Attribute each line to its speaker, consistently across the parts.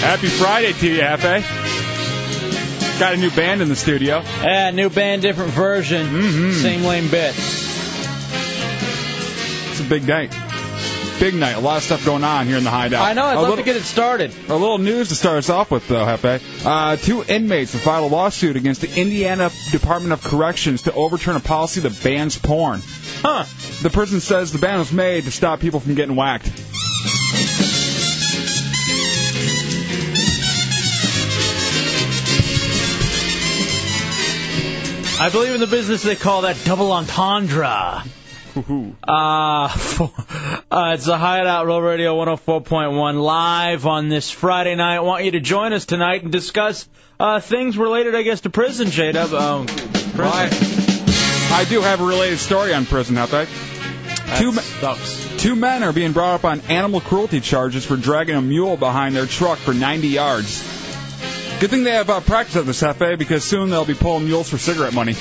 Speaker 1: Happy Friday to you, Hefe. Got a new band in the studio. Hmm.
Speaker 2: Yeah, new band, different version. Same lame bits.
Speaker 1: It's a big night. Big night. A lot of stuff going on here in the hideout.
Speaker 2: I know. I'd
Speaker 1: a
Speaker 2: love
Speaker 1: little,
Speaker 2: to get it started.
Speaker 1: a little news to start us off with, though, Hefe. Uh, two inmates have filed a lawsuit against the Indiana Department of Corrections to overturn a policy that bans porn. Huh. The person says the ban was made to stop people from getting whacked.
Speaker 2: I believe in the business they call that double entendre. Uh, uh, it's the Hideout Roll Radio 104.1 live on this Friday night. I want you to join us tonight and discuss uh, things related, I guess, to prison, J Dub. Um,
Speaker 1: I do have a related story on prison, Hefe. Two, me- two men are being brought up on animal cruelty charges for dragging a mule behind their truck for 90 yards. Good thing they have uh, practice at this, Hefe, because soon they'll be pulling mules for cigarette money.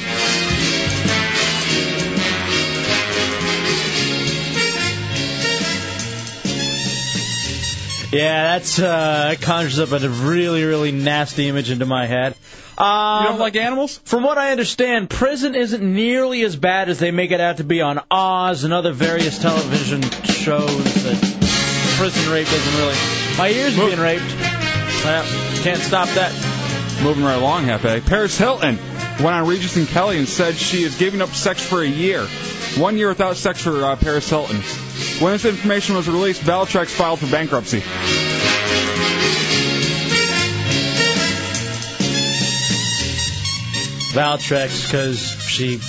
Speaker 2: yeah, that's uh, that conjures up a really, really nasty image into my head. Um,
Speaker 1: You don't like animals?
Speaker 2: From what I understand, prison isn't nearly as bad as they make it out to be on Oz and other various television shows that prison rape isn't really. My ears are being raped. Well, can't stop that.
Speaker 1: Moving right along, Hefe. Paris Hilton went on Regis and Kelly and said she is giving up sex for a year. One year without sex for uh, Paris Hilton. When this information was released, Valtrex filed for bankruptcy.
Speaker 2: Valtrex, because she.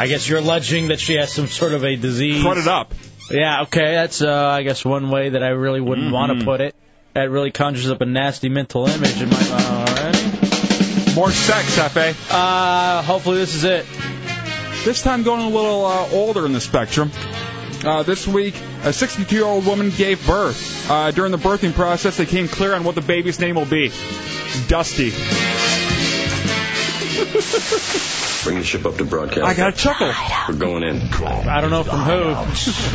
Speaker 2: I guess you're alleging that she has some sort of a disease.
Speaker 1: Put it up.
Speaker 2: Yeah, okay, that's, uh, I guess, one way that I really wouldn't
Speaker 1: Mm-hmm.
Speaker 2: want to put it. That really conjures up a nasty mental image in my uh, mind. Alright.
Speaker 1: More sex, Hefe.
Speaker 2: Uh, hopefully this is it.
Speaker 1: This time going a little uh, older in the spectrum. Uh, this week, a 62 year old woman gave birth. Uh, during the birthing process, they came clear on what the baby's name will be Dusty.
Speaker 3: Bring the ship up to broadcast.
Speaker 1: I got a chuckle.
Speaker 3: We're going in.
Speaker 2: I don't know from who.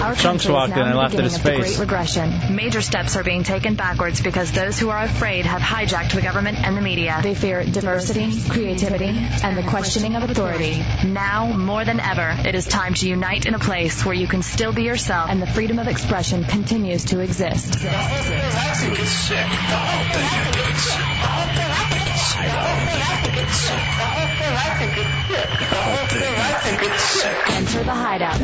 Speaker 4: Our
Speaker 2: Chunks
Speaker 4: country is
Speaker 2: walked in
Speaker 4: now
Speaker 2: and
Speaker 4: the
Speaker 2: laughed at his
Speaker 4: beginning of the
Speaker 2: face.
Speaker 4: Great regression. Major steps are being taken backwards because those who are afraid have hijacked the government and the media. They fear diversity, creativity, and the questioning of authority. Now, more than ever, it is time to unite in a place where you can still be yourself and the freedom of expression continues to exist. Enter the hideout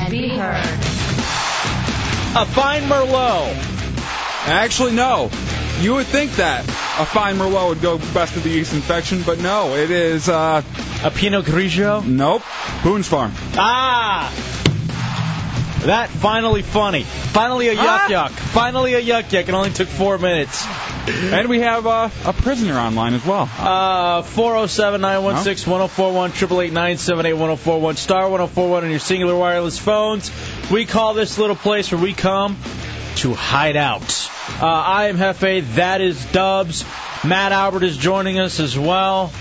Speaker 4: and be heard.
Speaker 2: A fine Merlot.
Speaker 1: Actually, no. You would think that a fine Merlot would go best with the yeast infection, but no, it is, uh,
Speaker 2: A Pinot Grigio?
Speaker 1: nope. Boone's Farm.
Speaker 2: Ah! That finally funny. Finally a yuck yuck. Finally a yuck yuck. It only took four minutes.
Speaker 1: And we have uh, a prisoner online as well.
Speaker 2: Uh, 407 916 1041 888 1041 star 1041 on your singular wireless phones. We call this little place where we come to hide out. Uh, I am Hefe. That is Dubs. Matt Albert is joining us as well.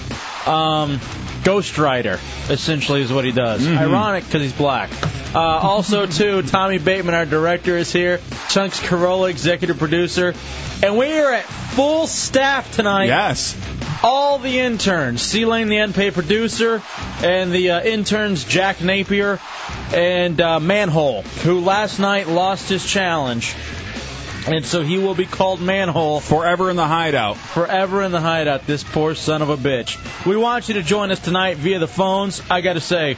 Speaker 2: Um, Ghost Rider, essentially, is what he does. Ironic because he's black. Uh, also, too, Tommy Bateman, our director, is here. Chunks Corolla, executive producer. And we are at full staff tonight
Speaker 1: Yes.
Speaker 2: all the interns. C Lane, the unpaid producer, and the uh, interns Jack Napier and uh, Manhole, who last night lost his challenge. And so he will be called Manhole
Speaker 1: Forever in the hideout.
Speaker 2: forever in the hideout, this poor son of a bitch. We want you to join us tonight via the phones. I got to say,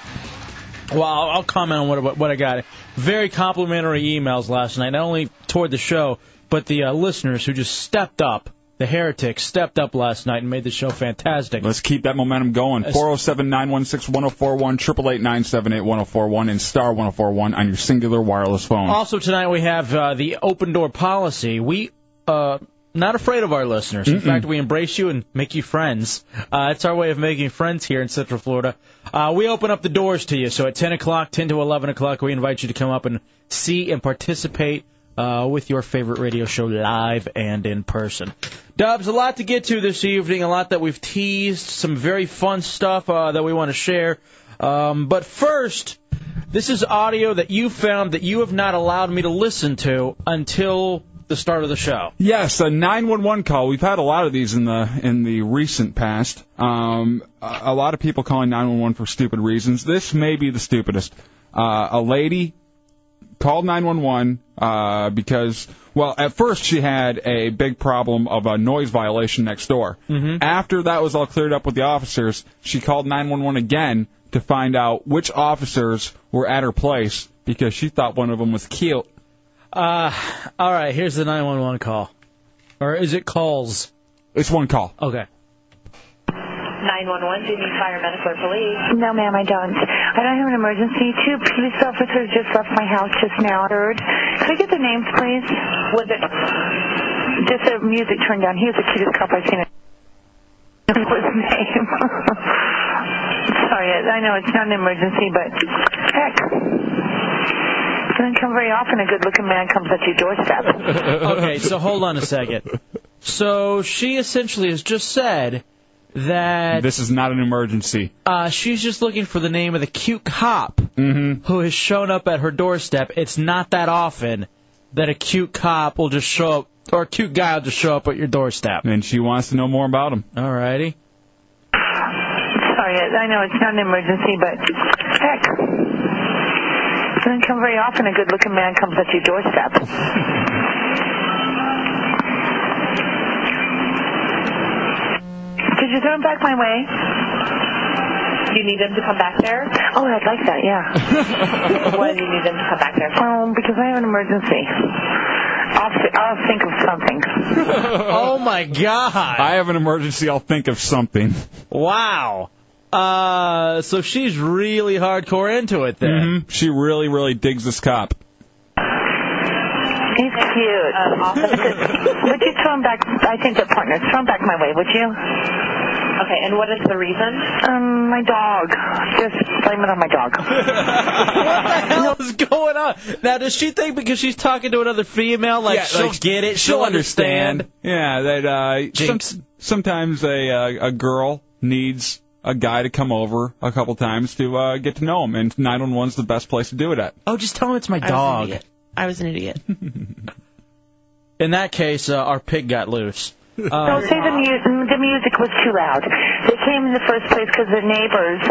Speaker 2: well, I'll, I'll comment on what, what I got. Very complimentary emails last night, not only toward the show, but the uh, listeners who just stepped up. The heretics stepped up last night and made the show fantastic.
Speaker 1: Let's keep that momentum going. 407 916 1041, 888 978 1041, and star 1041 on your singular wireless phone.
Speaker 2: Also tonight we have uh, the open door policy. We uh, not afraid of our listeners. In fact, we embrace you and make you friends. Uh, it's our way of making friends here in Central Florida. Uh, we open up the doors to you. So at 10 o'clock, 10 to 11 o'clock, we invite you to come up and see and participate uh, with your favorite radio show live and in person. Dubs, a lot to get to this evening, a lot that we've teased, some very fun stuff uh, that we want to share. Um, but first, this is audio that you found that you have not allowed me to listen to until the start of the show.
Speaker 1: Yes, a 911 call. We've had a lot of these in the in the recent past. Um, a, a lot of people calling 911 for stupid reasons. This may be the stupidest. Uh, a lady called 911 uh, because, well, at first she had a big problem of a noise violation next door. Mm-hmm.
Speaker 5: Mm-hmm.
Speaker 1: After that was all cleared up with the officers, she called 911 again to find out which officers were at her place because she thought one of them was cute.
Speaker 2: Uh, all right, here's the 911 call. Or is it calls?
Speaker 1: It's one call.
Speaker 2: Okay.
Speaker 6: 911, do you need fire, medical, or police? No, ma'am, I don't. I don't have an emergency. Two police officers just left my house just now. Third, could I get their names, please? Was it just the music turned down? He was the cutest cop I've seen. What was his name? Sorry, I I know it's not an emergency, but heck, doesn't come very often. A good-looking man comes at your doorstep.
Speaker 2: okay, so hold on a second. So she essentially has just said that
Speaker 1: This is not an emergency.
Speaker 2: uh, she's just looking for the name of the cute cop
Speaker 1: Mm-hmm.
Speaker 2: who has shown up at her doorstep. It's not that often that a cute cop will just show up, or a cute guy will just show up at your doorstep.
Speaker 1: And she wants to know more about him.
Speaker 2: Alrighty.
Speaker 6: Sorry, I know it's not an emergency, but heck, doesn't come very often a good-looking man comes at your doorstep. Could you throw him back my way? Do you need them to come back there? Oh, I'd like that, yeah. Why do you need them to come back there? Um, because I have an emergency. I'll, th- I'll think of something.
Speaker 2: Oh my god.
Speaker 1: I have an emergency. I'll think of something.
Speaker 2: Wow. Uh, so she's really hardcore into it then.
Speaker 1: Mhm. She really, really digs this cop.
Speaker 6: He's cute. would you throw him back? I think they're partners. Throw him back my way, would you? Okay, and what is the reason? Um, my dog. Just blame it on my dog.
Speaker 2: Uh,
Speaker 1: Mm-hmm.
Speaker 2: What the hell is going on? Now, does she think because she's talking to another female, like
Speaker 1: Yeah,
Speaker 2: she'll
Speaker 1: like,
Speaker 2: get it, she'll, understand?
Speaker 1: Yeah, that uh,
Speaker 2: Jinx.
Speaker 1: some- sometimes a uh, a girl needs a guy to come over a couple times to uh, get to know him, and 911's the best place to do it at.
Speaker 2: Oh, just tell him it's my
Speaker 7: I was an
Speaker 2: dog.
Speaker 7: idiot. I was an idiot.
Speaker 2: In that case, uh, our pig got loose. Uh,
Speaker 6: No, say the, mu- the music was too loud. They came in the first place because their neighbors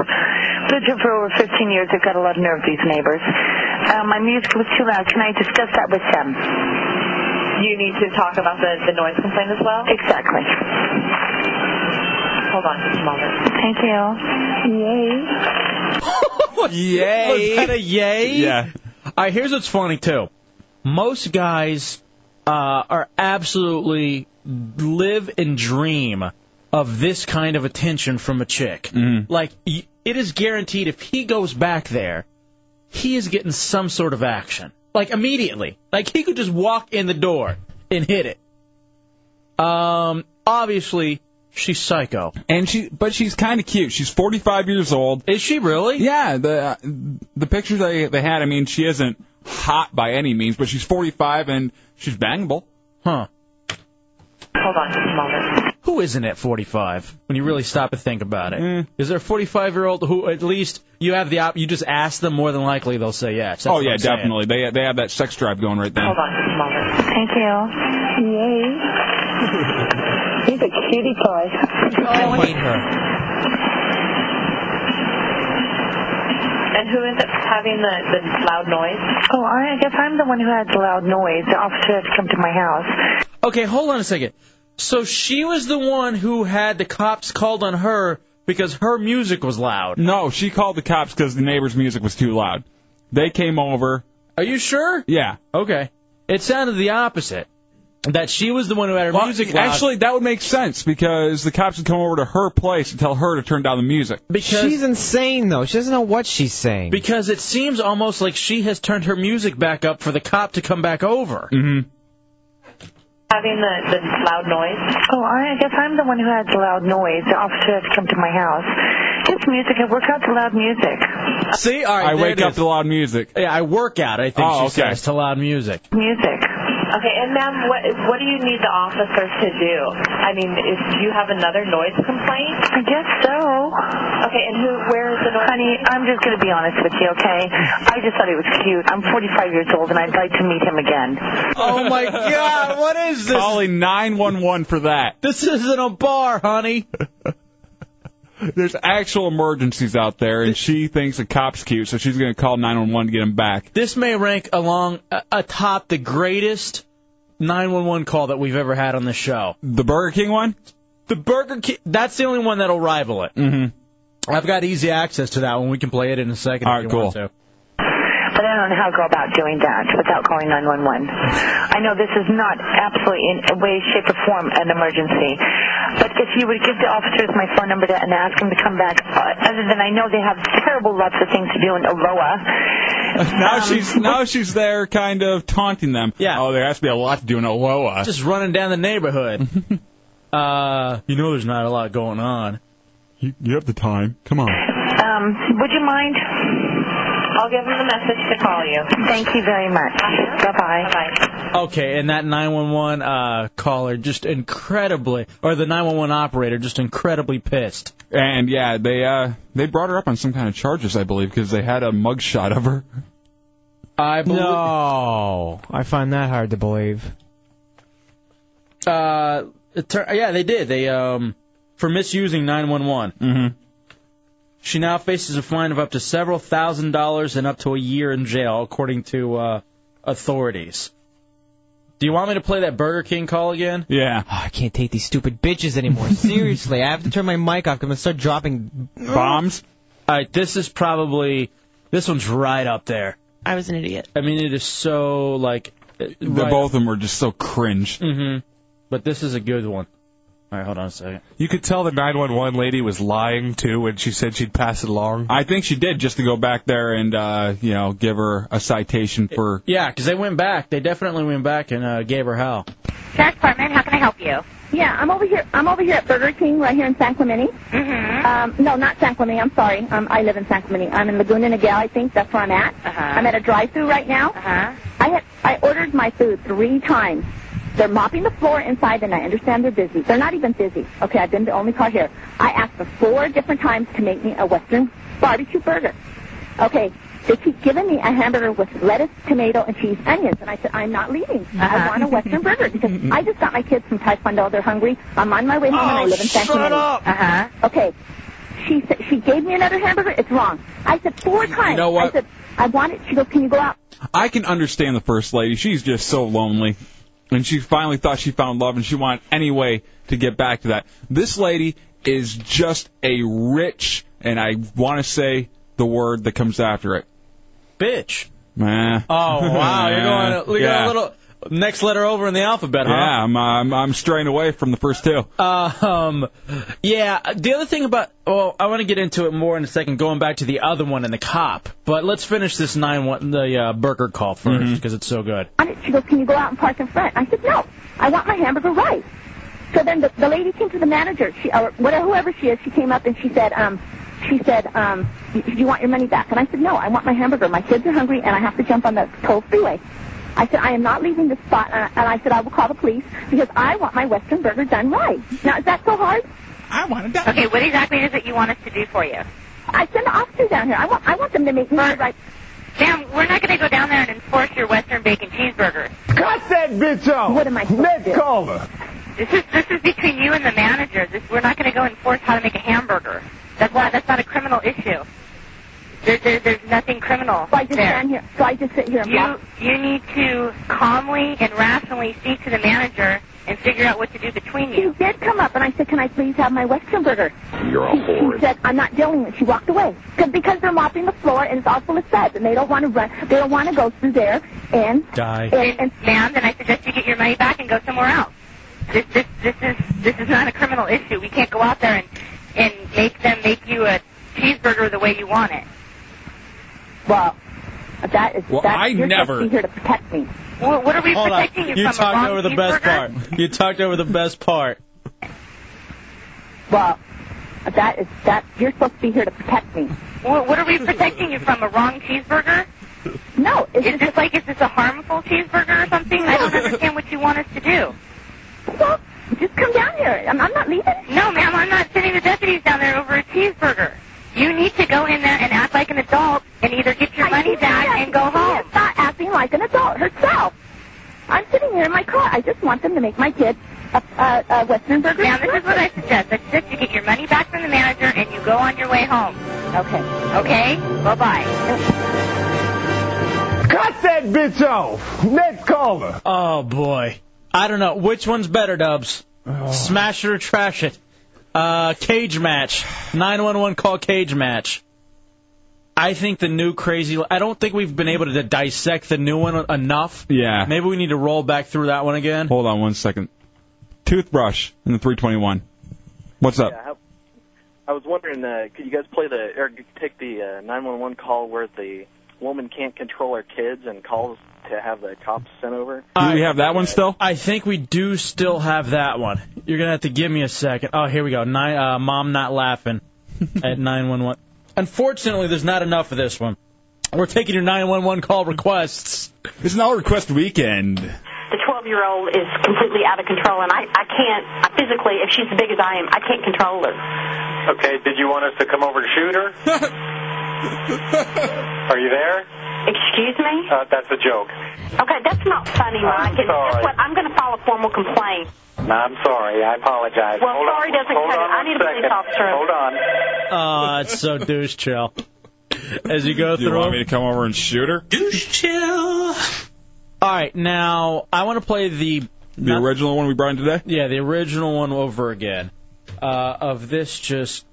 Speaker 6: lived here for over 15 years. They've got a lot of nerve, these neighbors. Um, my music was too loud. Can I discuss that with them? You need to talk about the, the noise complaint as well? Exactly. Hold on just a moment. Thank you. Yay.
Speaker 2: Was
Speaker 1: Yay!
Speaker 2: that a yay?
Speaker 1: Yeah.
Speaker 2: All right, here's what's funny too. Most guys uh, are absolutely live and dream of this kind of attention from a chick. Like y- it is guaranteed if he goes back there, he is getting some sort of action. Like immediately. Like he could just walk in the door and hit it. Um obviously she's psycho.
Speaker 1: And she, but she's kind of cute. She's 45 years old.
Speaker 2: Is she really?
Speaker 1: Yeah, the uh, the pictures they they had. I mean, she isn't hot by any means, but she's 45 and she's bangable.
Speaker 2: Huh.
Speaker 6: Hold on just a moment.
Speaker 2: who isn't at 45 when you really stop and think about it?
Speaker 1: Mm.
Speaker 2: Is there a 45 year old who at least you have the op- you just ask them more than likely they'll say yes. That's
Speaker 1: oh
Speaker 2: what
Speaker 1: yeah,
Speaker 2: I'm saying.
Speaker 1: definitely. They they have that sex drive going right there.
Speaker 6: on just a moment. Thank you. Yay. He's a cutie pie.
Speaker 7: I
Speaker 6: Oh.
Speaker 7: hate her.
Speaker 6: And who is having the, the loud noise? Oh, I guess I'm the one who had the loud noise. The officer had to come to my house.
Speaker 2: Okay, hold on a second. So she was the one who had the cops called on her because her music was loud.
Speaker 1: No, she called the cops because the neighbor's music was too loud. They came over.
Speaker 2: Are you sure?
Speaker 1: Yeah.
Speaker 2: Okay. It sounded the opposite. That she was the one who had her
Speaker 1: Well,
Speaker 2: music loud.
Speaker 1: actually, that would make sense because the cops would come over to her place and tell her to turn down the music.
Speaker 2: because
Speaker 7: She's insane though. She doesn't know what she's saying.
Speaker 2: Because it seems almost like she has turned her music back up for the cop to come back over.
Speaker 1: Mm-hmm.
Speaker 6: Having the, the loud noise? Oh, I guess I'm the one who had the loud noise. The officer had to come to my house. Just music. I work out to loud music.
Speaker 2: See, all right,
Speaker 1: I
Speaker 2: there
Speaker 1: wake
Speaker 2: it
Speaker 1: up
Speaker 2: is.
Speaker 1: to loud music.
Speaker 2: Yeah, I work out. I think
Speaker 1: Oh,
Speaker 2: she
Speaker 1: okay.
Speaker 2: says to loud music.
Speaker 6: Music.
Speaker 8: Okay, and ma'am, what what do you need the officers to do? I mean, is, do you have another noise complaint?
Speaker 6: I guess so.
Speaker 8: Okay, and who? Where is the noise?
Speaker 6: Honey, I'm just going to be honest with you, okay? I just thought he was cute. I'm 45 years old, and I'd like to meet him again.
Speaker 2: Oh my God! What is this?
Speaker 1: Calling 911 for that.
Speaker 2: This isn't a bar, honey.
Speaker 1: There's actual emergencies out there, and she thinks the cop's cute, so she's going to call 911 to get him back.
Speaker 2: This may rank along uh, atop the greatest 911 call that we've ever had on the show.
Speaker 1: The Burger King one?
Speaker 2: The Burger King. That's the only one that'll rival it.
Speaker 1: Mm-hmm.
Speaker 2: I've got easy access to that one. We can play it in a second.
Speaker 1: All
Speaker 2: if
Speaker 1: right,
Speaker 2: you Want
Speaker 1: cool.
Speaker 2: to.
Speaker 6: But I don't know how to go about doing that without calling 911. I know this is not absolutely in a way, shape, or form an emergency. But if you would give the officers my phone number to, and ask them to come back, uh, other than I know they have terrible lots of things to do in Aloha.
Speaker 1: Now she's now she's there, kind of taunting them.
Speaker 2: Yeah.
Speaker 1: Oh, there has to be a lot to do in Aloha.
Speaker 2: Just running down the neighborhood. uh, you know, there's not a lot going on.
Speaker 1: You, you have the time. Come on.
Speaker 6: Um, would you mind?
Speaker 8: I'll give them the message to call you. Uh-huh.
Speaker 6: Thank you very much. Bye-bye.
Speaker 8: Bye.
Speaker 2: Okay, and that 911 uh, caller just incredibly, or the 911 operator just incredibly pissed.
Speaker 1: And yeah, they uh they brought her up on some kind of charges, I believe, because they had a mugshot of her.
Speaker 2: I believe.
Speaker 7: No,
Speaker 2: Oh.
Speaker 7: I find that hard to believe.
Speaker 2: Uh, it tur- yeah, they did. They um for misusing 911.
Speaker 1: Mhm.
Speaker 2: She now faces a fine of up to several thousand dollars and up to a year in jail, according to uh, authorities. Do you want me to play that Burger King call again?
Speaker 1: Yeah.
Speaker 7: Oh, I can't take these stupid bitches anymore. Seriously, I have to turn my mic off. 'cause I'm gonna start dropping.
Speaker 1: Bombs.
Speaker 2: All right, this is probably this one's right up there.
Speaker 9: I was an idiot.
Speaker 2: I mean, it is so like uh, right
Speaker 1: The both of them were just so cringe.
Speaker 2: hmm But this is a good one. All right, hold on a second.
Speaker 10: You could tell the 911 lady was lying too when she said she'd pass it along.
Speaker 1: I think she did just to go back there and uh, you know give her a citation for.
Speaker 2: Yeah, 'cause they went back. They definitely went back and uh, gave her hell.
Speaker 11: Sheriff's Department, how can I help you?
Speaker 9: Yeah, I'm over here. I'm over here at Burger King right here in San Clemente.
Speaker 11: Mm-hmm.
Speaker 9: Um, no, not San Clemente. I'm sorry. Um, I live in San Clemente. I'm in Laguna Niguel, I think. That's where I'm at.
Speaker 11: Uh-huh.
Speaker 9: I'm at a drive-through right now.
Speaker 11: Uh-huh.
Speaker 9: I had I ordered my food three times. They're mopping the floor inside, and I understand they're busy. They're not even busy. Okay, I've been the only car here. I asked for four different times to make me a Western barbecue burger. Okay, they keep giving me a hamburger with lettuce, tomato, and cheese, onions, and I said I'm not leaving. I want a Western burger because I just got my kids from Taekwondo. They're hungry. I'm on my way home, and I live in San Clemente.
Speaker 11: Uh-huh.
Speaker 9: Okay. She said she gave me another hamburger. It's wrong. I said four times.
Speaker 1: know what?
Speaker 9: I said I want it. She goes, can you go out?
Speaker 1: I can understand the first lady. She's just so lonely, and she finally thought she found love, and she wanted any way to get back to that. This lady is just a rich, and I want to say the word that comes after it.
Speaker 2: Bitch.
Speaker 1: Meh.
Speaker 2: Oh wow, you're
Speaker 1: Yeah.
Speaker 2: going, you're
Speaker 1: yeah.
Speaker 2: going a little next letter over in the alphabet, huh?
Speaker 1: Yeah, I'm, I'm I'm straying away from the first two.
Speaker 2: Uh, um, yeah. The other thing about well, I want to get into it more in a second. Going back to the other one and the cop, but let's finish this nine one the uh, burger call first because it's so good.
Speaker 9: on it. She goes, can you go out and park in front? I said, no, I want my hamburger right. So then the, the lady came to the manager, she, or whatever, whoever she is, she came up and she said, um, she said, um, do you want your money back? And I said, no, I want my hamburger. My kids are hungry and I have to jump on the toll freeway. I said, I am not leaving this spot. uh, And I- and I said, I will call the police because I want my Western burger done right. Now, is that so hard?
Speaker 11: Okay, what exactly is it you want us to do for you?
Speaker 9: I send the officers down here. I want, I want them to make me the right.
Speaker 11: Ma'am, we're not going to go down there and enforce your Western bacon cheeseburger.
Speaker 12: Cut that bitch off.
Speaker 9: What am I supposed to do?
Speaker 12: Caller.
Speaker 11: This is this is between you and the manager. This we're not going to go enforce how to make a hamburger. That's why that's not a criminal issue. There, there, there's nothing criminal
Speaker 9: So I just
Speaker 11: there.
Speaker 9: stand here. So I just sit here and
Speaker 11: You you need to calmly and rationally speak to the manager and figure out what to do between
Speaker 9: She
Speaker 11: you.
Speaker 9: did come up and I said, can I please have my Western burger?
Speaker 3: You're all
Speaker 9: She, she
Speaker 3: horrid.
Speaker 9: said, I'm not dealing with it. She walked away. 'Cause- Because they're mopping the floor and it's all full of suds and they don't want to run, they don't want to go through there and,
Speaker 2: Die.
Speaker 9: and, and
Speaker 11: Ma'am, then I suggest you get your money back and go somewhere else. This this this is this is not a criminal issue. We can't go out there and and make them make you a cheeseburger the way you want it.
Speaker 9: well, that is,
Speaker 1: Well,
Speaker 9: that,
Speaker 1: I
Speaker 9: you're supposed to
Speaker 1: never-
Speaker 9: be here to protect me.
Speaker 11: What, what are we
Speaker 2: Hold on,
Speaker 11: protecting
Speaker 2: you
Speaker 11: you from? a
Speaker 2: talked
Speaker 11: wrong
Speaker 2: over the best part.
Speaker 11: cheeseburger?
Speaker 2: You talked over the best part.
Speaker 9: Well, that is, that, you're supposed to be here to protect me.
Speaker 11: What, what are we protecting you from? A wrong cheeseburger?
Speaker 9: No, it's
Speaker 11: Is
Speaker 9: just,
Speaker 11: this like is this a harmful cheeseburger or something? I don't understand
Speaker 9: like an adult herself. I'm sitting here in my car. I just want them to make my kid a, a, a Western burger.
Speaker 11: Now, this is what I suggest. I suggest you get your money back from the manager and you go on your way home.
Speaker 9: Okay.
Speaker 11: Okay? Bye bye.
Speaker 2: Cut that bitch off. Next caller. Oh boy. I don't know which one's better, Dubs. Smash it or trash it. Uh, cage match. Nine one one call cage match. I think the new crazy. I don't think we've been able to dissect the new one enough.
Speaker 1: Yeah.
Speaker 2: Maybe we need to roll back through that one again.
Speaker 1: Hold on one second. Toothbrush in the 321. What's up?
Speaker 12: Yeah, I, I was wondering, uh, could you guys play the or take the uh, 911 call where the woman can't control her kids and calls to have the cops sent over?
Speaker 1: Do we have that one still?
Speaker 2: I think we do still have that one. You're gonna have to give me a second. Oh, here we go. Nine, uh, Mom not laughing at nine one one. Unfortunately, there's not enough of this one. We're taking your nine one one call requests.
Speaker 1: It's an all request weekend.
Speaker 13: The 12 year old is completely out of control, and I, I can't, I physically, if she's as big as I am, I can't control her.
Speaker 14: Okay, did you want us to come over to shoot her? Are you there?
Speaker 13: Excuse me?
Speaker 14: Uh, that's a joke.
Speaker 13: Okay, that's not funny, Mike. And guess
Speaker 14: sorry.
Speaker 13: what? I'm going to file a formal complaint.
Speaker 14: No, I'm sorry. I apologize.
Speaker 13: Well,
Speaker 14: Hold
Speaker 13: sorry
Speaker 14: on.
Speaker 13: doesn't
Speaker 14: Hold
Speaker 13: cut
Speaker 14: on
Speaker 13: it. I
Speaker 14: one
Speaker 13: need a police
Speaker 14: second.
Speaker 13: officer.
Speaker 14: Hold on.
Speaker 2: Oh, it's so douche chill. As you go
Speaker 1: Do
Speaker 2: through.
Speaker 1: you want
Speaker 2: them.
Speaker 1: me to come over and shoot her?
Speaker 2: chill. All right, now I want to play the the
Speaker 1: original one we brought in today.
Speaker 2: Yeah, the original one over again uh, of this just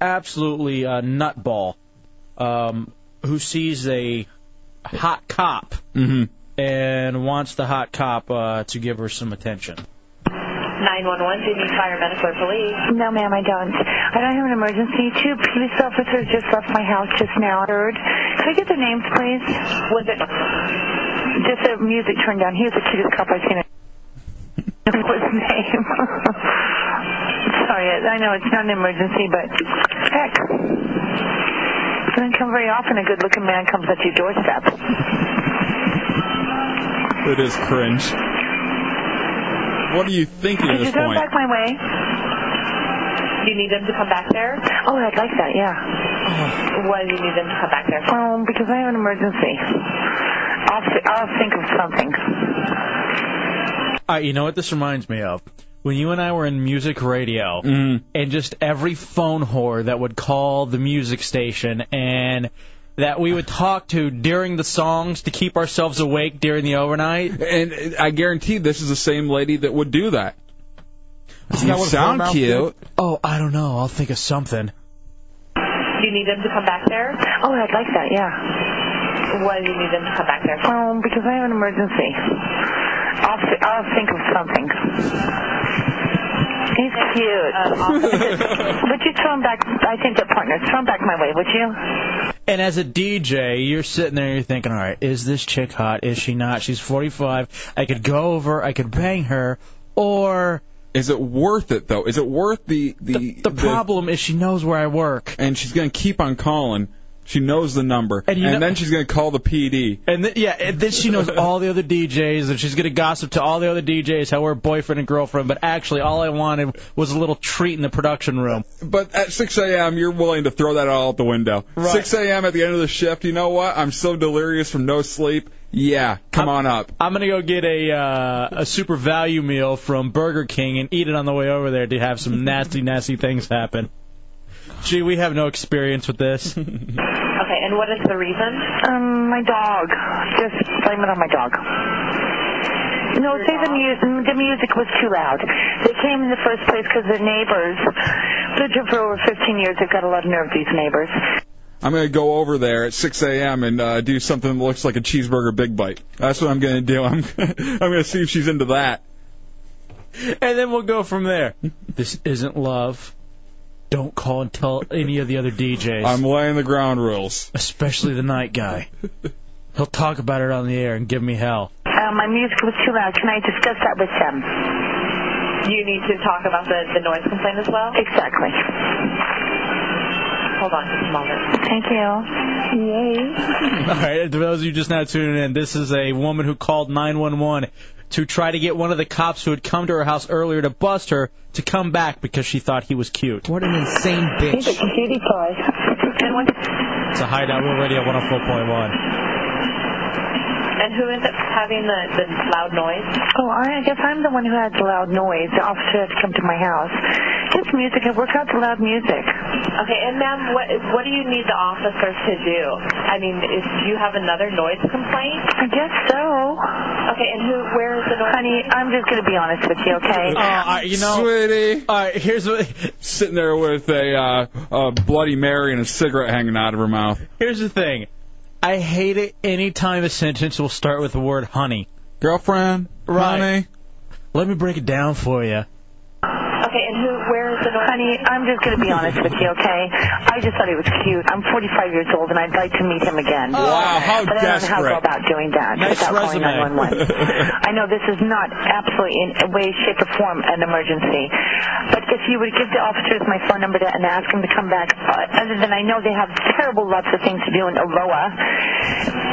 Speaker 2: absolutely uh, nutball um, who sees a hot cop
Speaker 1: Mm-hmm.
Speaker 2: and wants the hot cop uh, to give her some attention.
Speaker 8: 911, do you need fire, medical, or police?
Speaker 6: No, ma'am, I don't. I don't have an emergency. Two police officers just left my house just now. Third, could I get their names, please? Was it just the music turned down? He was the cutest cop I've seen. What's his name? Sorry, I I know it's not an emergency, but heck, doesn't come very often. A good-looking man comes at your doorstep.
Speaker 1: It is cringe. What are you thinking at
Speaker 6: Could
Speaker 1: this
Speaker 6: you throw it
Speaker 1: point?
Speaker 6: back my way?
Speaker 8: Do you need them to come back there?
Speaker 6: Oh, I'd like that. Yeah.
Speaker 8: Why do you need them to come back there?
Speaker 6: Um, because I have an emergency. I'll, th- I'll think of something.
Speaker 2: All right, you know what this reminds me of? When you and I were in music radio,
Speaker 1: Mm-hmm.
Speaker 2: and just every phone whore that would call the music station and that we would talk to during the songs to keep ourselves awake during the overnight.
Speaker 1: And I guarantee this is the same lady that would do that.
Speaker 2: Isn't
Speaker 1: You sound cute.
Speaker 2: Oh, I don't know. I'll think of
Speaker 8: Do
Speaker 2: something.
Speaker 8: you need them to come back there?
Speaker 6: Oh, I'd like that. Yeah.
Speaker 8: Why do you need them to come back there?
Speaker 6: Um, because I have an emergency. I'll, th- I'll think of something. He's cute.
Speaker 8: Um,
Speaker 6: would you throw him back? I think that partner. Throw him back my way, would you?
Speaker 2: And as a DJ, you're sitting there, you're thinking, all right, is this chick hot? Is she not? She's 45. I could go over, I could bang her, or
Speaker 1: Is it worth it though? Is it worth the the
Speaker 2: the problem is she knows where I work.
Speaker 1: And she's gonna keep on calling. She knows the number, and,
Speaker 2: And you know-
Speaker 1: then she's gonna call the PD.
Speaker 2: And th- yeah, and then she knows all the other DJs, and she's gonna gossip to all the other DJs how we're boyfriend and girlfriend. But actually, all I wanted was a little treat in the production room.
Speaker 1: But at 6 a.m., you're willing to throw that all out the window. 6 a.m. at the end of the shift, you know what? I'm so delirious from no sleep. Yeah, come on up.
Speaker 2: I'm gonna go get a uh, a super value meal from Burger King and eat it on the way over there to have some nasty, nasty things happen. Gee, we have no experience with this.
Speaker 8: Okay, and what is the reason?
Speaker 6: Um, my dog. Just blame it on my dog. No, say the music. The music was too loud. They came in the first place because their neighbors lived here for over 15 years. They've got a lot of nerve. These neighbors.
Speaker 1: I'm gonna go over there at 6 a.m. and uh, do something that looks like a cheeseburger big bite. That's what I'm gonna do. I'm I'm gonna see if she's into that.
Speaker 2: and then we'll go from there. This isn't love. Don't call and tell any of the other DJs.
Speaker 1: I'm laying the ground rules.
Speaker 2: especially the night guy. He'll talk about it on the air and give me hell.
Speaker 6: Um, my music was too loud. Can I discuss that with them?
Speaker 8: You need to talk about the, the noise complaint as well?
Speaker 6: Exactly.
Speaker 8: Hold on just a moment.
Speaker 6: Thank you. Yay.
Speaker 2: All right, to those of you just now tuning in, this is a woman who called 911 to try to get one of the cops who had come to her house earlier to bust her to come back because she thought he was cute.
Speaker 7: What an insane bitch.
Speaker 6: cutie pie.
Speaker 8: And what,
Speaker 14: oh
Speaker 2: It's a hideout. We're radio 104.1.
Speaker 8: and And who is it having the, the loud noise?
Speaker 6: Oh, I I guess I'm the one who had the loud noise. The officer has to come to my house. Just music and work out the loud music.
Speaker 8: Okay, and ma'am, what what do you need the officers to do? I mean, is do you have another noise complaint?
Speaker 6: I guess so.
Speaker 8: Okay, and who? Where is the noise?
Speaker 6: Honey, I'm just going to be honest with you, okay?
Speaker 1: Oh, I- you know, sweetie.
Speaker 2: All right, here's what.
Speaker 1: Sitting there with a, uh, a Bloody Mary and a cigarette hanging out of her mouth.
Speaker 2: Here's the thing. I hate it any time a sentence will start with the word honey.
Speaker 1: Girlfriend.
Speaker 2: Right. Let me break it down for you.
Speaker 8: Okay, and who? Where is the noise?
Speaker 6: Honey, I'm just going to be honest with you, okay? I just thought he was cute. I'm 45 years old, and I'd like to meet him again.
Speaker 1: Wow, how
Speaker 6: But I don't know how to
Speaker 1: desperate.
Speaker 6: go about doing that
Speaker 1: Nice
Speaker 6: without calling
Speaker 1: resume.
Speaker 6: 911. I know this is not absolutely in a way, shape, or form an emergency, but if you would give the officers my phone number to, and ask them to come back, uh, other than I know they have terrible lots of things to do in Aloha,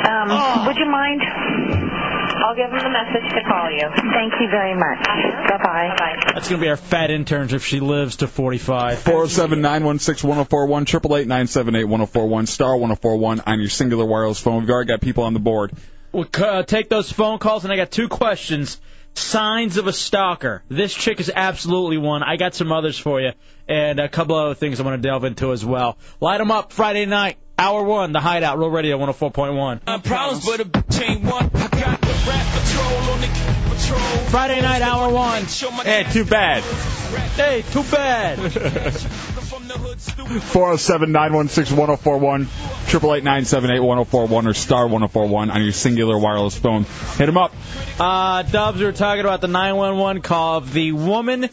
Speaker 6: um, would you mind?
Speaker 8: Oh. I'll give them the message to call you. Uh-huh.
Speaker 6: Thank you very much. Bye-bye.
Speaker 8: Bye.
Speaker 2: That's going to be our fat interns if she lives to 45.
Speaker 1: 407 916 1041, 888 978 1041, star 1041 on your singular wireless phone. We've already got people on the board.
Speaker 2: We'll c- uh, take those phone calls, and I got two questions. Signs of a stalker. This chick is absolutely one. I got some others for you, and a couple other things I want to delve into as well. Light 'em up Friday night, hour one, oh the Hideout, Real Radio 104.1.
Speaker 15: Uh, Problems, but a bitch ain't one. I got the rap patrol on the patrol.
Speaker 2: Friday night, hour one.
Speaker 1: Hey, too bad.
Speaker 2: Hey, too bad.
Speaker 1: 407 916 1041, 888 978 1041, or star 1041 on your singular wireless phone. Hit them up.
Speaker 2: Uh, Dubs, we were talking about the 911 call of the woman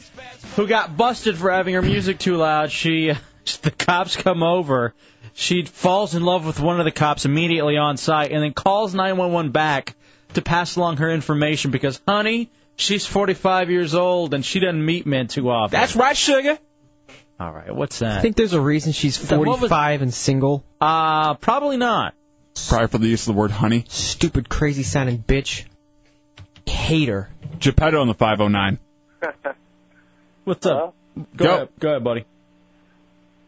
Speaker 2: who got busted for having her music too loud. She, the cops come over. She falls in love with one of the cops immediately on site and then calls 911 back to pass along her information because, honey, she's 45 years old and she doesn't meet men too often. That's
Speaker 15: right, sugar.
Speaker 2: All right, what's that?
Speaker 7: I think there's a reason she's
Speaker 2: Then what was-
Speaker 7: 45 and single.
Speaker 2: Uh, probably not.
Speaker 1: Sorry for the use of the word honey.
Speaker 7: Stupid, crazy sounding bitch. Hater.
Speaker 1: Geppetto on the 509.
Speaker 2: What's up? Go, ahead. Go ahead, buddy.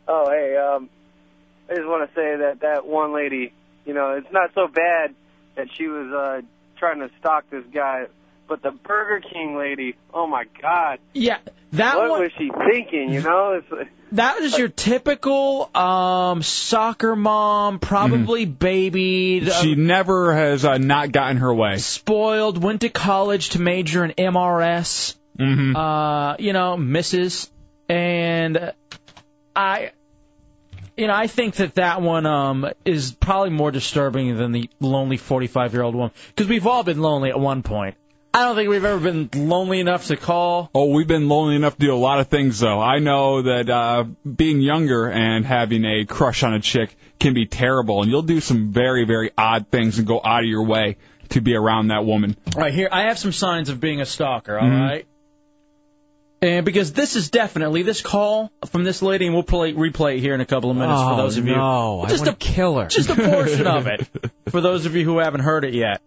Speaker 16: Oh, hey, um, I just want to say that that one lady, you know, it's not so bad that she was uh, trying to stalk this guy, but the Burger King lady, oh my God,
Speaker 2: Yeah, that
Speaker 16: what
Speaker 2: one.
Speaker 16: was she thinking? You know, it's
Speaker 2: That is your typical um, soccer mom, probably babied, uh,
Speaker 1: She never has uh, not gotten her way.
Speaker 2: spoiled, went to college to major in MRS.
Speaker 1: Mhm.
Speaker 2: Uh, you know, Mrs. And I, you know, I think that that one um, is probably more disturbing than the lonely 45 year old woman because we've all been lonely at one point. I don't think we've ever been lonely enough to call.
Speaker 1: Oh, we've been lonely enough to do a lot of things, though. I know that uh, being younger and having a crush on a chick can be terrible, and you'll do some very, very odd things and go out of your way to be around that woman.
Speaker 2: All right, here I have some signs of being a stalker.
Speaker 7: Mm-hmm.
Speaker 2: all right,
Speaker 1: Mhm.
Speaker 2: and because this is definitely this call from this lady, and we'll play replay it here in a couple of minutes
Speaker 7: Oh,
Speaker 2: for those of you.
Speaker 7: no, I
Speaker 2: just
Speaker 7: wanna
Speaker 2: a killer, just a portion of it for those of you who haven't heard it yet.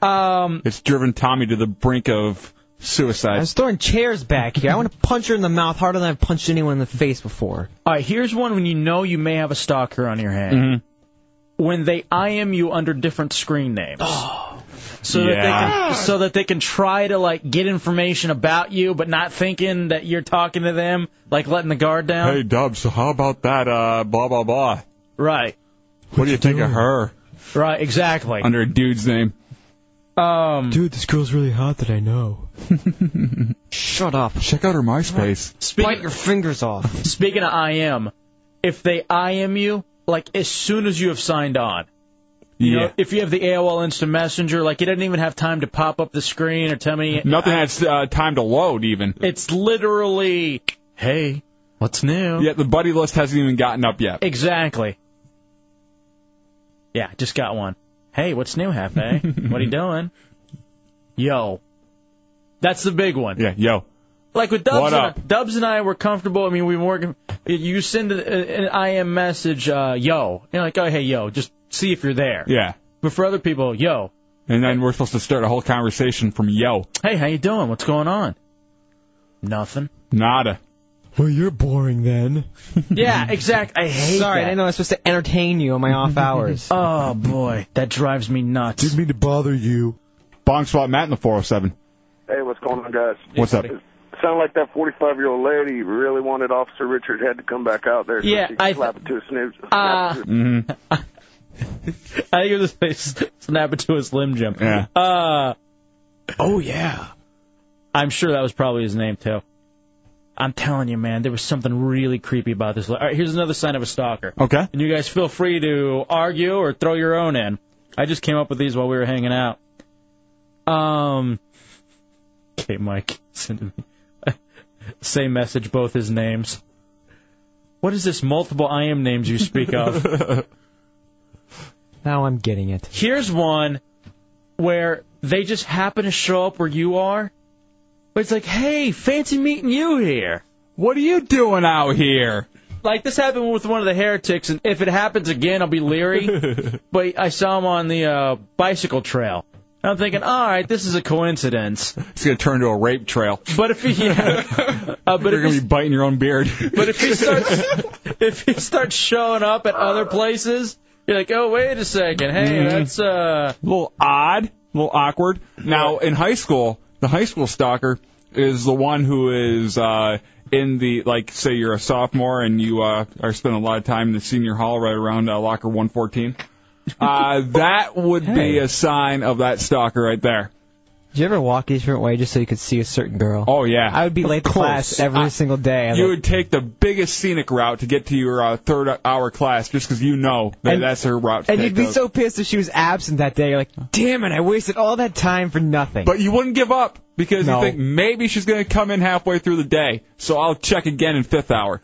Speaker 2: Um,
Speaker 1: It's driven Tommy to the brink of
Speaker 7: I
Speaker 1: suicide.
Speaker 7: was throwing chairs back here. I want to punch her in the mouth harder than I've punched anyone in the face before.
Speaker 2: All right, here's one when you know you may have a stalker on your hand.
Speaker 7: Mm-hmm.
Speaker 2: When they IM you under different screen names.
Speaker 7: Oh.
Speaker 2: So that they
Speaker 1: Yeah.
Speaker 2: can, so that they can try to like get information about you, but not thinking that you're talking to them, like letting the guard down.
Speaker 1: Hey, Dubs, so how about that, uh, blah, blah, blah?
Speaker 2: Right,
Speaker 1: What do you think of her?
Speaker 2: right, exactly.
Speaker 1: Under a dude's name.
Speaker 2: Um,
Speaker 7: Dude, this girl's really hot that I know. Shut up.
Speaker 1: Check out her MySpace.
Speaker 7: Bite your fingers off.
Speaker 2: Speaking of IM, if they IM you, like as soon as you have signed on, you
Speaker 1: Yeah.
Speaker 2: know, if you have the AOL Instant Messenger, like you didn't even have time to pop up the screen or tell me
Speaker 1: Nothing had uh, time to load, even.
Speaker 2: It's literally, hey, what's new?
Speaker 1: Yet the buddy list hasn't even gotten up yet.
Speaker 2: Exactly. Yeah, just got one. Hey, what's new, Hefe? what are you doing? Yo. That's the big one.
Speaker 1: Yeah, yo.
Speaker 2: Like with Dubs,
Speaker 1: What
Speaker 2: and I,
Speaker 1: up?
Speaker 2: Dubs and I were comfortable. I mean, we were. You send a- an IM message, uh, yo, and like, oh hey, yo, just see if you're there.
Speaker 1: Yeah.
Speaker 2: But for other people, yo,
Speaker 1: And then we're supposed to start a whole conversation from yo.
Speaker 2: hey, how you doing? What's going on? Nothing.
Speaker 1: Nada.
Speaker 7: Well, you're boring then.
Speaker 2: Yeah, exactly. I hate
Speaker 7: Sorry, I
Speaker 2: that.
Speaker 7: didn't know I was supposed to entertain you on my off hours.
Speaker 2: oh boy, that drives me nuts.
Speaker 1: Didn't mean to bother you. Bong spot Matt in the 407.
Speaker 17: Hey, what's going on, guys?
Speaker 1: What's up?
Speaker 17: Sound like that 45 year old lady really wanted Officer Richard Head to come back out there. so
Speaker 2: Yeah,
Speaker 17: she could
Speaker 2: I-
Speaker 17: slap it to a snooze.
Speaker 2: Uh,
Speaker 1: mm-hmm.
Speaker 2: I think it was a snap it to his limb Jim.
Speaker 1: Yeah.
Speaker 2: Uh, oh yeah. I'm sure that was probably his name too. I'm telling you, man, there was something really creepy about this. All right, here's another sign of a stalker.
Speaker 1: Okay.
Speaker 2: And you guys feel free to argue or throw your own in. I just came up with these while we were hanging out. Um. Okay, Mike, send me. Same message, both his names. What is this multiple I am names you speak of?
Speaker 7: now I'm getting it.
Speaker 2: Here's one where they just happen to show up where you are. But it's like, hey, fancy meeting you here.
Speaker 1: What are you doing out here?
Speaker 2: Like this happened with one of the heretics, and if it happens again, I'll be leery. but I saw him on the uh, bicycle trail. And I'm thinking, all right, this is a coincidence.
Speaker 1: It's going to turn to a rape trail.
Speaker 2: But if he, yeah, uh, but
Speaker 1: You're
Speaker 2: if
Speaker 1: going
Speaker 2: he's
Speaker 1: to be biting your own beard.
Speaker 2: But if he starts, if he starts showing up at other places, you're like, oh wait a second, hey,
Speaker 1: Mhm.
Speaker 2: that's uh,
Speaker 1: a little odd, a little awkward. Now in high school, the high school stalker is the one who is uh, in the like say you're a sophomore and you uh, are spending a lot of time in the senior hall right around uh, locker 114. Uh, that would be a sign of that stalker right there.
Speaker 7: Did you ever walk a different way just so you could see a certain girl?
Speaker 1: Oh yeah,
Speaker 7: I would be
Speaker 1: Of
Speaker 7: late to
Speaker 1: course.
Speaker 7: class every
Speaker 1: I-
Speaker 7: single day. I'd
Speaker 1: You
Speaker 7: like-
Speaker 1: would take the biggest scenic route to get to your uh, third hour class just because you know that
Speaker 7: And-
Speaker 1: that's her route. To
Speaker 7: and
Speaker 1: take
Speaker 7: you'd be
Speaker 1: those.
Speaker 7: so pissed if she was absent that day. You're like, damn it, I wasted all that time for nothing.
Speaker 1: But you wouldn't give up because
Speaker 7: No.
Speaker 1: you think maybe she's going to come in halfway through the day, so I'll check again in fifth hour.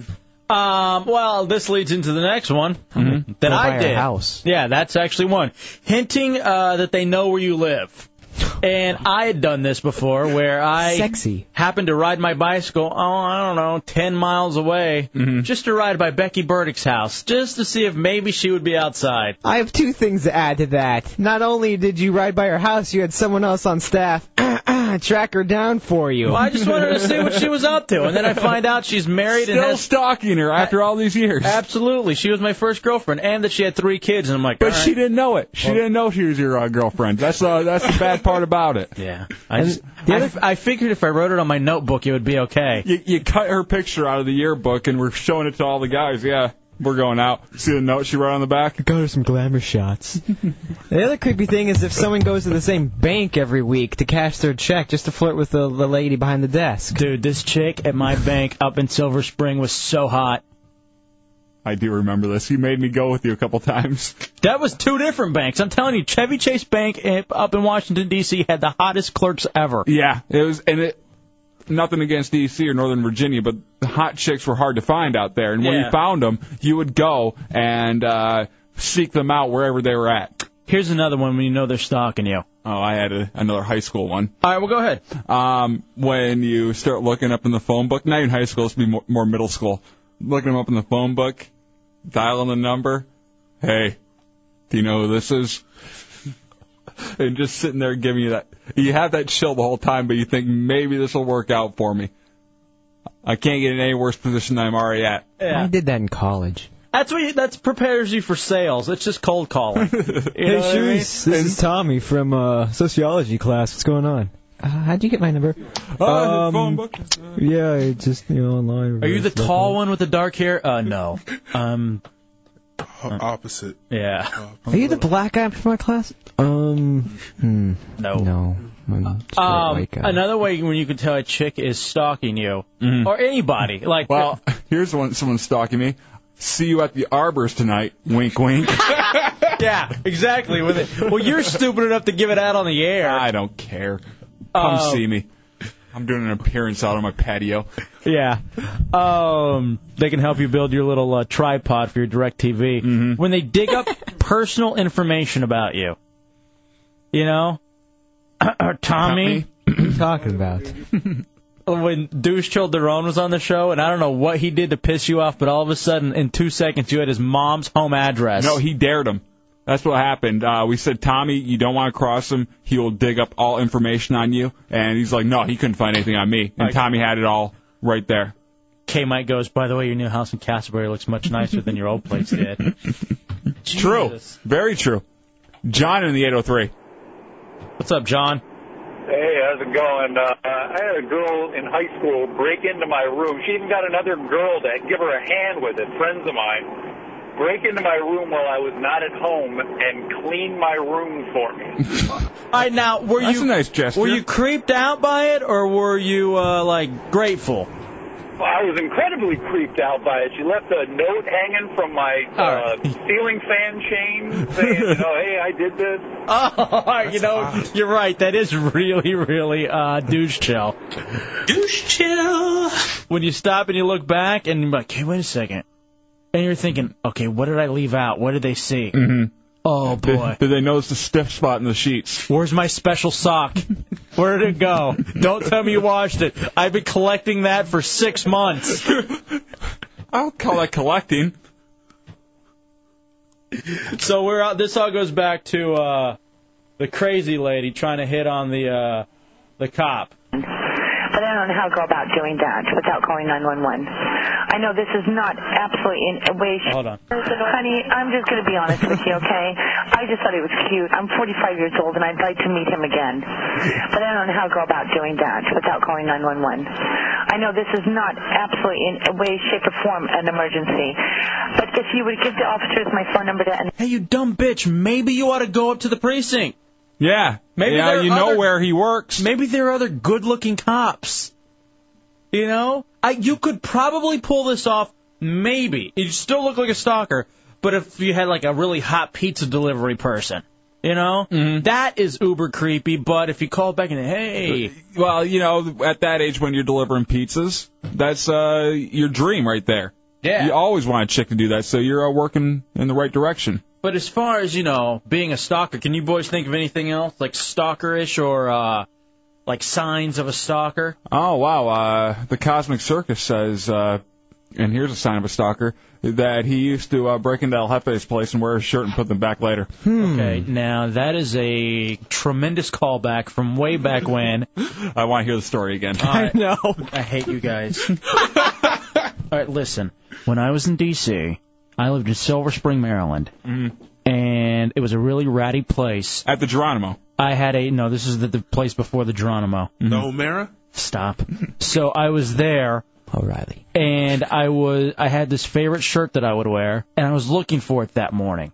Speaker 2: um, well, this leads into the next one that
Speaker 1: Mm-hmm. Go
Speaker 2: I
Speaker 1: buy a
Speaker 2: did.
Speaker 1: house.
Speaker 2: Yeah, that's actually one hinting uh, that they know where you live. And I had done this before, where I
Speaker 7: Sexy.
Speaker 2: happened to ride my bicycle. Oh, I don't know, ten miles away,
Speaker 1: Mm-hmm.
Speaker 2: just to ride by Becky Burdick's house, just to see if maybe she would be outside.
Speaker 7: I have two things to add to that. Not only did you ride by her house, you had someone else on staff track her down for you.
Speaker 2: Well, I just wanted to see what she was up to, and then I find out she's married
Speaker 1: Still
Speaker 2: and has
Speaker 1: stalking her after all these years.
Speaker 2: Absolutely, she was my first girlfriend, and that she had three kids, and I'm like,
Speaker 1: But
Speaker 2: all right.
Speaker 1: she didn't know it. She didn't know she was your uh, girlfriend. That's uh, that's the bad part about it.
Speaker 2: Yeah. I, just, I, I figured if I wrote it on my notebook, it would be okay.
Speaker 1: You, you cut her picture out of the yearbook, and we're showing it to all the guys. Yeah, we're going out. See the note she wrote on the back?
Speaker 7: Got her some glamour shots. the other creepy thing is if someone goes to the same bank every week to cash their check just to flirt with the, the lady behind the desk.
Speaker 2: Dude, this chick at my bank up in Silver Spring was so hot.
Speaker 1: I do remember this. You made me go with you a couple times.
Speaker 2: That was two different banks. I'm telling you, Chevy Chase Bank eh, up in Washington D.C. had the hottest clerks ever.
Speaker 1: Yeah, it was, and it nothing against D.C. or Northern Virginia, but the hot chicks were hard to find out there. And when
Speaker 2: Yeah.
Speaker 1: you found them, you would go and uh, seek them out wherever they were at.
Speaker 2: Here's another one when you know they're stalking you.
Speaker 1: Oh, I had a, another high school one.
Speaker 2: All right, well, go ahead.
Speaker 1: Um, when you start looking up in the phone book, not even high school, it's be more, more middle school. Looking them up in the phone book, dialing the number. Hey, do you know who this is? And just sitting there giving you that. You have that chill the whole time, but you think maybe this will work out for me. I can't get in any worse position than I'm already at.
Speaker 7: I did that in college.
Speaker 2: That's what you, that prepares you for sales. It's just cold calling. You know
Speaker 7: hey,
Speaker 2: what I mean?
Speaker 7: Sharice, this is Tommy from uh, sociology class. What's going on? Uh, how'd you get my number? Um,
Speaker 1: Oh, phone book.
Speaker 7: Yeah, it just you know online.
Speaker 2: Are you the tall one with the dark hair? Uh, no. Um,
Speaker 1: Uh,
Speaker 5: opposite.
Speaker 2: Yeah.
Speaker 7: Are you the black guy from my class? Um, hmm,
Speaker 2: no.
Speaker 7: No. I'm straight
Speaker 2: Um,
Speaker 7: white guy.
Speaker 2: another way when you can tell a chick is stalking you
Speaker 7: Mm-hmm.
Speaker 2: or anybody, like
Speaker 1: Well, here's one. Someone's stalking me. See you at the arbors tonight. Wink, wink.
Speaker 2: yeah, exactly. With it. Well, you're stupid enough to give it out on the air.
Speaker 1: I don't care. Come
Speaker 2: Um,
Speaker 1: see me. I'm doing an appearance out on my patio.
Speaker 2: Yeah. Um, they can help you build your little uh, tripod for your direct TV.
Speaker 1: Mm-hmm.
Speaker 2: When they dig up personal information about you, you know, Tommy.
Speaker 7: What are you talking about?
Speaker 2: When Deuce Childerone was on the show, and I don't know what he did to piss you off, but all of a sudden, in two seconds, you had his mom's home address.
Speaker 1: No, he dared him. That's what happened. Uh, we said, Tommy, you don't want to cross him. He will dig up all information on you. And he's like, no, he couldn't find anything on me. And
Speaker 2: I-
Speaker 1: Tommy had it all right there.
Speaker 2: K Mike goes, by the way, your new house in Castleberry looks much nicer than your old place did.
Speaker 1: It's true. Very true. John in the 803.
Speaker 2: What's up, John?
Speaker 18: Hey, how's it going? Uh, I had a girl in high school break into my room. She even got another girl to give her a hand with it, friends of mine. Break into my room while I was not at home and clean my room for me.
Speaker 2: All right, now, were you.
Speaker 1: a nice gesture.
Speaker 2: Were you creeped out by it, or were you, uh, like, grateful?
Speaker 18: I was incredibly creeped out by it. She left a note hanging from my uh, ceiling fan chain saying, you know, hey, I did this.
Speaker 2: Oh, you know, you're right. That is really, really uh, douche chill. Douche chill. When you stop and you look back and you're like, hey, wait a second. And you're thinking, okay, what did I leave out? What did they see?
Speaker 1: Mm-hmm.
Speaker 2: Oh, boy.
Speaker 1: Did, did they notice the stiff spot in the sheets?
Speaker 2: Where's my special sock? Where did it go? Don't tell me you washed it. I've been collecting that for six months.
Speaker 1: I don't call that collecting.
Speaker 2: So we're out. This all goes back to uh, the crazy lady trying to hit on the uh, the cop.
Speaker 6: But I don't know how to go about doing that without calling 911. I know this is not absolutely in a way.
Speaker 2: Hold on.
Speaker 6: Honey, I'm just going to be honest with you, okay? I just thought he was cute. I'm 45 years old, and I'd like to meet him again. But I don't know how to go about doing that without calling 911. I know this is not absolutely in a way, shape, or form an emergency. But if you would give the officers my phone number to...
Speaker 2: Hey, you dumb bitch! Maybe you ought to go up to the precinct.
Speaker 1: Yeah.
Speaker 2: Maybe
Speaker 1: yeah,
Speaker 2: there are
Speaker 1: you know
Speaker 2: other-
Speaker 1: where he works.
Speaker 2: Maybe there are other good-looking cops. You know, I you could probably pull this off. Maybe you still look like a stalker, but if you had like a really hot pizza delivery person, you know,
Speaker 1: Mm-hmm.
Speaker 2: That is uber creepy. But if you call back and hey,
Speaker 1: Well, you know, at that age when you're delivering pizzas, that's uh, your dream right there.
Speaker 2: Yeah.
Speaker 1: You always want a chick to do that, so you're uh, working in the right direction.
Speaker 2: but as far as you know, being a stalker, can you boys think of anything else like stalkerish or uh, like signs of a stalker?
Speaker 1: Oh wow! Uh, the Cosmic Circus says, uh, and here's a sign of a stalker that he used to uh, break into El Jefe's place and wear his shirt and put them back later.
Speaker 2: Okay, now that is a tremendous callback from way back when.
Speaker 1: I want to hear the story again.
Speaker 2: I know. I hate you guys. All right, listen. When I was in D.C., I lived in Silver Spring, Maryland, and it was a really ratty place.
Speaker 1: Mm-hmm. At the Geronimo. Mm-hmm.
Speaker 2: I had a no. This is the, the place before the Geronimo.
Speaker 12: Mm-hmm.
Speaker 5: The Omera?
Speaker 2: Stop. So I was there. O'Reilly. And I was I had this favorite shirt that I would wear, and I was looking for it that morning.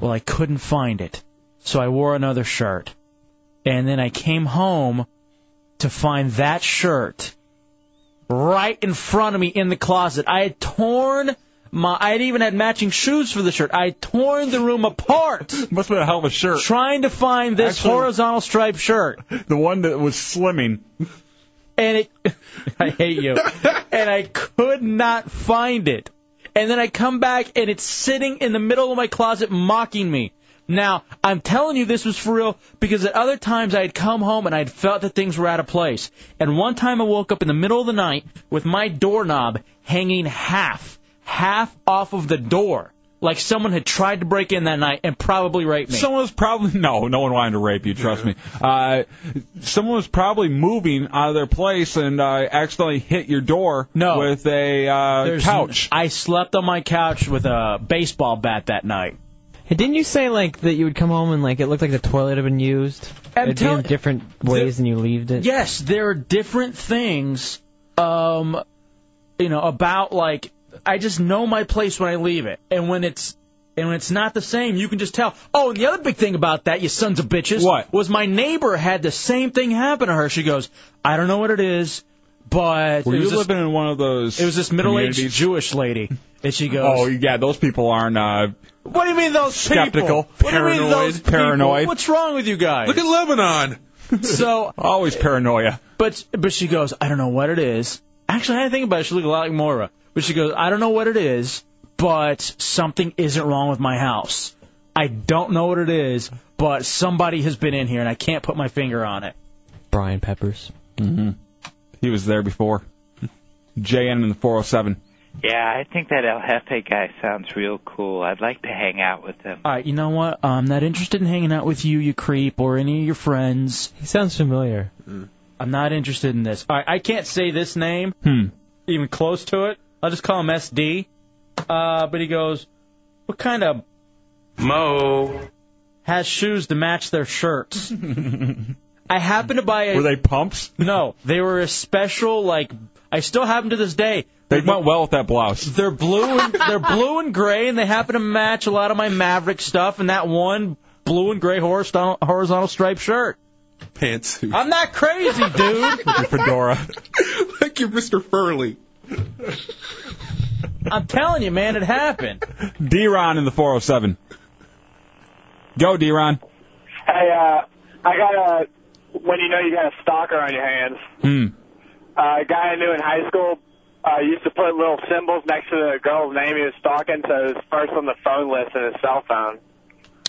Speaker 2: Well, I couldn't find it, so I wore another shirt, and then I came home to find that shirt right in front of me in the closet. I had torn my I had even had matching shoes for the shirt. I had torn the room apart.
Speaker 1: Must have been a hell of a shirt.
Speaker 2: Trying to find this
Speaker 1: Actually-
Speaker 2: horizontal striped shirt.
Speaker 1: The one that was slimming.
Speaker 2: And it I hate you. and I could not find it. And then I come back and it's sitting in the middle of my closet mocking me. Now, I'm telling you this was for real because at other times I had come home and I had felt that things were out of place. And one time I woke up in the middle of the night with my doorknob hanging half, half off of the door. Like someone had tried to break in that night and probably raped me.
Speaker 1: Someone was probably no, no one wanted to rape you. Trust me. Uh, someone was probably moving out of their place and uh, accidentally hit your door
Speaker 2: No.
Speaker 1: with a uh,
Speaker 2: There's-
Speaker 1: couch.
Speaker 2: I slept on my couch with a baseball bat that night.
Speaker 7: Hey, didn't you say like that you would come home and like it looked like the toilet had been used?
Speaker 2: I'm
Speaker 7: It'd be in
Speaker 2: tell-
Speaker 7: different ways and you leaved it.
Speaker 2: Yes, there are different things, um, you know, about like I just know my place when I leave it, and when it's and when it's not the same, you can just tell. Oh, and the other big thing about that, you sons of bitches, what was my neighbor had the same thing happen to her. She goes, I don't know what it is, but
Speaker 1: Were
Speaker 2: it
Speaker 1: you
Speaker 2: was this-
Speaker 1: living in one of those?
Speaker 2: it was this middle-aged
Speaker 1: communities?
Speaker 2: Jewish lady, and she goes,
Speaker 1: Oh yeah, those people aren't. Uh,
Speaker 2: What do you mean those
Speaker 1: Skeptical.
Speaker 2: people? What do you mean those
Speaker 1: Paranoid. Paranoid.
Speaker 2: people? What's wrong with you guys?
Speaker 1: Look at
Speaker 2: Lebanon. so
Speaker 1: always paranoia.
Speaker 2: But but she goes, I don't know what it is. Actually, I had to think about it. She looked a lot like Moira. But she goes, I don't know what it is, but something isn't wrong with my house. I don't know what it is, but somebody has been in here and I can't put my finger on it.
Speaker 1: Brian Peppers. hmm He was there before. JN in the 407.
Speaker 19: Yeah, I think that El Jefe guy sounds real cool. I'd like to hang out with him.
Speaker 2: All right, you know what? I'm not interested in hanging out with you, you creep, or any of your friends. He sounds familiar. I'm not interested in this. All right, I can't say this name.
Speaker 1: Hmm.
Speaker 2: even close to it. I'll just call him SD. Uh, but he goes, what kind of mo has shoes to match their shirts? I happened to buy. A, were
Speaker 1: they pumps?
Speaker 2: No, they were a special like. I still have them to this day.
Speaker 1: They went well with that blouse.
Speaker 2: They're blue and they're blue and gray, and they happen to match a lot of my Maverick stuff and that one blue and gray horizontal, horizontal striped shirt.
Speaker 5: Pantsuit.
Speaker 2: I'm not crazy, dude.
Speaker 5: Your fedora. like you're Mr. Furley.
Speaker 2: I'm telling you, man, it happened.
Speaker 1: D-Ron in the 407. Go, D-Ron.
Speaker 20: Hey, uh, I got a when you know you got a stalker on your hands.
Speaker 1: Hmm.
Speaker 20: Uh, a guy I knew in high school uh, used to put little symbols next to the girl's name he was stalking, so it was first on the phone list in his cell phone.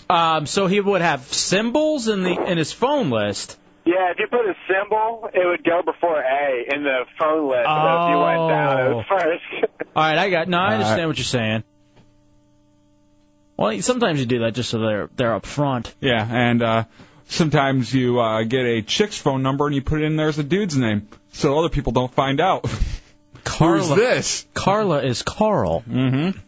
Speaker 2: Um, so he would have symbols in the in his phone list.
Speaker 20: Yeah, if you put a symbol, it would go before A in the phone list. So if you went down, it
Speaker 2: Oh.
Speaker 20: was first.
Speaker 2: All right, I got. No, I understand what you're saying. Well, sometimes you do that just so they're they're up front.
Speaker 1: Yeah, and uh, sometimes you uh, get a chick's phone number and you put it in there as a dude's name, so other people don't find out. Who's this?
Speaker 2: Carla is Carl.
Speaker 1: Mm-hmm.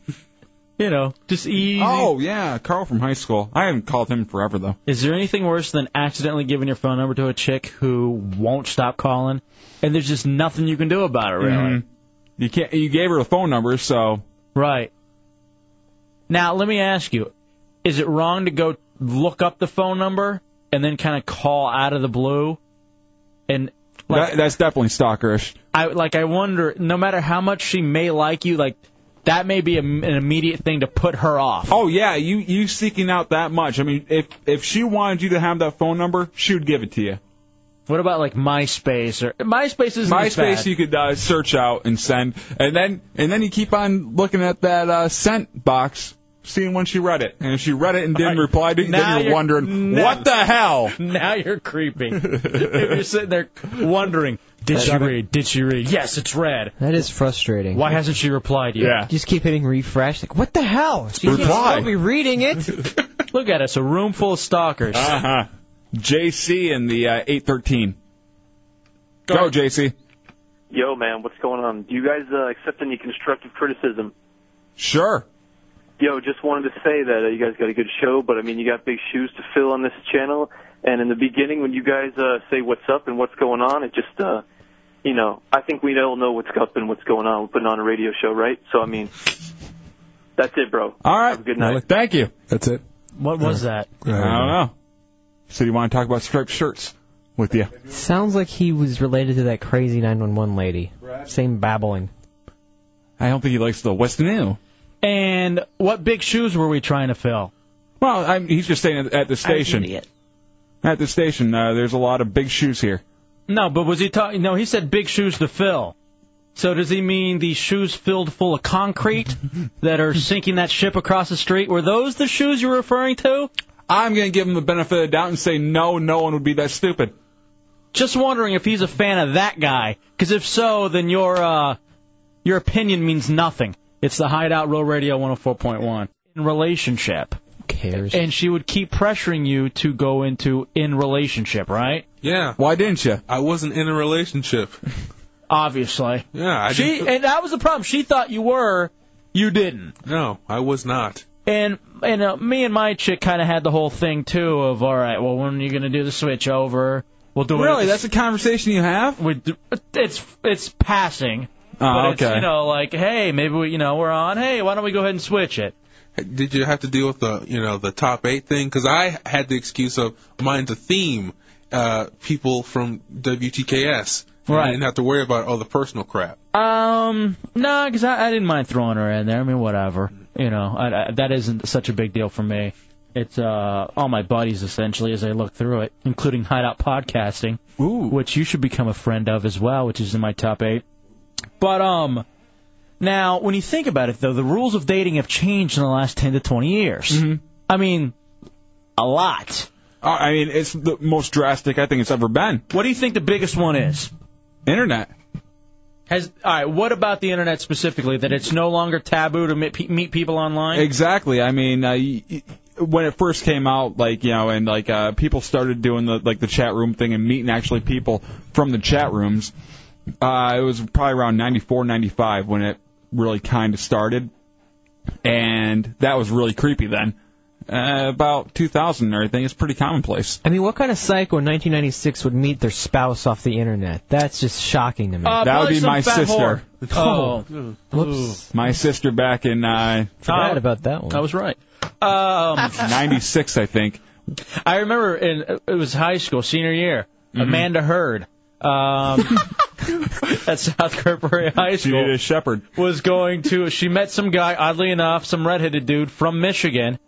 Speaker 2: You know, just easy.
Speaker 1: Oh yeah, Carl from high school. I haven't called him in forever though.
Speaker 2: Is there anything worse than accidentally giving your phone number to a chick who won't stop calling, and there's just nothing you can do about it, really?
Speaker 1: Mhm. You can't. You gave her the phone number, so
Speaker 2: Right. Now, let me ask you: Is it wrong to go look up the phone number and then kind of call out of the blue? And like,
Speaker 1: that, that's definitely stalkerish.
Speaker 2: I like I wonder, no matter how much she may like you, like that may be a, an immediate thing to put her off.
Speaker 1: Oh yeah, you you seeking out that much. I mean, if if she wanted you to have that phone number, she would give it to you.
Speaker 2: What about like MySpace or MySpace isn't as
Speaker 1: MySpace
Speaker 2: bad.
Speaker 1: you could uh, search out and send, and then and then you keep on looking at that uh, sent box, seeing when she read it, and if she read it and didn't reply to you,
Speaker 2: Now
Speaker 1: then you're,
Speaker 2: you're-
Speaker 1: wondering
Speaker 2: now-
Speaker 1: what the hell.
Speaker 2: Now you're creepy. if you're sitting there wondering, did she read? Did she read? Yes, it's red.
Speaker 7: That is frustrating.
Speaker 2: Why hasn't she replied yet?
Speaker 7: Just keep hitting refresh. Like, what the hell? She can't
Speaker 2: Reply.
Speaker 7: still be reading it.
Speaker 2: Look at us, a room full of stalkers.
Speaker 1: Uh huh. JC in the uh, 813. Go, JC.
Speaker 21: Yo, man, what's going on? Do you guys uh, accept any constructive criticism?
Speaker 1: Sure.
Speaker 21: Yo, just wanted to say that uh, you guys got a good show, but I mean, you got big shoes to fill on this channel. And in the beginning, when you guys uh, say what's up and what's going on, it just, uh, you know, I think we all know what's up and what's going on. We're putting on a radio show, right? So, I mean, that's it, bro.
Speaker 1: All right. good night. Thank you. Uh,
Speaker 5: That's it.
Speaker 2: What was that?
Speaker 1: I don't know. So you want to talk about striped shirts with you?
Speaker 7: Sounds like he was related to that crazy 911 lady. Same babbling.
Speaker 1: I don't think he likes the What's New.
Speaker 2: And what big shoes were we trying to fill?
Speaker 1: Well, I'm, he's just saying at, at the station. At the station, uh, there's a lot of big shoes here.
Speaker 2: No, but was he talking? No, he said big shoes to fill. So does he mean the shoes filled full of concrete that are sinking that ship across the street? Were those the shoes you're referring to?
Speaker 1: I'm going to give him the benefit of the doubt and say no, no one would be that stupid.
Speaker 2: Just wondering if he's a fan of that guy. Because if so, then your uh, your opinion means nothing. It's the Hideout Row Radio 104.1 in relationship.
Speaker 7: cares?
Speaker 2: And she would keep pressuring you to go into in relationship, right?
Speaker 5: Yeah.
Speaker 1: Why didn't you?
Speaker 5: I wasn't in a relationship.
Speaker 2: Obviously.
Speaker 5: Yeah. I
Speaker 2: she
Speaker 5: didn't-
Speaker 2: and that was the problem. She thought you were, you didn't.
Speaker 5: No, I was not.
Speaker 2: And and uh, me and my chick kind of had the whole thing too of all right, well when are you gonna do the switch over? We'll do it.
Speaker 1: Really? That's a conversation you have?
Speaker 2: We do, it's it's passing.
Speaker 1: Oh,
Speaker 2: but it's,
Speaker 5: okay.
Speaker 2: you know, like, hey, maybe we, you know, we're on. Hey, why don't we go ahead and switch it?
Speaker 5: Did you have to deal with the you know the top eight thing? Because I had the excuse of mine's a theme. Uh, people from WTKS. And I
Speaker 2: Right.
Speaker 5: didn't have to worry about all the personal crap.
Speaker 2: Um, no, because I, I didn't mind throwing her in there. I mean, whatever. You know, I, I, that isn't such a big deal for me. It's uh all my buddies essentially as I look through it, including Hideout Podcasting, which you should become a friend of as well, which is in my top eight. But um, now when you think about it though, the rules of dating have changed in the last ten to twenty years. I mean, a lot.
Speaker 1: Uh, I mean, it's the most drastic I think it's ever been.
Speaker 2: What do you think the biggest one is?
Speaker 1: Internet.
Speaker 2: Has all right. What about the internet specifically? That it's no longer taboo to meet, pe- meet people online.
Speaker 1: Exactly. I mean, uh, y- y- when it first came out, like you know, and like uh, people started doing the like the chat room thing and meeting actually people from the chat rooms. Uh, it was probably around 94, 95 when it really kind of started. And that was really creepy then. Uh, about 2000 and everything, it's pretty commonplace.
Speaker 7: I mean, what kind of psycho in 1996 would meet their spouse off the internet? That's just shocking to me.
Speaker 1: Uh, that would be my sister.
Speaker 7: Oh. Whoops.
Speaker 1: My sister back in uh,
Speaker 7: Forgot about that one.
Speaker 2: I was right. Um,
Speaker 1: 96, I think.
Speaker 2: I remember in it was high school, senior year.
Speaker 1: Mm-hmm.
Speaker 2: Amanda Heard. Um, at South Kirk Prairie High School. She
Speaker 1: a shepherd.
Speaker 2: Was going to. She met some guy, oddly enough, some redheaded dude from Michigan,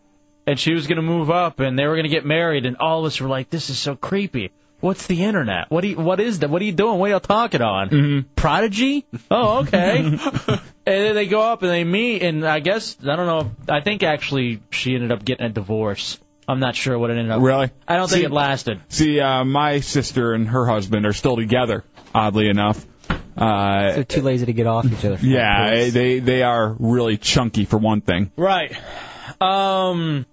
Speaker 2: and she was going to move up, and they were going to get married, and all of us were like, "This is so creepy." What's the internet? What do you, what is that? What are you doing? What are you talking on?
Speaker 1: Mm-hmm.
Speaker 2: Prodigy? Oh, okay. and then they go up and they meet, and I guess I don't know. I think actually she ended up getting a divorce. I'm not sure what it ended up.
Speaker 1: Really?
Speaker 2: Oh. I don't think
Speaker 1: See-
Speaker 2: it lasted.
Speaker 1: See, uh, my sister and her husband are still together, oddly enough. Uh,
Speaker 7: They're too lazy to get off each other.
Speaker 1: yeah, they they are really chunky for one thing.
Speaker 2: Right. Um,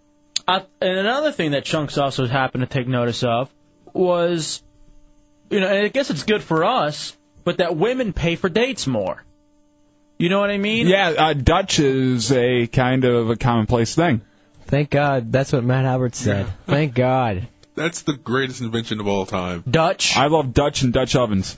Speaker 2: I, and another thing that Chunks also happened to take notice of was, you know, and I guess it's good for us, but that women pay for dates more. You know what I mean?
Speaker 1: Yeah, uh, Dutch is a kind of a commonplace thing.
Speaker 7: Thank God. Uh, That's what Matt Albert said. Thank God.
Speaker 5: That's the greatest invention of all time.
Speaker 2: Dutch.
Speaker 1: I love Dutch and Dutch ovens.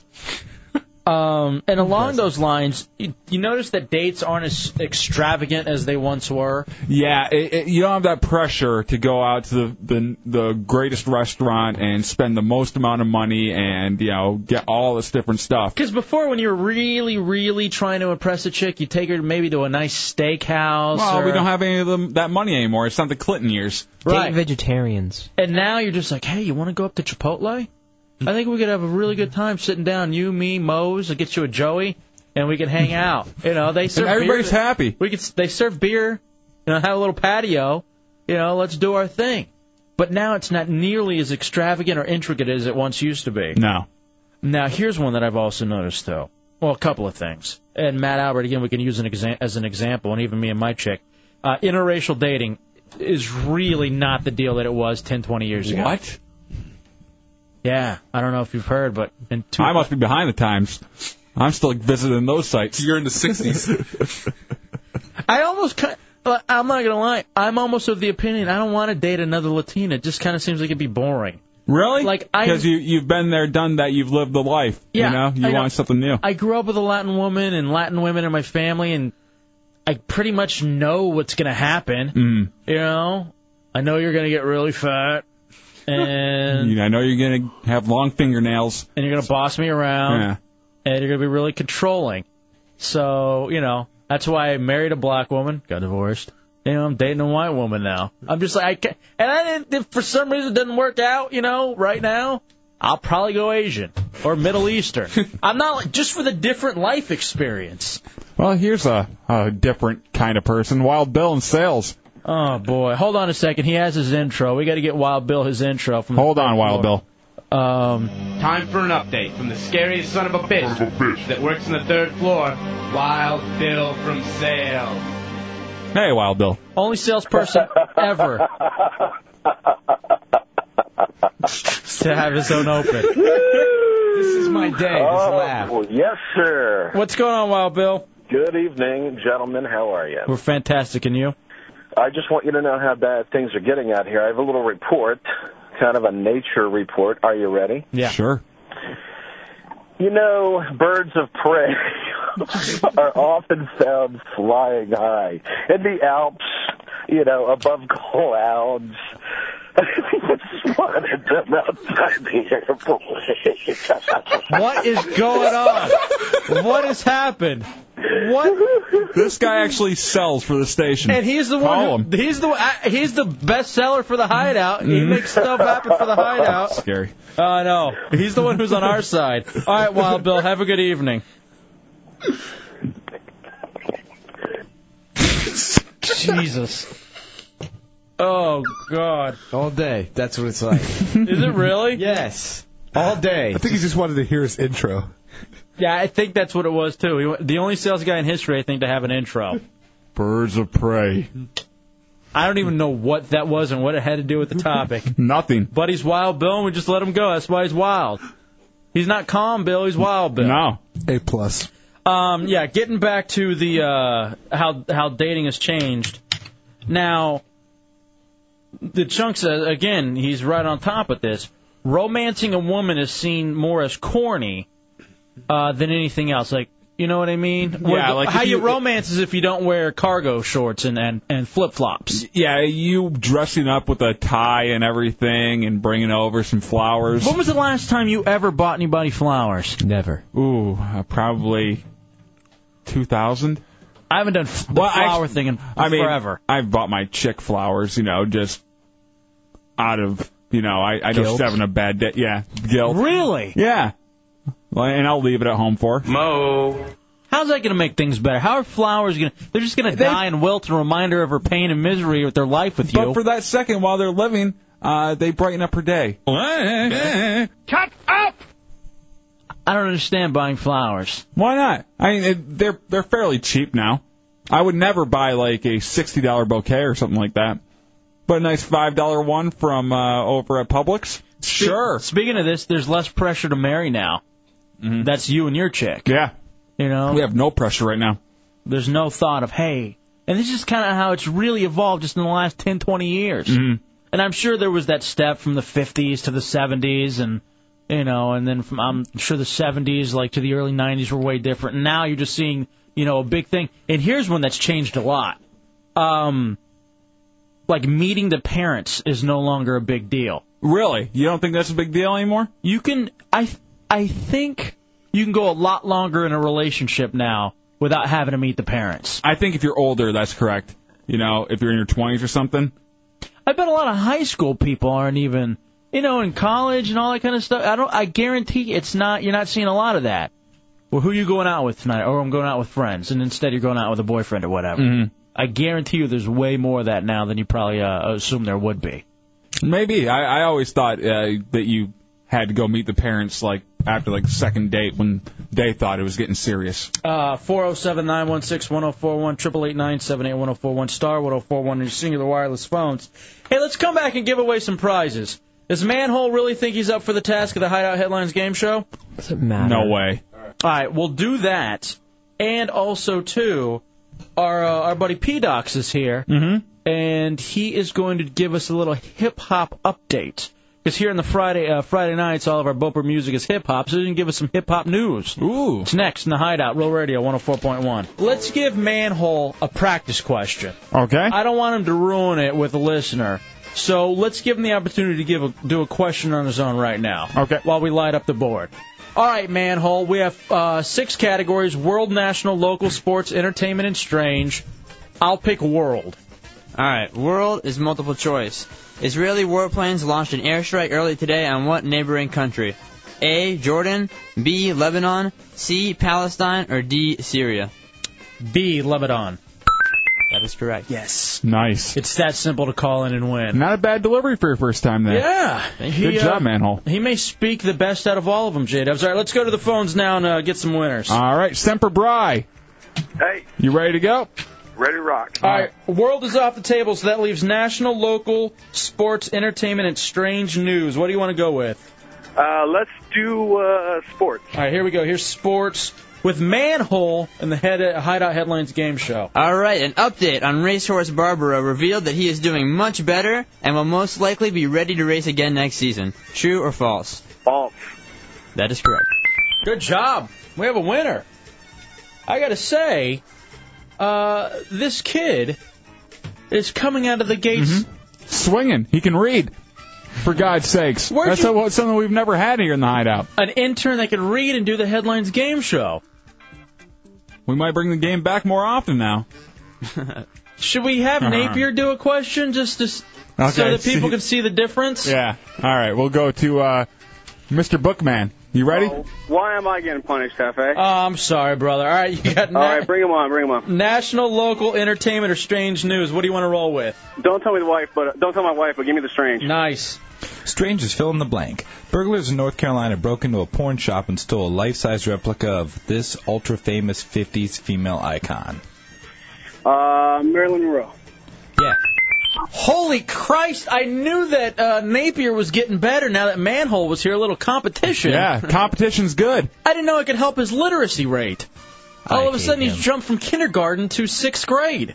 Speaker 2: Um, and along those lines, you, you notice that dates aren't as extravagant as they once were.
Speaker 1: Yeah, it, it, you don't have that pressure to go out to the, the the greatest restaurant and spend the most amount of money and you know get all this different stuff.
Speaker 2: Because before, when you're really, really trying to impress a chick, you take her maybe to a nice steakhouse.
Speaker 1: Well,
Speaker 2: or,
Speaker 1: we don't have any of them, that money anymore. It's not the Clinton years.
Speaker 2: Right.
Speaker 7: Date vegetarians.
Speaker 2: And now you're just like, hey, you want to go up to Chipotle? I think we could have a really good time sitting down, you, me, Moe's. I'll get you a Joey, and we could hang out. You know, they serve
Speaker 1: everybody's
Speaker 2: beer.
Speaker 1: happy.
Speaker 2: We could. They serve beer. You know, have a little patio. You know, let's do our thing. But now it's not nearly as extravagant or intricate as it once used to be.
Speaker 1: No.
Speaker 2: Now here's one that I've also noticed though. Well, a couple of things. And Matt Albert again, we can use an exa- as an example, and even me and my chick. Uh, interracial dating is really not the deal that it was 10, 20 years ago.
Speaker 1: What?
Speaker 2: Yeah, I don't know if you've heard, but in two,
Speaker 1: I must be behind the times. I'm still visiting those sites.
Speaker 5: You're in the 60s.
Speaker 2: I almost kind but I'm not gonna lie, I'm almost of the opinion I don't want to date another Latina. It just kind of seems like it'd be boring.
Speaker 1: Really?
Speaker 2: Like I
Speaker 1: Because you you've been there, done that. You've lived the life.
Speaker 2: Yeah,
Speaker 1: you know, you
Speaker 2: I know.
Speaker 1: want something new.
Speaker 2: I grew up with a Latin woman and Latin women in my family, and I pretty much know what's gonna happen.
Speaker 1: Mm.
Speaker 2: You know, I know you're gonna get really fat, and
Speaker 1: You know, I know you're gonna have long fingernails.
Speaker 2: and you're gonna boss me around,
Speaker 1: Yeah.
Speaker 2: and you're gonna be really controlling. So you know that's why I married a black woman, got divorced. You know, I'm dating a white woman now. I'm just like, I can't, and I didn't, if for some reason it doesn't work out, you know, right now, I'll probably go Asian or Middle Eastern. I'm not like, just for the different life experience.
Speaker 1: Well, here's a, a different kind of person. Wild Bill in sales.
Speaker 2: Oh boy, hold on a second. He has his intro. We got to get Wild Bill his intro from. Hold
Speaker 1: on, Wild Bill.
Speaker 2: Um,
Speaker 4: Time for an update from the scariest son of a bitch, that works on the third floor, Wild Bill from Sales.
Speaker 1: Hey, Wild Bill.
Speaker 2: only salesperson ever to have his own open.
Speaker 22: this
Speaker 4: is my day.
Speaker 22: oh, well, yes, sir.
Speaker 2: What's going on, Wild Bill?
Speaker 22: Good evening, gentlemen. How are you?
Speaker 2: We're fantastic, and you?
Speaker 22: I just want you to know how bad things are getting out here. I have a little report, kind of a nature report. Are you ready?
Speaker 2: Yeah.
Speaker 1: Sure.
Speaker 22: You know, birds of prey are often found flying high in the Alps, you know, above clouds. Spotted them outside the airplane.
Speaker 2: What is going on? What has happened? What?
Speaker 1: This guy actually sells for the station.
Speaker 2: And he's the
Speaker 1: Call
Speaker 2: one.
Speaker 1: him.
Speaker 2: Who, he's the I- he's the best seller for the hideout. He
Speaker 1: Mhm.
Speaker 2: makes stuff happen for the hideout.
Speaker 1: Scary.
Speaker 2: Oh no, he's the one who's on our side. All right, Wild Bill, have a good evening. Jesus. Oh God.
Speaker 23: All day. That's what it's like. Is
Speaker 2: it really?
Speaker 23: Yes. All day. I think he just wanted to hear his intro.
Speaker 2: Yeah, I think that's what it was too. He, wa- the only sales guy in history, I think, to have an intro.
Speaker 1: Birds of prey.
Speaker 2: I don't even know what that was and what it had to do with the topic.
Speaker 1: Nothing.
Speaker 2: But he's wild, Bill, and we just let him go. That's why he's wild. He's not calm, Bill. He's wild, Bill.
Speaker 1: No.
Speaker 23: A plus.
Speaker 2: Um, yeah, getting back to the uh, how how dating has changed. Now, the chunk says again, he's right on top of this. Romancing a woman is seen more as corny uh, than anything else. Like, you know what I mean?
Speaker 1: Yeah, like if
Speaker 2: how you,
Speaker 1: you-
Speaker 2: romance is if you don't wear cargo shorts and and, and flip flops.
Speaker 1: Yeah, you dressing up with a tie and everything and bringing over some flowers.
Speaker 2: When was the last time you ever bought anybody flowers? Never.
Speaker 1: Ooh, uh, probably 2000.
Speaker 2: I haven't done f- the flower thing in
Speaker 1: I mean,
Speaker 2: forever.
Speaker 1: I've bought my chick flowers, you know, just out of, you know, I, I just
Speaker 2: Guilt?
Speaker 1: having a bad day. Yeah, guilt.
Speaker 2: Really?
Speaker 1: Yeah. Well, and I'll leave it at home for her.
Speaker 2: Mo. How's that going to make things better? How are flowers going to? They're just going to die and wilt and remind her of her pain and misery with their life with you.
Speaker 1: But for that second, while they're living, uh, they brighten up her day.
Speaker 2: Cut up! I don't understand buying flowers.
Speaker 1: Why not? I mean, it, they're they're fairly cheap now. I would never buy like a sixty dollar bouquet or something like that, but a nice five dollar one from uh, over at Publix.
Speaker 2: Sure. Speaking of this, there's less pressure to marry now. That's you and your chick.
Speaker 1: Mm-hmm. Yeah.
Speaker 2: You know.
Speaker 1: We have no pressure right now.
Speaker 2: There's no thought of hey, and this is kind of how it's really evolved just in the last 10, 20 years.
Speaker 1: Mm-hmm.
Speaker 2: And I'm sure there was that step from the 50s to the 70s, and you know, and then from I'm sure the 70s like to the early 90s were way different. And now you're just seeing you know a big thing. And here's one that's changed a lot. Um, like meeting the parents is no longer a big deal.
Speaker 1: Really? You don't think that's a big deal anymore?
Speaker 2: You can I I think you can go a lot longer in a relationship now without having to meet the parents.
Speaker 1: I think if you're older, that's correct. You know, if you're in your twenties or something.
Speaker 2: I bet a lot of high school people aren't even, you know, in college and all that kind of stuff. I don't. I guarantee it's not. You're not seeing a lot of that. Well, who you going out with tonight? Or I'm going out with friends, and instead you're going out with a boyfriend or whatever.
Speaker 1: Mm-hmm.
Speaker 2: I guarantee you, there's way more of that now than you probably uh, assume there would be.
Speaker 1: Maybe I, I always thought uh, that you had to go meet the parents like after like the second date when they thought it was getting serious.
Speaker 2: Uh, 407 916 1041, 888 978 1041, star 1041 on your singular wireless phones. Hey, let's come back and give away some prizes. Does Manhole really think he's up for the task of the Hideout Headlines game show?
Speaker 7: Doesn't matter.
Speaker 1: No way.
Speaker 2: All right, we'll do that. And also, too, our, uh, our buddy P Dox is here,
Speaker 1: Mm-hmm.
Speaker 2: and he is going to give us a little hip hop update. Because here on the Friday uh, Friday nights, all of our bumper music is hip hop, so he can give us some hip hop news.
Speaker 1: Ooh.
Speaker 2: It's next in the Hideout, Real Radio 104.1. Let's give Manhole a practice question.
Speaker 1: Okay.
Speaker 2: I don't want him to ruin it with a listener. So let's give him the opportunity to give a, do a question on his own right now. Okay. While we light up the board. All right, manhole. We have uh, six categories: world, national, local, sports, entertainment, and strange. I'll pick world.
Speaker 3: All right, world is multiple choice. Israeli warplanes launched an airstrike early today on what neighboring country? A. Jordan, B. Lebanon, C. Palestine, or D. Syria?
Speaker 2: B. Lebanon.
Speaker 3: That is correct.
Speaker 2: Yes.
Speaker 1: Nice.
Speaker 2: It's that simple to call in and win.
Speaker 1: Not a bad delivery for your first time there.
Speaker 2: Yeah.
Speaker 1: Good
Speaker 2: He, uh,
Speaker 1: job, manhole.
Speaker 2: He may speak the best out of all of them, J Dubs. All right, let's go to the phones now and uh, get some winners.
Speaker 1: All right, Semper Bry.
Speaker 2: Hey.
Speaker 1: You ready to go?
Speaker 2: Ready to rock. All right. World is off the table, so that leaves national, local, sports, entertainment, and strange news. What do you want to go with?
Speaker 20: Uh, let's do uh, sports.
Speaker 2: All right, here we go. Here's sports with Manhole and the head Hideout Headlines game show.
Speaker 3: All right, an update on racehorse Barbaro revealed that he is doing much better and will most likely be ready to race again next season. True or false?
Speaker 20: False.
Speaker 3: That is correct.
Speaker 2: Good job. We have a winner. I got to say, uh, this kid is coming out of the gates.
Speaker 1: Mm-hmm. Swinging. He can read. For God's sakes.
Speaker 2: Where'd
Speaker 1: That's
Speaker 2: you-
Speaker 1: a- something we've never had here in the hideout.
Speaker 2: An intern that could read and do the headlines game show.
Speaker 1: We might bring the game back more often now.
Speaker 2: Should we have
Speaker 1: Uh-huh.
Speaker 2: Napier do a question just to, s
Speaker 1: Okay,
Speaker 2: so that
Speaker 1: see-
Speaker 2: people can see the difference?
Speaker 1: Yeah. All right, we'll go to uh, Mr. Bookman. You ready?
Speaker 20: Oh, Why am I getting punished, Hefe?
Speaker 2: Oh, I'm sorry, brother. All right, you got
Speaker 20: All right, bring him on, bring him on.
Speaker 2: national, local, entertainment, or strange news. What do you want to roll with?
Speaker 20: Don't tell me the wife, but don't tell my wife, but give me the strange.
Speaker 2: Nice.
Speaker 9: Strange is fill in the blank. Burglars in North Carolina broke into a porn shop and stole a life size replica of this ultra famous 50s female icon.
Speaker 20: Uh, Marilyn Monroe.
Speaker 9: Yeah.
Speaker 2: Holy Christ! I knew that uh, Napier was getting better now that Manhole was here. A little competition.
Speaker 1: Yeah, competition's good.
Speaker 2: I didn't know it could help his literacy rate. All of a sudden, he's jumped from kindergarten to sixth grade.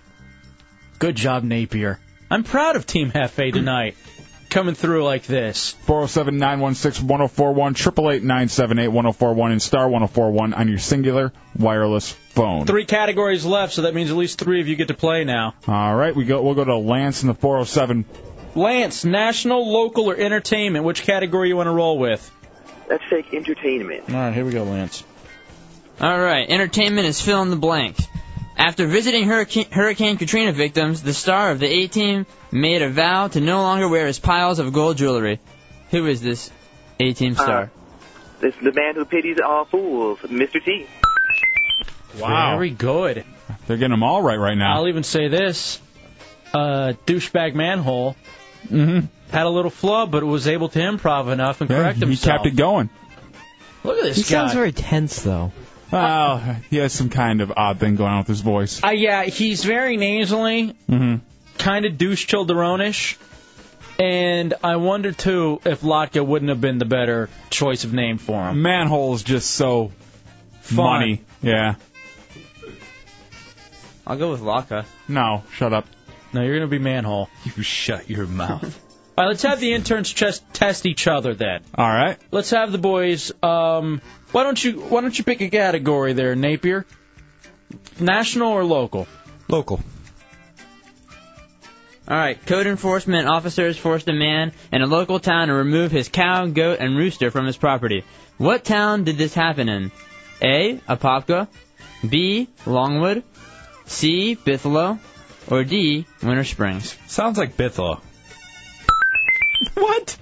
Speaker 2: Good job, Napier. I'm proud of Team Hefe tonight, coming through like this.
Speaker 1: 407 916 1041, 888 978 1041, and star 1041 on your singular wireless phone.
Speaker 2: Three categories left, so that means at least three of you get to play now.
Speaker 1: All right, we go, we'll go to Lance in the 407.
Speaker 2: Lance, national, local, or entertainment? Which category you want to roll with?
Speaker 10: Let's take entertainment.
Speaker 2: All right, here we go, Lance.
Speaker 3: All right, entertainment is fill in the blank. After visiting Hurricane, Hurricane Katrina victims, the star of the A Team made a vow to no longer wear his piles of gold jewelry. Who is this A
Speaker 21: Uh,
Speaker 3: Team star?
Speaker 10: It's Uh, the man who pities all fools, Mr. T.
Speaker 2: Wow. Very good.
Speaker 1: They're getting them all right right now.
Speaker 2: I'll even say this. Uh, douchebag manhole had a little flub, but was able to improv enough and correct
Speaker 1: Mm-hmm. He
Speaker 2: himself.
Speaker 1: kept it going.
Speaker 2: Look at this
Speaker 7: he
Speaker 2: guy.
Speaker 7: sounds very tense, though.
Speaker 1: Oh, he has some kind of odd thing going on with his voice.
Speaker 2: Uh, yeah, he's very nasally,
Speaker 1: Mm-hmm.
Speaker 2: kind of douche childeronish, and I wonder too if Latka wouldn't have been the better choice of name for him.
Speaker 1: Manhole is just so funny. Yeah.
Speaker 3: I'll go with Laka.
Speaker 1: No, shut up.
Speaker 2: No, you're gonna be manhole.
Speaker 1: You shut your mouth.
Speaker 2: All right, let's have the interns just test each other then.
Speaker 1: All right.
Speaker 2: Let's have the boys. Um, why don't you Why don't you pick a category there, Napier? National or local?
Speaker 9: Local.
Speaker 3: All right, code enforcement officers forced a man in a local town to remove his cow, goat, and rooster from his property. What town did this happen in? A. Apopka, B. Longwood, C. Bithlo, or D. Winter Springs.
Speaker 9: Sounds like Bithlo.
Speaker 2: what?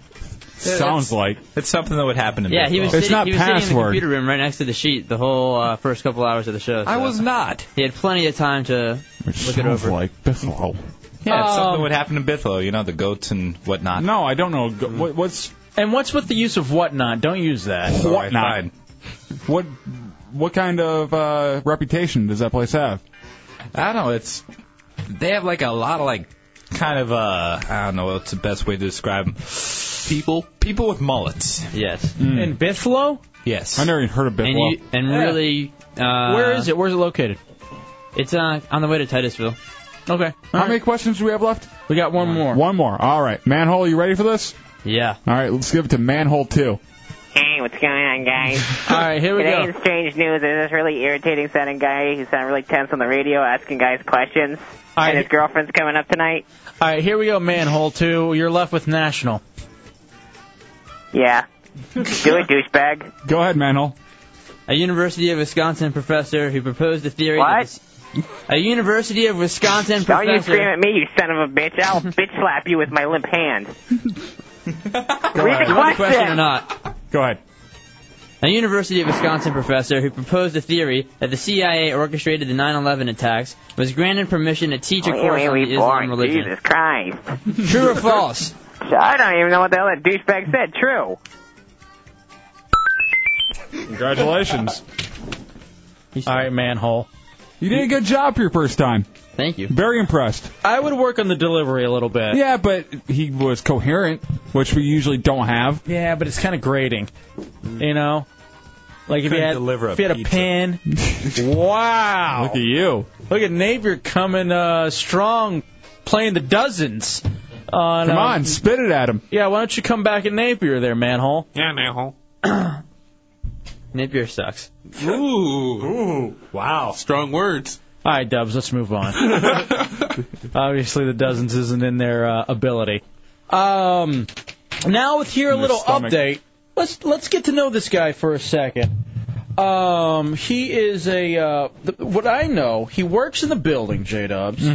Speaker 1: Sounds like
Speaker 9: it's something that would happen in
Speaker 3: Yeah,
Speaker 9: Bithlo.
Speaker 3: he was, sitting, he was sitting in the computer room right next to the sheet the whole uh, first couple hours of the show.
Speaker 9: I
Speaker 3: so
Speaker 9: was not.
Speaker 3: He had plenty of time to look it over.
Speaker 1: like Bithlo.
Speaker 9: Yeah, it's something
Speaker 2: Um,
Speaker 9: that would happen in Bithlo. You know, the goats and whatnot. Mm-hmm.
Speaker 1: No, I don't know. Go- What, what's
Speaker 2: And what's with the use of whatnot? Don't use that.
Speaker 1: whatnot? What what kind of uh, reputation does that place have?
Speaker 9: I don't know. It's they have like a lot of like kind of uh I don't know what's the best way to describe 'em. people people with mullets. Hmm.
Speaker 3: Yes.
Speaker 2: In Bithlo?
Speaker 9: Yes.
Speaker 1: I never even heard of Bithlo.
Speaker 3: And, you, and
Speaker 2: Yeah.
Speaker 3: really, uh,
Speaker 2: Where is it? Where's it located?
Speaker 3: It's uh, on the way to Titusville.
Speaker 2: Okay.
Speaker 1: How many questions do we have left?
Speaker 2: We got one more.
Speaker 1: One more. All right, manhole. You ready for this?
Speaker 3: Yeah.
Speaker 1: All right, let's give it to manhole two.
Speaker 11: Hey, what's going on, guys?
Speaker 2: All right, here we
Speaker 11: Today
Speaker 2: go.
Speaker 11: in strange news, there's this really irritating sounding guy who sounded really tense on the radio asking guys questions.
Speaker 2: All right.
Speaker 11: And his girlfriend's coming up tonight.
Speaker 2: All right, here we go, manhole two. You're left with national.
Speaker 11: Yeah. Do it, douchebag.
Speaker 1: Go ahead, manhole.
Speaker 3: A University of Wisconsin professor who proposed the theory. What? A University of Wisconsin
Speaker 11: Don't you
Speaker 3: professor.
Speaker 11: scream at me, you son of a bitch. I'll bitch slap you with my limp hand.
Speaker 3: Go
Speaker 11: Read
Speaker 3: ahead.
Speaker 11: the
Speaker 3: You want the
Speaker 11: question.
Speaker 3: or not?
Speaker 1: Go ahead.
Speaker 3: A University of Wisconsin professor who proposed the theory that the CIA orchestrated the 9/11 attacks was granted permission to teach a
Speaker 11: Wait,
Speaker 3: course
Speaker 11: wait,
Speaker 3: on
Speaker 11: wait,
Speaker 3: the Islam
Speaker 11: boy,
Speaker 3: religion.
Speaker 11: Jesus Christ.
Speaker 3: True or false?
Speaker 11: I don't even know what the hell that douchebag said. True.
Speaker 1: Congratulations.
Speaker 2: All right, manhole.
Speaker 1: You did a good job for your first time.
Speaker 3: Thank you.
Speaker 1: Very impressed.
Speaker 2: I would work on the delivery a little bit.
Speaker 1: Yeah, but he was coherent, which we usually don't have.
Speaker 2: Yeah, but it's kind of grating. You know, like if you
Speaker 1: Couldn't
Speaker 2: had,
Speaker 1: deliver a
Speaker 2: if you had a pen. wow. Look
Speaker 1: at you.
Speaker 2: Look at Napier coming uh, strong, playing the dozens. On,
Speaker 1: Come
Speaker 2: uh,
Speaker 1: on, spit it at him.
Speaker 2: Yeah, why don't you come back at Napier there, manhole?
Speaker 11: Yeah, manhole.
Speaker 3: Napier sucks.
Speaker 5: Ooh. Ooh. Wow. Strong words.
Speaker 2: All right, Dubs, let's move on. Obviously, the dozens isn't in their uh, ability. Um, now with here a
Speaker 4: In their
Speaker 2: little
Speaker 4: stomach.
Speaker 2: update. Let's let's get to know this guy for a second. Um, he is a uh, th- what I know. He works in the building, J Dubs,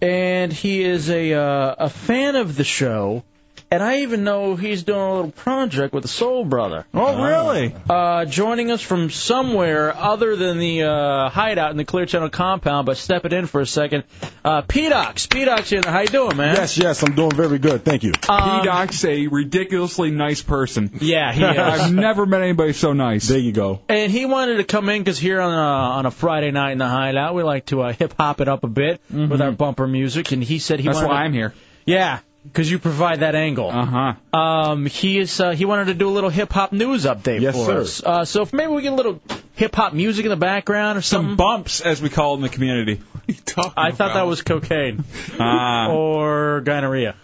Speaker 2: and he is a uh, a fan of the show. And I even know he's doing a little project with the Soul Brother. Oh, really? Uh, joining us from somewhere other than the uh, hideout in the Clear Channel compound, but step it in for a second. Uh, P-Dox, P-Dox in there. How you doing, man?
Speaker 23: Yes, yes, I'm doing very good. Thank you.
Speaker 2: Um,
Speaker 1: P-Doc's a ridiculously nice person.
Speaker 2: Yeah, he is.
Speaker 1: I've never met anybody so nice. There
Speaker 23: you go.
Speaker 2: And he wanted to come in 'cause here on a, on a Friday night in the Hideout, we like to uh, hip hop it up a bit with our bumper music. And he said he
Speaker 1: Mm-hmm. That's
Speaker 2: wanted
Speaker 1: why
Speaker 2: to-
Speaker 1: I'm here.
Speaker 2: Yeah, 'cause you provide that angle. Uh huh. Um, he is uh, he wanted to do a little hip hop news update
Speaker 1: Yes,
Speaker 2: for
Speaker 1: sir.
Speaker 2: us. Uh, so if maybe we get a little hip hop music in the background or something.
Speaker 1: Some bumps, as we call it in the community.
Speaker 2: I thought that was cocaine
Speaker 23: Ah.
Speaker 2: or gonorrhea.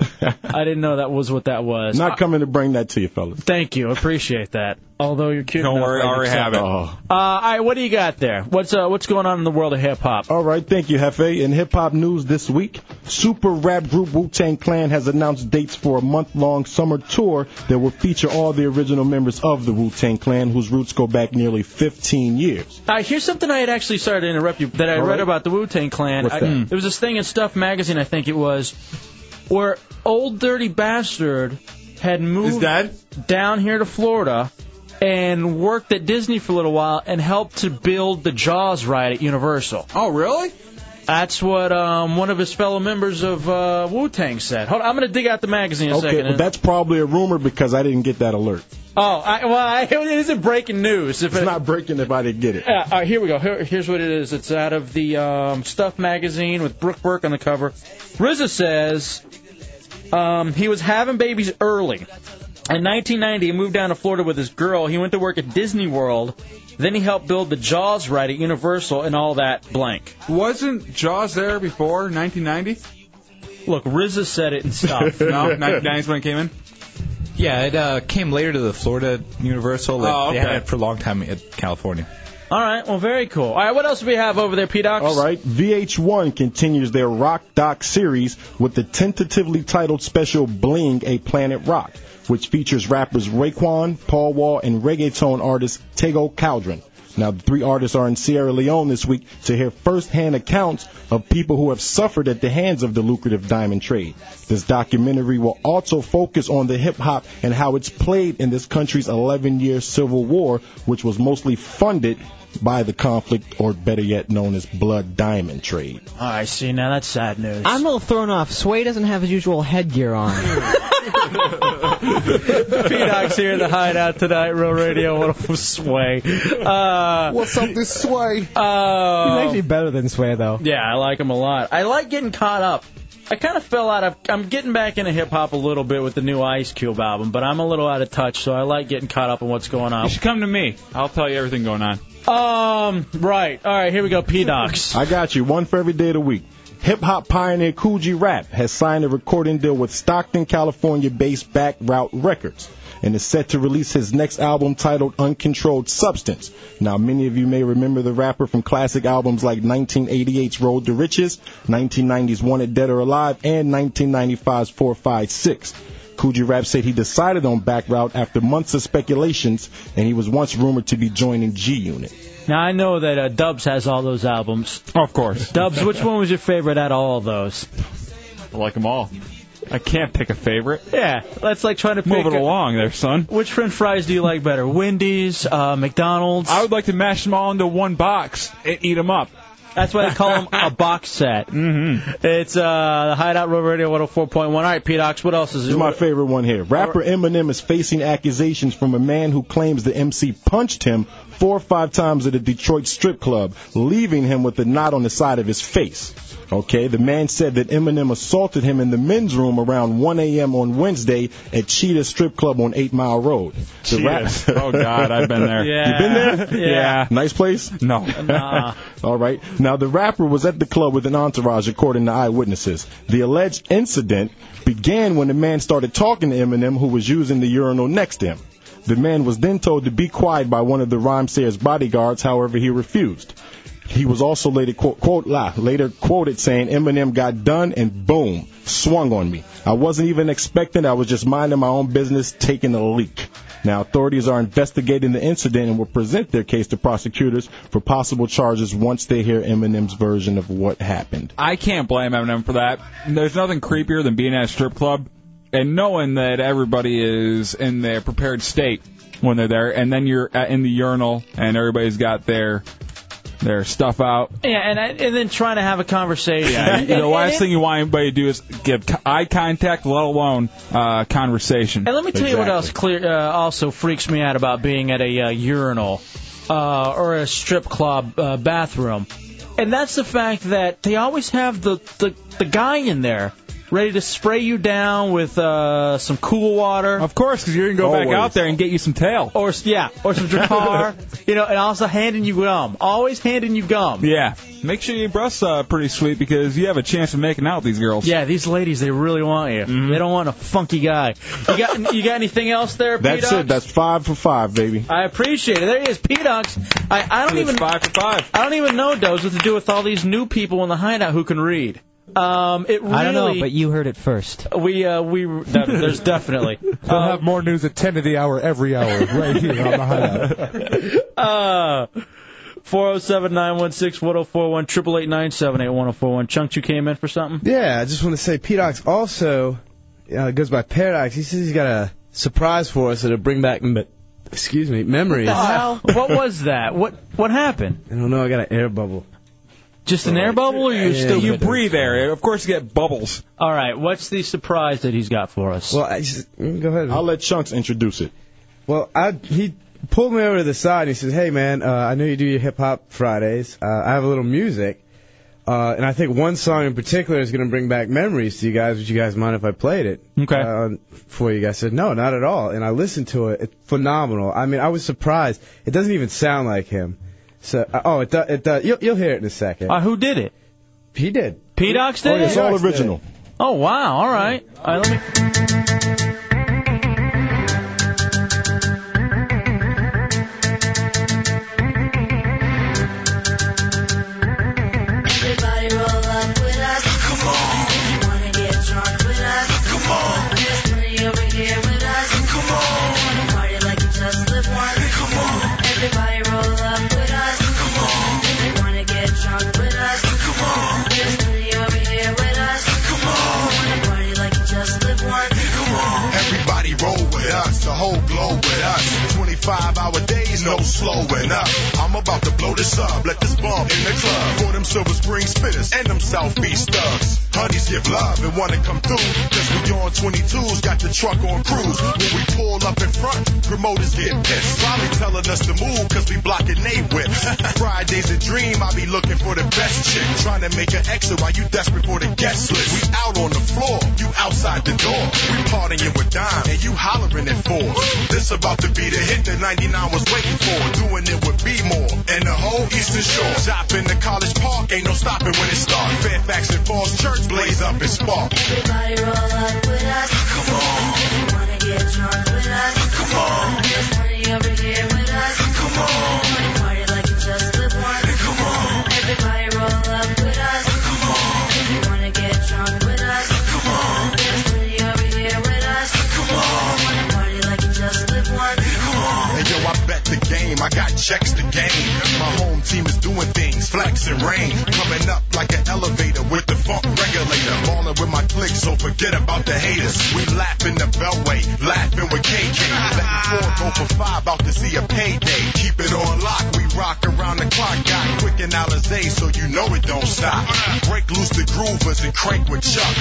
Speaker 2: I didn't know that was what that was. Uh,
Speaker 23: Not coming to bring that to you, fellas.
Speaker 2: Thank you. Appreciate that. Although you're cute.
Speaker 23: Don't
Speaker 2: enough,
Speaker 23: worry,
Speaker 2: I
Speaker 23: I already have
Speaker 2: accept
Speaker 23: it. Oh.
Speaker 2: Uh, all right, what do you got there? What's uh, what's going on in the world of hip hop?
Speaker 23: All right, thank you, Hefe. In hip hop news this week, super rap group Wu Tang Clan has announced dates for a month long summer tour that will feature all the original members of the Wu Tang Clan, whose roots go back nearly 15 years.
Speaker 2: Uh, here's something I had actually started to interrupt you that I
Speaker 23: All
Speaker 2: read
Speaker 23: right.
Speaker 2: about the Wu Tang Clan.
Speaker 23: What's
Speaker 2: I,
Speaker 23: that?
Speaker 2: There was this thing in Stuff Magazine, I think it was, where old dirty bastard had moved down here to Florida and worked at Disney for a little while and helped to build the Jaws ride at Universal.
Speaker 1: Oh, really?
Speaker 2: That's what um, one of his fellow members of uh, Wu Tang said. Hold on, I'm going to dig out the magazine in a
Speaker 23: Okay,
Speaker 2: second.
Speaker 23: well, that's probably a rumor because I didn't get that alert.
Speaker 2: oh, I, well, I, it isn't breaking news. If
Speaker 23: It's
Speaker 2: it-
Speaker 23: not breaking if I didn't get it.
Speaker 2: Yeah, all right, Uh, here we go. Here, here's what it is. It's out of the um, Stuff magazine with Brooke Burke on the cover. RZA says um, he was having babies early. In 1990, he moved down to Florida with his girl. He went to work at Disney World. Then he helped build the Jaws ride at Universal and all that blank.
Speaker 1: Wasn't Jaws there before 1990?
Speaker 2: Look, RZA said it and stuff.
Speaker 1: no, 1990 is when it came in.
Speaker 9: Yeah, it uh, came later to the Florida Universal. Like,
Speaker 2: Oh,
Speaker 9: They had
Speaker 2: okay.
Speaker 9: it for a long time in California.
Speaker 2: All right, well, very cool. All right, what else do we have over there, P Docs?
Speaker 23: All right, VH1 continues their Rock Doc series with the tentatively titled special Bling A Planet Rock, which features rappers Raekwon, Paul Wall, and reggaeton artist Tego Caldron. Now, the three artists are in Sierra Leone this week to hear firsthand accounts of people who have suffered at the hands of the lucrative diamond trade. This documentary will also focus on the hip hop and how it's played in this country's 11 year civil war, which was mostly funded by the conflict, or better yet, known as blood diamond trade.
Speaker 2: I see. Now that's sad news.
Speaker 7: I'm a little thrown off. Sway doesn't have his usual headgear on.
Speaker 2: P Docs here in the hideout tonight, Real Radio. What a sway. Uh,
Speaker 23: What's up this sway?
Speaker 2: Uh,
Speaker 7: He's actually better than Sway, though.
Speaker 2: Yeah, I like him a lot. I like getting caught up. I kind of fell out of. I'm getting back into hip hop a little bit with the new Ice Cube album, but I'm a little out of touch, so I like getting caught up on what's going on.
Speaker 1: You should come to me. I'll tell you everything going on.
Speaker 2: Um, right. All right, here we go. P Docs.
Speaker 23: I got you. One for every day of the week. Hip hop pioneer Cool G Rap has signed a recording deal with Stockton, California based Back Route Records and is set to release his next album titled Uncontrolled Substance. Now, many of you may remember the rapper from classic albums like 1988's Road to Riches, 1990's Wanted Dead or Alive, and 1995's 456. Coogee Rap said he decided on Back Route after months of speculations, and he was once rumored to be joining G Unit.
Speaker 2: Now I know that uh, Dubs has all those albums.
Speaker 1: Of course.
Speaker 2: Dubs, which one was your favorite out of all of those?
Speaker 1: I like them all. I can't pick a favorite.
Speaker 2: Yeah, that's like trying to
Speaker 1: Move
Speaker 2: pick
Speaker 1: it
Speaker 2: a-
Speaker 1: along there, son.
Speaker 2: Which French fries do you like better, Wendy's, uh, McDonald's? I
Speaker 1: would like to mash them all into one box and eat them up.
Speaker 2: That's why they call them a box set. Mm-hmm. It's uh, the Hideout Road Radio 104.1. All right, P Docs, what else is
Speaker 23: This is my favorite one here. Rapper Eminem is facing accusations from a man who claims the MC punched him four or five times at a Detroit strip club, leaving him with a knot on the side of his face. Okay, the man said that Eminem assaulted him in the men's room around 1 a.m. on Wednesday at Cheetah Strip Club on Eight Mile Road. The rap-
Speaker 1: Cheetah. Oh, God, I've been there.
Speaker 23: You been there?
Speaker 1: Yeah. Yeah.
Speaker 23: Nice place?
Speaker 1: No.
Speaker 23: Nah. All right. Now, the rapper was at the club with an entourage, according to eyewitnesses. The alleged incident began when the man started talking to Eminem, who was using the urinal next to him. The man was then told to be quiet by one of the Rhymesayers bodyguards, however, he refused. He was also later quote, quote la, later quoted saying Eminem got done and boom swung on me. I wasn't even expecting. I was just minding my own business, taking a leak. Now authorities are investigating the incident and will present their case to prosecutors for possible charges once they hear Eminem's version of what happened.
Speaker 1: I can't blame Eminem for that. There's nothing creepier than being at a strip club and knowing that everybody is in their prepared state when they're there, and then you're at- in the urinal and everybody's got their their stuff out.
Speaker 2: Yeah, and I, and then trying to have a conversation.
Speaker 1: Yeah, you- the last thing you want anybody to do is give c- eye contact, let alone uh, conversation.
Speaker 2: And let me tell you what else clear uh, also freaks me out about being at a uh, urinal uh, or a strip club uh, bathroom, and that's the fact that they always have the the, the guy in there. Ready to spray you down with uh, some cool water. Of
Speaker 1: course, because you're gonna go back Always. out there and get you some tail.
Speaker 2: Or s- yeah, or some Dracar. you know, and also handing you gum. Always handing you gum.
Speaker 1: Yeah, make sure your breasts are pretty sweet because you have a chance of making out with these girls.
Speaker 2: Yeah, these ladies, they really want you. Mm-hmm. They don't want a funky guy. You got you got anything else there,
Speaker 23: That's
Speaker 2: P-Dog?
Speaker 23: it. That's five for five, baby.
Speaker 2: I appreciate it. There he is, P-Dunks. I, I don't even
Speaker 1: five for five.
Speaker 2: I don't even know Doze what to do with all these new people in the hideout who can read. Um, it really.
Speaker 7: I don't know, but you heard it first.
Speaker 2: we uh, we that- there's definitely.
Speaker 12: They'll have more news at 10 of the hour every hour right here on the hideout.
Speaker 2: Uh, 407-916-1041, 888 oh Chunks, you came in for something?
Speaker 13: Yeah, I just want to say Pedox also uh, goes by Paradox. He says he's got a surprise for us that'll bring back, me- excuse me, memories.
Speaker 2: What the hell? What was that? What what happened?
Speaker 13: I don't know. I got an air bubble.
Speaker 2: Just an air bubble, or you
Speaker 13: Yeah.
Speaker 2: stupid?
Speaker 13: You
Speaker 1: breathe air. Of course, you get bubbles.
Speaker 2: All right. What's the surprise that he's got for us?
Speaker 13: Well, I just, mm, go ahead. I'll
Speaker 23: let Chunks introduce it.
Speaker 13: Well, I he pulled me over to the side and he says, "Hey, man, uh, I know you do your hip hop Fridays. Uh, I have a little music, uh, and I think one song in particular is going to bring back memories to you guys. Would you guys mind if I played it?"
Speaker 1: Okay.
Speaker 13: Uh, for you guys I said, "No, not at all." And I listened to it. It's phenomenal. I mean, I was surprised. It doesn't even sound like him. So, uh, oh, it does. It does. You'll, you'll hear it in a second.
Speaker 2: Uh, who did it?
Speaker 13: He did.
Speaker 2: P-Dox did
Speaker 13: Oh, yeah, it's
Speaker 2: it?
Speaker 13: all original.
Speaker 2: Oh, wow. All right. All right, let me-
Speaker 14: Everybody roll up with us. Come on. If you wanna get drunk with us. Come on. There's plenty over here with us. Come on. If you wanna party like you just lived one. Come on. Everybody roll up with us. Come on. If you wanna get drunk with us. Come on. There's plenty over here with us. Come on. If you wanna party like you just lived one. Come on.
Speaker 24: Everybody roll with us, the whole globe with us. 25 hour days, no slowing up. I'm about to blow this up, let this bomb in the club. For them Silver Spring spitters and them South Beach thugs. Honeys give love and wanna come through. Cause we on 22s, got the truck on cruise. When we pull up in front, promoters get pissed. Probably telling us to move cause we blocking they whips. Friday's a dream, I be looking for the best chick. Trying to make an exit while you desperate for the guest list. We out on the floor, you outside the door. We partying with dime and you hollering at four. This about to be the hit that 99 was waiting for. Doing it with B-more and the whole Eastern Shore. Shop in the college park, ain't no stopping when it starts. Fairfax and Falls Church blaze up and spark.
Speaker 14: Everybody roll up with us. Come on. If you wanna get drunk with us. Come on. There's plenty over here with us. Come on. If you wanna party like you just lived one. Come on. Everybody roll up with us. Come on. If you wanna get drunk with us. Come on. There's plenty over here with us. Come on. If you wanna party like you just lived one. Come on.
Speaker 24: And yo, I bet the game, I got checks to game. My home team is doing things, flex and rain. Coming up like an elevator with the funk regulator. Ballin' with my clique, so forget about the haters. We laugh in the beltway, laughing with KK. Back and forth, go for five, out to see a payday. Keep it on lock, we rock around the clock. Got quick and Alizé, so you know it don't stop. Break loose the groovers and crank with Chuck.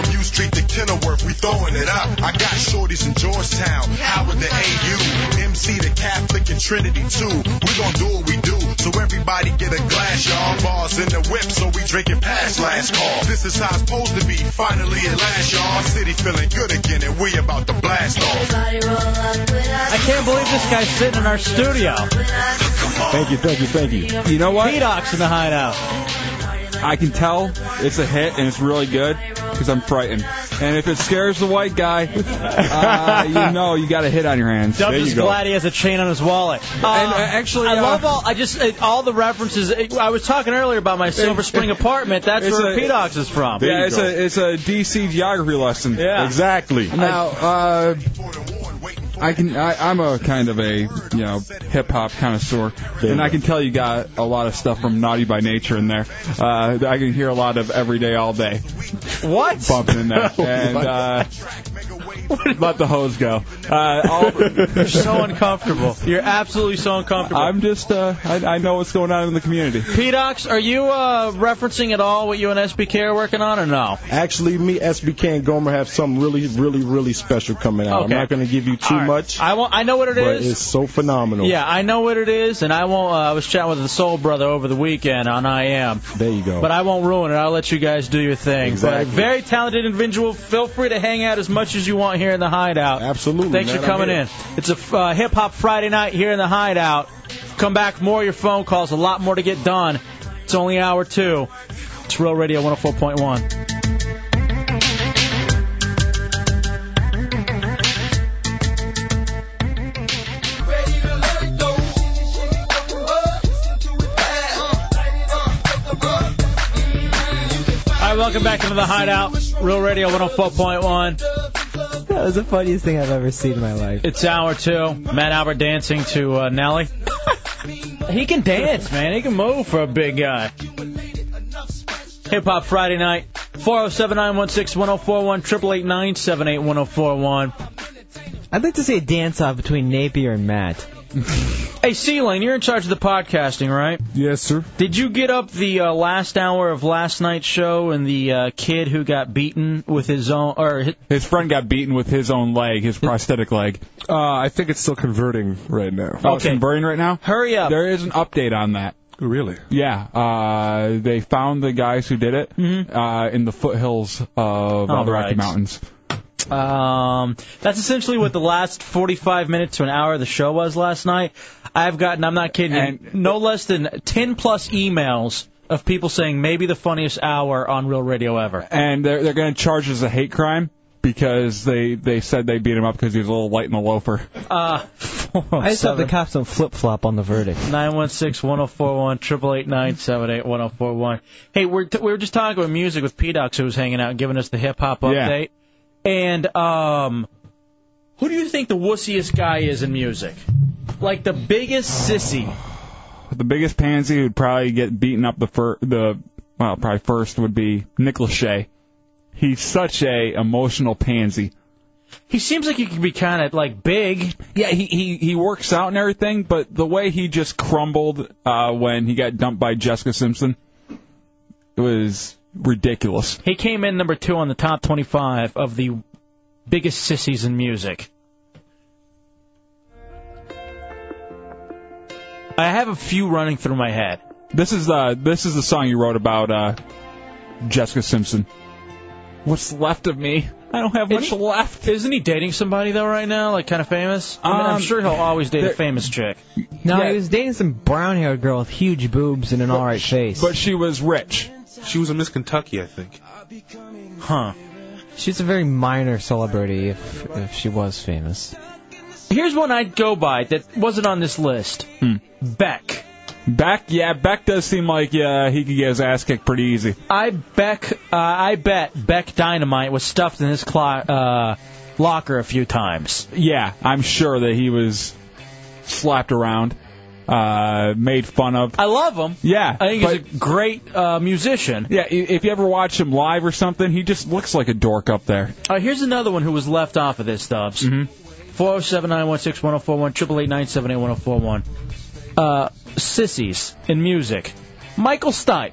Speaker 24: From U Street to Kenilworth, we throwing it up. I got shorties in Georgetown, Howard the AU, MC the Catholic and Trinity too. We gon' do what we do, so everybody get a glass, y'all. Bars in the whip, so we drinking past last call. This is how it's supposed to be. Finally at last, y'all. Our city feeling good again, and we about to blast off.
Speaker 2: I can't believe this guy's sitting in our studio.
Speaker 23: Thank you, thank you, thank you.
Speaker 1: You know what?
Speaker 2: P-Dox in the hideout.
Speaker 1: I can tell it's a hit and it's really good because I'm frightened. And if it scares the white guy, uh, you know you got a hit on your hands.
Speaker 2: Dubs is glad he has a chain on his wallet.
Speaker 1: And, uh, actually,
Speaker 2: I
Speaker 1: uh,
Speaker 2: love all. I just uh, all the references. I was talking earlier about my Silver Spring apartment. That's
Speaker 1: It's
Speaker 2: where
Speaker 1: a-
Speaker 2: P-Dox is from.
Speaker 1: Yeah, it's a it's a DC geography lesson.
Speaker 2: Yeah.
Speaker 23: Exactly.
Speaker 1: Now, uh, I can I, I'm a kind of a you know hip hop connoisseur, and I can tell you got a lot of stuff from Naughty by Nature in there. Uh, I can hear a lot of Every Day All Day
Speaker 2: What?
Speaker 1: bumping in there, and uh, Let the hose go. Uh, all,
Speaker 2: You're so uncomfortable. You're absolutely so uncomfortable.
Speaker 1: I'm just, uh, I, I know what's going on in the community.
Speaker 2: Pedox, are you uh, referencing at all what you and SBK are working on, or no?
Speaker 23: Actually, me, SBK, and Gomer have something really, really, really special coming out.
Speaker 2: Okay.
Speaker 23: I'm not going to give you too much,
Speaker 2: I won't, I know what it
Speaker 23: but
Speaker 2: is.
Speaker 23: it's so phenomenal.
Speaker 2: Yeah, I know what it is, and I won't. Uh, I was chatting with the Soul Brother over the weekend on I Am.
Speaker 23: There you go.
Speaker 2: But I won't ruin it. I'll let you guys do your thing.
Speaker 23: Exactly.
Speaker 2: But very talented individual. Feel free to hang out as much as you want here in the Hideout. Absolutely. Thanks
Speaker 23: man,
Speaker 2: for
Speaker 23: I'm
Speaker 2: coming
Speaker 23: here.
Speaker 2: in. It's a uh, hip hop Friday night here in the Hideout. Come back, more of your phone calls. A lot more to get done. It's only hour two. It's Real Radio 104.1. All right, welcome back into the Hideout, Real Radio 104.1.
Speaker 7: That was the funniest thing I've ever seen in my life.
Speaker 2: It's hour two. Matt Albert dancing to uh, Nelly. he can dance, man. He can move for a big guy. Hip Hop Friday night. 407 916 1041
Speaker 7: I'd like to see a dance off between Napier and Matt.
Speaker 2: Hey, C-Lane, you're in charge of the podcasting, right?
Speaker 12: Yes, sir.
Speaker 2: Did you get up the uh, last hour of last night's show and the uh, kid who got beaten with his own, or his,
Speaker 1: His friend got beaten with his own leg, his prosthetic leg.
Speaker 12: Uh, I think it's still converting right now.
Speaker 1: Oh, it's converting right now?
Speaker 2: Hurry up.
Speaker 1: There is an update on that.
Speaker 12: Really?
Speaker 1: Yeah. Uh, they found the guys who did it uh, in the foothills of uh,
Speaker 2: Mm-hmm. All
Speaker 1: the Rocky
Speaker 2: right.
Speaker 1: Mountains.
Speaker 2: Um, that's essentially what the last 45 minutes to an hour of the show was last night. I've gotten, I'm not kidding, you, no less than 10 plus emails of people saying maybe the funniest hour on Real Radio ever.
Speaker 1: And they're, they're going to charge it as a hate crime because they, they said they beat him up because he was a little light in the loafer.
Speaker 2: Uh,
Speaker 7: I just hope the cops don't flip flop on the verdict.
Speaker 2: 916-1041, Hey, we're t- we were just talking about music with P-Dox who was hanging out and giving us the hip-hop update. And um, who do you think the wussiest guy is in music? Like the biggest sissy.
Speaker 1: The biggest pansy who'd probably get beaten up the fir- the well probably first would be Nick Lachey. He's such a emotional pansy.
Speaker 2: He seems like he could be kind of like big.
Speaker 1: Yeah, he, he he works out and everything, but the way he just crumbled uh, when he got dumped by Jessica Simpson it was ridiculous.
Speaker 2: He came in number two on the top 25 of the biggest sissies in music. I have a few running through my head.
Speaker 1: This is uh this is the song you wrote about uh Jessica Simpson. What's left of me? I don't have much left.
Speaker 2: Isn't he dating somebody though right now, like kind of famous? I mean, I'm
Speaker 7: Um,
Speaker 2: sure he'll always date a
Speaker 7: there-
Speaker 2: famous chick.
Speaker 7: No, he was dating some brown-haired girl with huge boobs and an alright face.
Speaker 1: But she was rich.
Speaker 5: She was a Miss Kentucky, I think.
Speaker 2: Huh.
Speaker 7: She's a very minor celebrity if if she was famous.
Speaker 2: Here's one I'd go by that wasn't on this list. Beck.
Speaker 1: Hmm. Beck, yeah, Beck does seem like uh, he could get his ass kicked pretty easy.
Speaker 2: I Beck, uh, I bet Beck Dynamite was stuffed in his clo- uh, locker a few times.
Speaker 1: Yeah, I'm sure that he was slapped around, uh, made fun of.
Speaker 2: I love him.
Speaker 1: Yeah,
Speaker 2: I think
Speaker 1: but-
Speaker 2: he's a great uh, musician.
Speaker 1: Yeah, i- if you ever watch him live or something, he just looks like a dork up there.
Speaker 2: All right, here's another one who was left off of this, Stubbs. Four zero seven nine one six one zero four one triple eight nine seven eight one zero four one. Uh, sissies in music. Michael Stipe.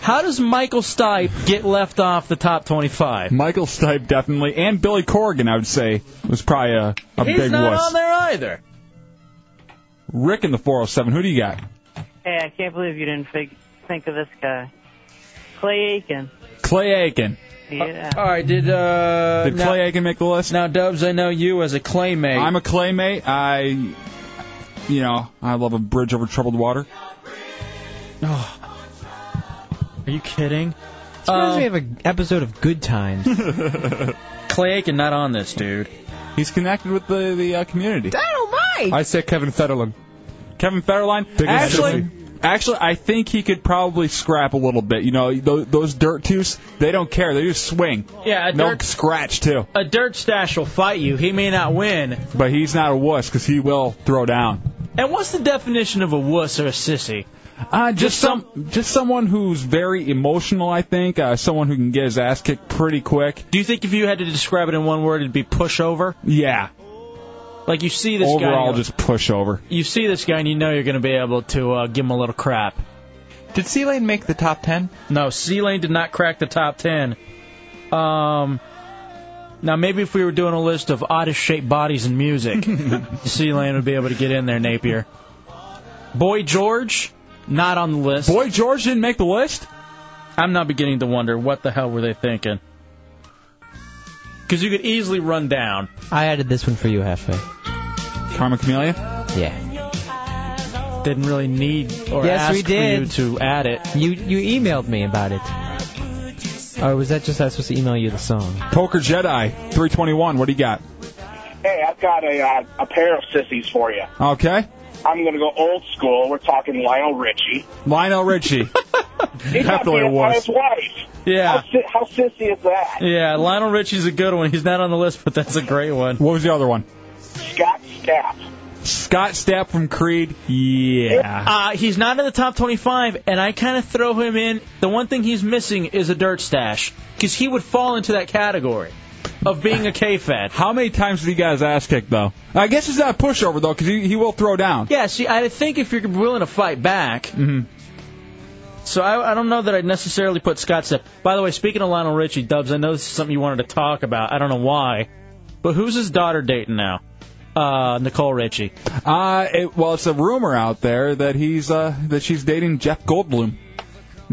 Speaker 2: How does Michael Stipe get left off the top twenty-five?
Speaker 1: Michael Stipe definitely, and Billy Corgan, I would say, was probably a, a
Speaker 2: He's
Speaker 1: big
Speaker 2: not
Speaker 1: wuss.
Speaker 2: on there either.
Speaker 1: Rick in the 407, who do you got?
Speaker 8: Hey, I can't believe you didn't fig- think of this guy. Clay Aiken.
Speaker 1: Clay Aiken.
Speaker 8: Yeah.
Speaker 2: All right, did uh,
Speaker 1: Did Clay Aiken make the list?
Speaker 2: Now, Dubs, I know you as a claymate.
Speaker 1: I'm a claymate. I, you know, I love a bridge over troubled water.
Speaker 2: Oh. Are you kidding?
Speaker 7: It's
Speaker 2: Uh, Oh.
Speaker 7: because we have an episode of Good Times.
Speaker 2: Clay Aiken not on this, dude.
Speaker 1: He's connected with the the uh, community.
Speaker 7: Dynamite.
Speaker 12: I say Kevin Federline.
Speaker 1: Kevin Federline. actually, actually, I think he could probably scrap a little bit. You know, those, those dirt twos, they don't care. They just swing.
Speaker 2: Yeah, a
Speaker 1: No
Speaker 2: dirt,
Speaker 1: scratch too.
Speaker 2: a dirt stash will fight you. He may not win.
Speaker 1: But he's not a wuss because he will throw down.
Speaker 2: And what's the definition of a wuss or a sissy?
Speaker 1: Uh, just some, just someone who's very emotional. I think uh, someone who can get his ass kicked pretty quick.
Speaker 2: Do you think if you had to describe it in one word, it'd be pushover?
Speaker 1: Yeah.
Speaker 2: Like you see this guy.
Speaker 1: Overall,
Speaker 2: and you go-
Speaker 1: just push over.
Speaker 2: You see this guy and you know you're going to be able to uh, give him a little crap. Did C Lane make the top 10? No, C Lane did not crack the top 10. Um, now, maybe if we were doing a list of oddest shaped bodies in music, C Lane would be able to get in there, Napier. Boy George, not on the list. Boy
Speaker 1: George didn't make the list?
Speaker 2: I'm not beginning to wonder what the hell were they thinking. Because you could easily run down.
Speaker 7: I added this one for you, Hefe.
Speaker 1: Karma Camellia?
Speaker 7: Yeah.
Speaker 2: Didn't really need or
Speaker 7: yes,
Speaker 2: ask
Speaker 7: we did.
Speaker 2: for you to add it.
Speaker 7: You you emailed me about it. Or was that just I was supposed to email you the song?
Speaker 1: Poker Jedi, 321. What do you got?
Speaker 15: Hey, I've got a uh, a pair of sissies for you.
Speaker 1: Okay.
Speaker 15: I'm going to go old school. We're talking Lionel Richie.
Speaker 1: Lionel Richie.
Speaker 15: He's not
Speaker 1: Definitely
Speaker 15: being
Speaker 1: was.
Speaker 15: on his wife.
Speaker 2: Yeah.
Speaker 15: How, si- how sissy is that?
Speaker 2: Yeah, Lionel Richie's a good one. He's not on the list, but that's a great one.
Speaker 1: What was the other one?
Speaker 15: Scott Stapp.
Speaker 1: Scott Stapp from Creed. Yeah.
Speaker 2: Uh, he's not in the top 25, and I kind of throw him in. The one thing he's missing is a dirt stash, because he would fall into that category of being a K-Fed.
Speaker 1: How many times did he get his ass kicked, though? I guess it's not a pushover, though, because he, he will throw down. Mm-hmm.
Speaker 2: Yeah, see, I think if you're willing to fight back. So I, I don't know that I'd necessarily put Scott Stapp. By the way, speaking of Lionel Richie, Dubs, I know this is something you wanted to talk about. I don't know why, but who's his daughter dating now? Uh, Nicole Richie.
Speaker 1: Uh, it, well, it's a rumor out there that he's uh, that she's dating Jeff Goldblum.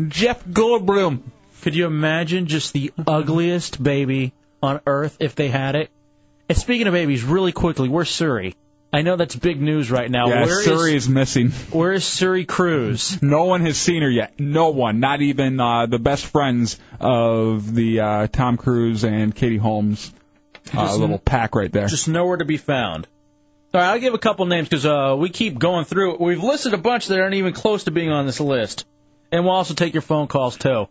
Speaker 1: Jeff Goldblum.
Speaker 2: Could you imagine just the ugliest baby on earth if they had it? And speaking of babies, really quickly, where's Suri? I know that's big news right now.
Speaker 1: yeah,
Speaker 2: Where is-
Speaker 1: Suri is, missing.
Speaker 2: Where is Suri Cruz?
Speaker 1: No one has seen her yet. No one, not even uh, the best friends of the uh, Tom Cruise and Katie Holmes uh,
Speaker 2: Just-
Speaker 1: little pack right there.
Speaker 2: just nowhere to be found. All right, I'll give a couple names because uh, we keep going through. it. We've listed a bunch that aren't even close to being on this list, and we'll also take your phone calls too.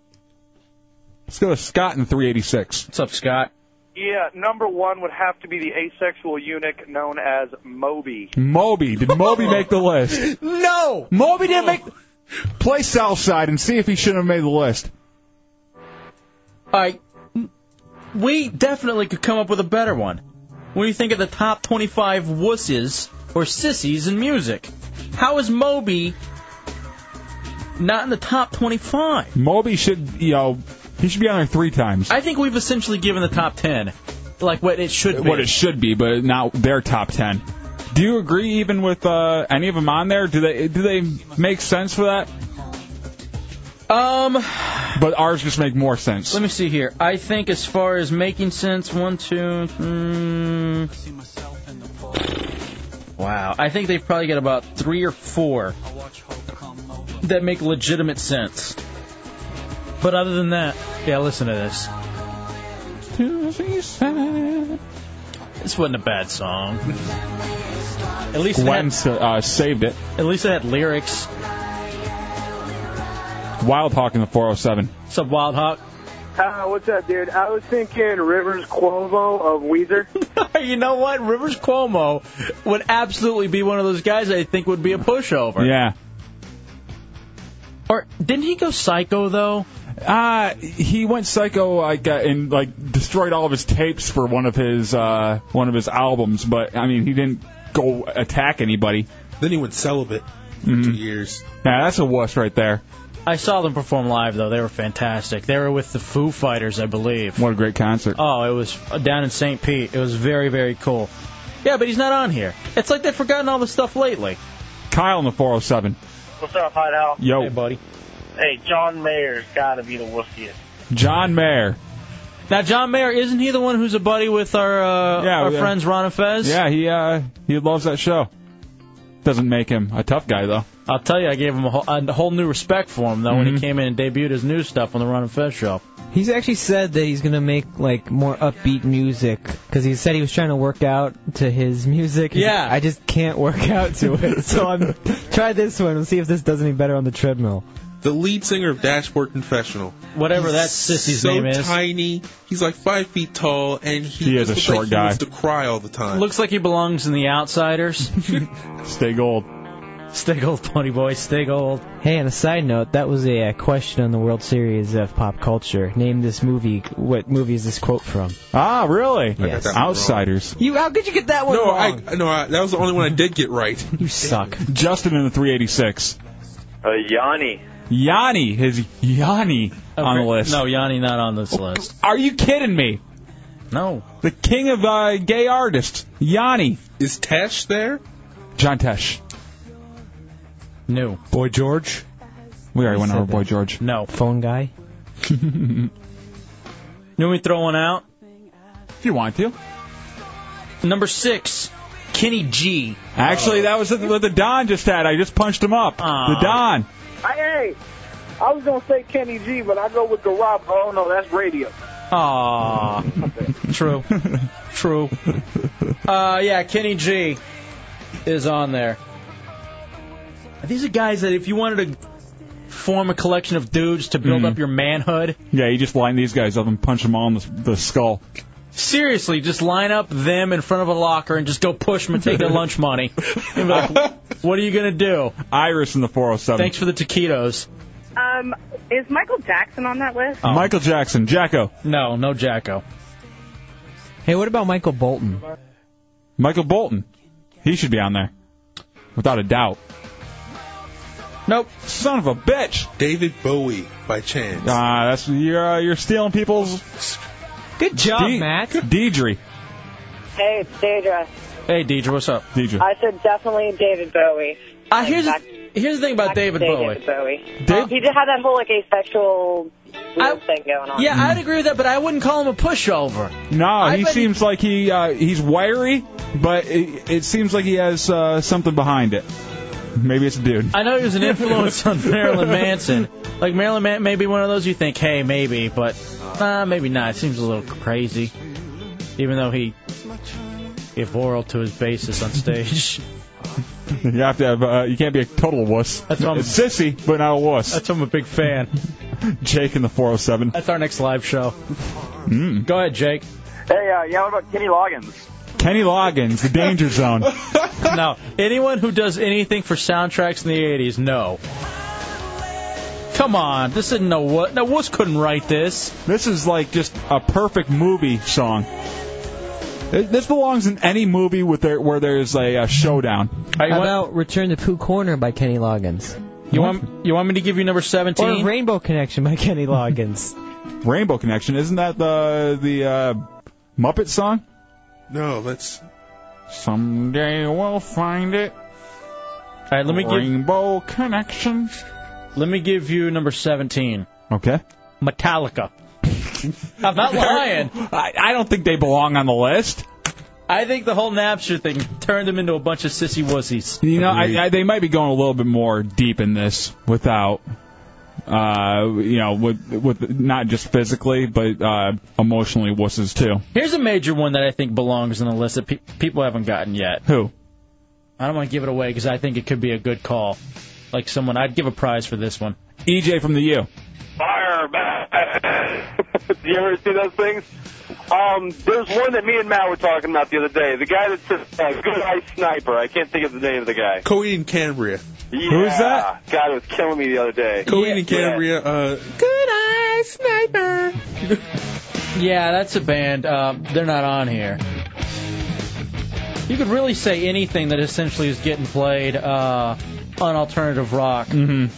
Speaker 1: Let's go to Scott in 386.
Speaker 2: What's up, Scott?
Speaker 16: Yeah, number one would have to be the asexual eunuch known as Moby.
Speaker 1: Moby. Did Moby make the list?
Speaker 16: No!
Speaker 1: Moby didn't make. Play Southside and see if he shouldn't have made the list.
Speaker 2: All right, we definitely could come up with a better one. What do you think of the top 25 wusses or sissies in music? How is Moby not in the top 25?
Speaker 1: Moby should, you know, he should be on there three times.
Speaker 2: I think we've essentially given the top 10 like what it should be.
Speaker 1: What it should be, but not their top ten. Do you agree even with uh, any of them on there? Do they do they make sense for that?
Speaker 2: Um,
Speaker 1: but ours just make more sense.
Speaker 2: Let me see here. I think as far as making sense, one, two, three. Wow. I think they've probably got about three or four that make legitimate sense. But other than that, yeah, listen to this. This wasn't a bad song. At least it
Speaker 1: Gwen
Speaker 2: had,
Speaker 1: s- uh, saved it.
Speaker 2: at least it had lyrics.
Speaker 1: Wild Hawk in the 407.
Speaker 2: What's up, Wild Hawk?
Speaker 16: Uh, what's up, dude? I was thinking Rivers Cuomo of Weezer.
Speaker 2: you know what? Rivers Cuomo would absolutely be one of those guys that I think would be a pushover.
Speaker 1: Yeah.
Speaker 2: Or didn't he go psycho though? Ah,
Speaker 1: Uh he went psycho like uh, and like destroyed all of his tapes for one of his uh one of his albums, but I mean he didn't go attack anybody.
Speaker 5: Then he went celibate
Speaker 1: Mhm.
Speaker 5: for two years.
Speaker 1: Yeah, that's a wuss right there.
Speaker 2: I saw them perform live though. They were fantastic. They were with the Foo Fighters, I believe.
Speaker 1: What a great concert.
Speaker 2: Oh, it was down in St. Pete. It was very, very cool. Yeah, but he's not on here. It's like they've forgotten all the stuff lately.
Speaker 1: Kyle in the 407.
Speaker 17: What's up, Hideout?
Speaker 1: Yo.
Speaker 2: buddy.
Speaker 17: Hey, John Mayer's got to be the wussiest.
Speaker 1: John Mayer.
Speaker 2: Now, John Mayer, isn't he the one who's a buddy with our uh,
Speaker 1: Yeah,
Speaker 2: our
Speaker 1: yeah.
Speaker 2: friends Ron and Fez?
Speaker 1: Yeah, he uh he loves that show. Doesn't make him a tough guy though.
Speaker 2: I'll tell you, I gave him a whole, a whole new respect for him though when
Speaker 1: Mhm.
Speaker 2: he came in and debuted his new stuff on the Ron and Fez show.
Speaker 7: He's actually said that he's gonna make like more upbeat music because he said he was trying to work out to his music. He's
Speaker 2: Yeah.
Speaker 7: like, I just can't work out to it, so I'm try this one and see if this does any better on the treadmill.
Speaker 5: The lead singer of Dashboard Confessional.
Speaker 2: Whatever
Speaker 5: He's
Speaker 2: that sissy's
Speaker 5: so
Speaker 2: name is.
Speaker 5: tiny. He's like five feet tall, and he,
Speaker 1: He is
Speaker 5: just
Speaker 1: a
Speaker 5: looks
Speaker 1: short
Speaker 5: like
Speaker 1: guy.
Speaker 5: He wants to cry all the time.
Speaker 2: Looks like he belongs in the Outsiders.
Speaker 1: Stay gold.
Speaker 2: Stay gold, pony boy. Stay gold.
Speaker 7: Hey, on a side note, that was a uh, question on the World Series of Pop Culture. Name this movie. What movie is this quote from?
Speaker 1: Ah, really?
Speaker 7: Yes.
Speaker 5: that one
Speaker 1: Outsiders.
Speaker 7: You, how could you get that one
Speaker 5: No, I
Speaker 7: wrong?
Speaker 5: no, I, that was the only one I did get right.
Speaker 7: You suck.
Speaker 1: Justin in the 386.
Speaker 20: Uh, Yanni.
Speaker 1: Yanni is Yanni on the list. Oh,
Speaker 2: No, Yanni not on this list.
Speaker 1: Are you kidding me?
Speaker 2: No.
Speaker 1: The king of uh, gay artists, Yanni.
Speaker 5: Is Tesh there?
Speaker 1: John Tesh.
Speaker 2: No.
Speaker 1: Boy George. We already went
Speaker 2: said
Speaker 1: over Boy
Speaker 2: that.
Speaker 1: George.
Speaker 2: No.
Speaker 7: Phone guy.
Speaker 1: if
Speaker 2: You want me to throw one out?
Speaker 1: you want to.
Speaker 2: Number six, Kenny G.
Speaker 5: Oh.
Speaker 1: Actually, that was what the Don just had. I just punched him up.
Speaker 2: Aw.
Speaker 1: The Don.
Speaker 15: Hey, hey, I was gonna say Kenny G, but I go with the Rob. Oh no, that's radio.
Speaker 2: Aw. True. True. Uh, yeah, Kenny G is on there. These are guys that if you wanted to form a collection of dudes to build
Speaker 1: Mhm.
Speaker 2: up your manhood,
Speaker 1: Yeah, you just line these guys up and punch them all in the, the skull.
Speaker 2: seriously, just line up them in front of a locker and just go push them and take their lunch money. And be like, what are you going to do?
Speaker 1: Iris in the 407.
Speaker 2: Thanks for the taquitos.
Speaker 6: Um, is Michael Jackson on that list?
Speaker 2: Oh.
Speaker 1: Michael Jackson, Jacko.
Speaker 2: No, no Jacko.
Speaker 7: Hey, what about Michael Bolton?
Speaker 1: Michael Bolton. He should be on there. Without a doubt.
Speaker 2: Nope.
Speaker 1: Son of a bitch.
Speaker 5: David Bowie by chance.
Speaker 1: Ah, that's you're uh, you're stealing people's.
Speaker 7: Good
Speaker 1: job, Matt. Deidre.
Speaker 6: Hey, it's Deidre.
Speaker 2: Hey, Deidre, what's up?
Speaker 1: Deidre.
Speaker 6: I said definitely David Bowie.
Speaker 2: Uh, here's,
Speaker 6: Back-
Speaker 2: here's the thing about
Speaker 6: back to
Speaker 2: David Bowie.
Speaker 6: Bowie. he just had that whole like asexual weird thing going on.
Speaker 2: Yeah, I'd agree with that, but I wouldn't call him a pushover.
Speaker 1: No, he
Speaker 2: bet he-
Speaker 1: seems like he uh, he's wiry, but it, it seems like he has uh, something behind it. Maybe it's a dude.
Speaker 2: I know he was an influence on Marilyn Manson. Like Marilyn Man may be one of those you think, hey, maybe, but uh, maybe not. It seems a little crazy, even though he gave oral to his bassist on stage.
Speaker 1: You have to have. Uh, you can't be a total wuss.
Speaker 2: That's what I'm-
Speaker 1: It's sissy, but not a wuss.
Speaker 2: That's why I'm a big fan.
Speaker 1: Jake in the 407.
Speaker 2: That's our next live show.
Speaker 1: Mm.
Speaker 2: Go ahead, Jake.
Speaker 15: Hey, uh, yeah, what about Kenny Loggins?
Speaker 1: Kenny Loggins, the Danger Zone.
Speaker 2: no, anyone who does anything for soundtracks in the '80s, no. Come on, this isn't no what. No, Wuss couldn't write this.
Speaker 1: This is like just a perfect movie song. Th- This belongs in any movie with there where there's a, uh showdown.
Speaker 7: How about Return to Pooh Corner by Kenny Loggins?
Speaker 2: You want you want me to give you number
Speaker 7: Or
Speaker 2: seventeen?
Speaker 7: Rainbow Connection by Kenny Loggins.
Speaker 1: Rainbow Connection, isn't that the the uh, Muppet song?
Speaker 5: No, that's
Speaker 1: Someday we'll find it.
Speaker 2: All right, let me give
Speaker 1: Rainbow Connection.
Speaker 2: let me give you number seventeen.
Speaker 1: Okay.
Speaker 2: Metallica. I'm not lying.
Speaker 1: I, I don't think they belong on the list.
Speaker 2: I think the whole Napster thing turned them into a bunch of sissy wussies.
Speaker 1: You know, I, I, they might be going a little bit more deep in this without, uh, you know, with with not just physically but uh, emotionally wusses too.
Speaker 2: Here's a major one that I think belongs on the list that pe- people haven't gotten yet.
Speaker 1: Who?
Speaker 2: I don't want to give it away because I think it could be a good call. Like someone, I'd give a prize for this one.
Speaker 1: EJ E from the U.
Speaker 15: Fire Do you ever see those things? Um, there's one that me and Matt were talking about the other day. The guy that's just a good eye sniper. I can't think of the name of the guy.
Speaker 5: Coheed and Cambria.
Speaker 15: Yeah.
Speaker 5: Who is that?
Speaker 15: God, it was killing me the other day.
Speaker 5: Coheed and Cambria. Uh,
Speaker 2: Good eye, sniper. yeah, that's a band. Uh, they're not on here. You could really say anything that essentially is getting played uh, on alternative rock. Mm-hmm.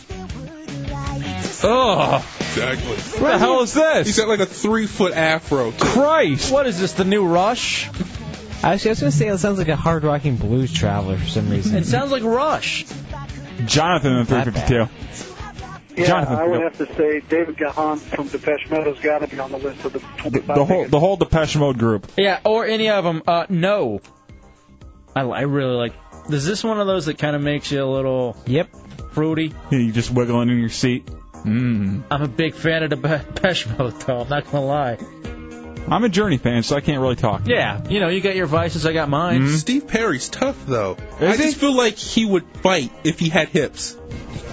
Speaker 1: Oh,
Speaker 2: Ugh.
Speaker 5: exactly.
Speaker 1: What the hell is this?
Speaker 5: He's got like a three foot afro.
Speaker 1: Christ!
Speaker 2: What is this? The new Rush?
Speaker 7: Actually, I was going to say it sounds like a hard rocking blues traveler for some reason.
Speaker 2: It sounds like Rush.
Speaker 1: Jonathan in 352.
Speaker 15: Yeah,
Speaker 1: Jonathan,
Speaker 15: I would
Speaker 1: go.
Speaker 15: have to say David Gahan from Depeche Mode's got to be on the list of the
Speaker 1: The, the whole the whole Depeche Mode group.
Speaker 2: Yeah, or any of them. Uh, no. I, I really like. Is this one of those that kind of makes you a little
Speaker 7: yep
Speaker 2: fruity?
Speaker 1: You just wiggling in your seat. Mm.
Speaker 2: I'm a big fan of the Depeche Mode, though. I'm not gonna lie.
Speaker 1: I'm a Journey fan, so I can't really talk.
Speaker 2: Yeah, you know, you got your vices, I got mine.
Speaker 5: Steve Perry's tough though. I just feel like he would fight if he had hips.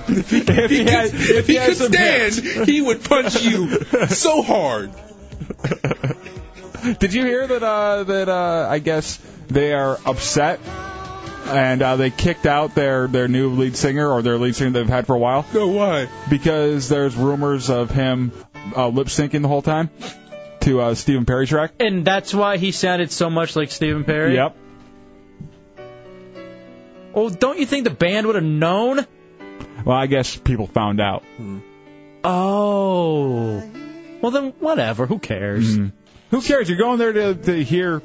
Speaker 5: if he,
Speaker 1: if he had-
Speaker 5: could,
Speaker 1: if
Speaker 5: if
Speaker 1: he
Speaker 5: he
Speaker 1: had
Speaker 5: could
Speaker 1: some
Speaker 5: stand,
Speaker 1: hips.
Speaker 5: he would punch you so hard.
Speaker 1: Did you hear that? Uh, that uh, I guess they are upset and uh, they kicked out their their new lead singer or their lead singer they've had for a while.
Speaker 5: No, why?
Speaker 1: Because there's rumors of him uh, lip syncing the whole time to uh, Stephen Perry track.
Speaker 2: And that's why he sounded so much like Stephen Perry.
Speaker 1: Yep.
Speaker 2: Well, don't you think the band would have known?
Speaker 1: Well, I guess people found out.
Speaker 2: Oh. Well, then whatever. Who cares?
Speaker 1: Who cares? You're going there to, to hear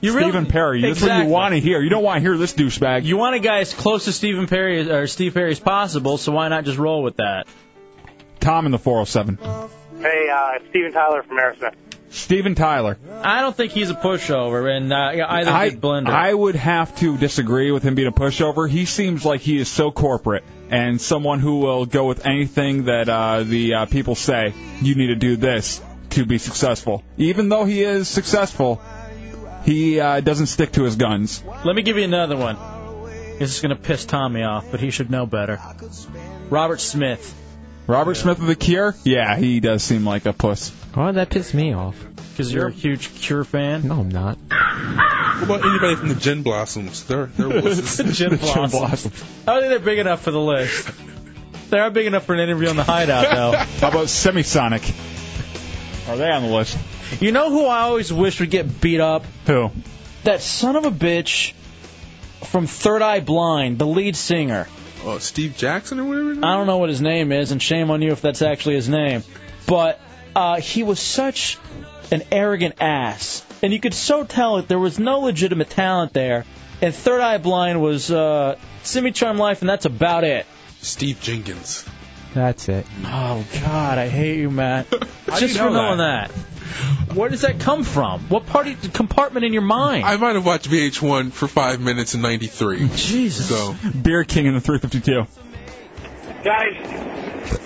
Speaker 2: You really-
Speaker 1: Stephen Perry. That's what
Speaker 2: Exactly.
Speaker 1: you want to hear. You don't want to hear this douchebag.
Speaker 2: You want a guy as close to Stephen Perry or Steve Perry as possible, so why not just roll with that?
Speaker 1: Tom in the 407.
Speaker 17: Hey, uh, Steven Tyler from Aerosmith.
Speaker 1: Steven Tyler.
Speaker 2: I don't think he's a pushover, and uh, yeah, either
Speaker 1: I,
Speaker 2: did Blender.
Speaker 1: I would have to disagree with him being a pushover. He seems like he is so corporate and someone who will go with anything that uh, the uh, people say. You need to do this to be successful. Even though he is successful, he uh, doesn't stick to his guns.
Speaker 2: Let me give you another one. This is going to piss Tommy off, but he should know better. Robert Smith.
Speaker 1: Robert Smith of the Cure? Yeah, he does seem like a puss.
Speaker 7: Why would that piss me off?
Speaker 2: Because you're a huge Cure fan?
Speaker 7: No, I'm not.
Speaker 5: What about anybody from the Gin Blossoms? Their their voices.
Speaker 2: The Gin The Gin Blossoms. Blossoms. I don't think they're big enough for the list. They are big enough for an interview on the Hideout, though.
Speaker 1: How about Semisonic? Are Oh, they on the list?
Speaker 2: You know who I always wish would get beat up?
Speaker 1: Who?
Speaker 2: That son of a bitch from Third Eye Blind, the lead singer.
Speaker 5: Oh, Steve Jackson or whatever.
Speaker 2: I don't know what his name is, and shame on you if that's actually his name. But uh, he was such an arrogant ass, and you could so tell that there was no legitimate talent there. And Third Eye Blind was uh, Simi Charm Life, and that's about it.
Speaker 5: Steve Jenkins.
Speaker 7: That's it.
Speaker 2: Oh God, I hate you, Matt.
Speaker 5: do
Speaker 2: Just
Speaker 5: you know
Speaker 2: for knowing that. Where does that come from? What party compartment in your mind?
Speaker 5: I might have watched VH1 for five minutes in '93.
Speaker 2: Jesus.
Speaker 5: So
Speaker 1: Beer King in the 352.
Speaker 15: Guys,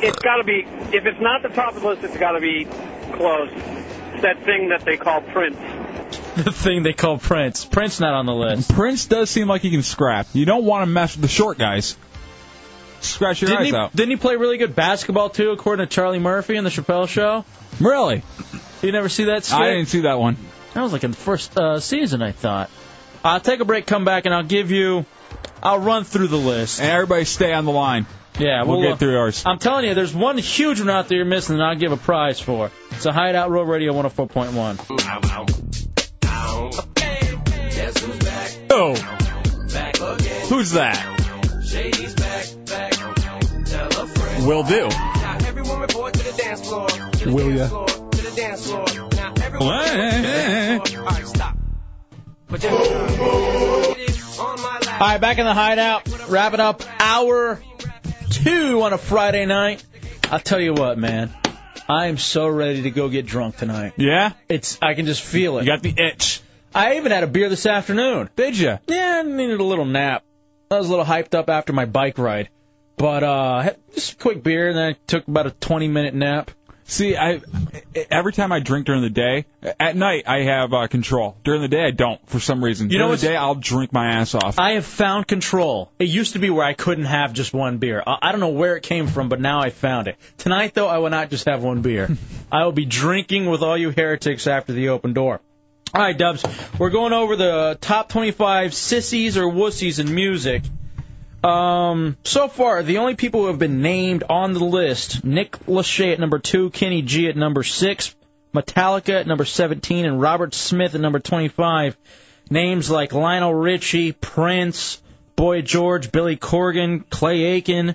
Speaker 15: it's got to be, if it's not the top of the list, it's got to be close. It's that thing that they call Prince.
Speaker 2: the thing they call Prince. Prince not on the list.
Speaker 1: Prince does seem like he can scrap. You don't want to mess with the short guys. Scratch your
Speaker 2: Didn't
Speaker 1: eyes
Speaker 2: he,
Speaker 1: out.
Speaker 2: didn't he play really good basketball too, according to Charlie Murphy in the Chappelle Show?
Speaker 1: Really?
Speaker 2: You never see that skit?
Speaker 1: I didn't see that one.
Speaker 2: That was like in the first uh, season, I thought. I'll take a break, come back, and I'll give you. I'll run through the list.
Speaker 1: And everybody stay on the line.
Speaker 2: Yeah,
Speaker 1: We'll
Speaker 2: we'll,
Speaker 1: get through ours.
Speaker 2: I'm telling you, there's one huge one out there you're missing, and I'll give a prize for. It's a Hideout Road Radio 104.1.
Speaker 1: Oh. Who's that? Will do.
Speaker 12: Will ya?
Speaker 2: All right, back in the Hideout. Wrapping up hour two on a Friday night. I'll tell you what, man. I am so ready to go get drunk tonight.
Speaker 1: Yeah?
Speaker 2: It's I can just feel it. You
Speaker 1: got the itch.
Speaker 2: I even had a beer this afternoon.
Speaker 1: Did you?
Speaker 2: Yeah, I needed a little nap. I was a little hyped up after my bike ride, but uh, had just a quick beer and then I took about a 20 minute nap.
Speaker 1: See, I every time I drink during the day, at night I have uh, control. During the day I don't for some reason.
Speaker 2: You know
Speaker 1: during
Speaker 2: what's-
Speaker 1: the day I'll drink my ass off.
Speaker 2: I have found control. It used to be where I couldn't have just one beer. I, I don't know where it came from, but now I found it. Tonight, though, I will not just have one beer. I will be drinking with all you heretics after the open door. All right, Dubs, we're going over the top 25 sissies or wussies in music. Um, so far, the only people who have been named on the list Nick Lachey at number two, Kenny G at number six, Metallica at number 17, and Robert Smith at number 25. Names like Lionel Richie, Prince, Boy George, Billy Corgan, Clay Aiken,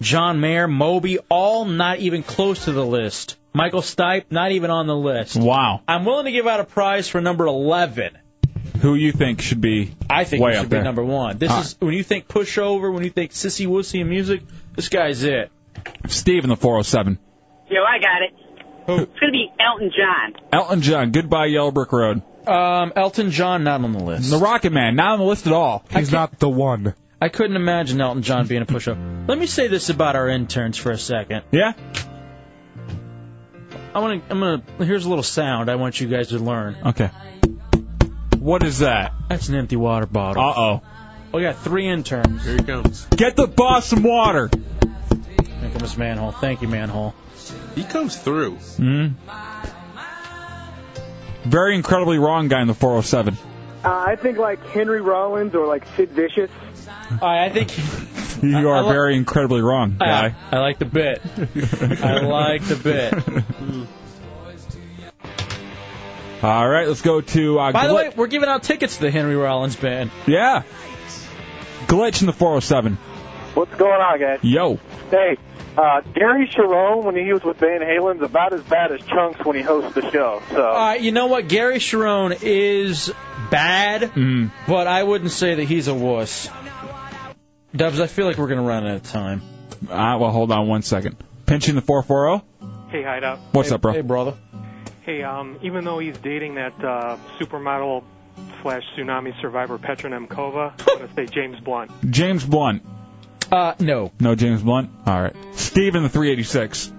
Speaker 2: John Mayer, Moby, all not even close to the list. Michael Stipe, not even on the list.
Speaker 1: Wow.
Speaker 2: I'm willing to give out a prize for number 11.
Speaker 1: Who you think should be
Speaker 2: I think
Speaker 1: way
Speaker 2: he
Speaker 1: up
Speaker 2: should be
Speaker 1: there.
Speaker 2: number one. This
Speaker 1: All
Speaker 2: is when you think pushover, when you think sissy wussy in music, this guy's it.
Speaker 1: Steve in the 407.
Speaker 18: Yo, I got it. It's gonna be Elton John.
Speaker 1: Elton John, goodbye Yellow Brick Road.
Speaker 2: Um, Elton John not on the list.
Speaker 1: The Rocket Man not on the list at all.
Speaker 12: He's not the one.
Speaker 2: I couldn't imagine Elton John being a pushover. Let me say this about our interns for a second.
Speaker 1: Yeah.
Speaker 2: I want to. I'm gonna. Here's a little sound I want you guys to learn.
Speaker 1: Okay. What is that?
Speaker 2: That's an empty water bottle.
Speaker 1: Uh oh.
Speaker 2: We got three interns. Here he comes.
Speaker 1: Get the boss some water.
Speaker 2: Here comes manhole. Thank you, manhole.
Speaker 5: he comes through.
Speaker 1: Hmm? Mm. Very incredibly wrong guy in the 407.
Speaker 10: Uh, I think like Henry Rollins or like Sid Vicious.
Speaker 2: All right, I think
Speaker 1: You are very incredibly wrong, guy.
Speaker 2: I like the bit. I like the bit.
Speaker 1: All right, let's go to. Uh,
Speaker 2: By the
Speaker 1: Glit-
Speaker 2: way, we're giving out tickets to the Henry Rollins band.
Speaker 1: yeah, glitch in the 407.
Speaker 10: What's going on, guys?
Speaker 1: Yo,
Speaker 10: Hey, uh, Gary Sharon, when he was with Van Halen's about as bad as Chunks when he hosts the show. So
Speaker 2: All right, you know what? Gary Sharon is bad, but I wouldn't say that he's a wuss. Dubs, I feel like we're gonna run out of time.
Speaker 1: uh, well, hold on one second. Pinching the 440.
Speaker 19: Hey, Hideout.
Speaker 1: What's up, bro?
Speaker 2: brother.
Speaker 19: Hey, um, even though he's dating that uh, supermodel slash tsunami survivor Petra Nemkova, I'm going to say James Blunt.
Speaker 1: James Blunt.
Speaker 2: Uh, no.
Speaker 1: No, James Blunt. All right. Steve in the 386.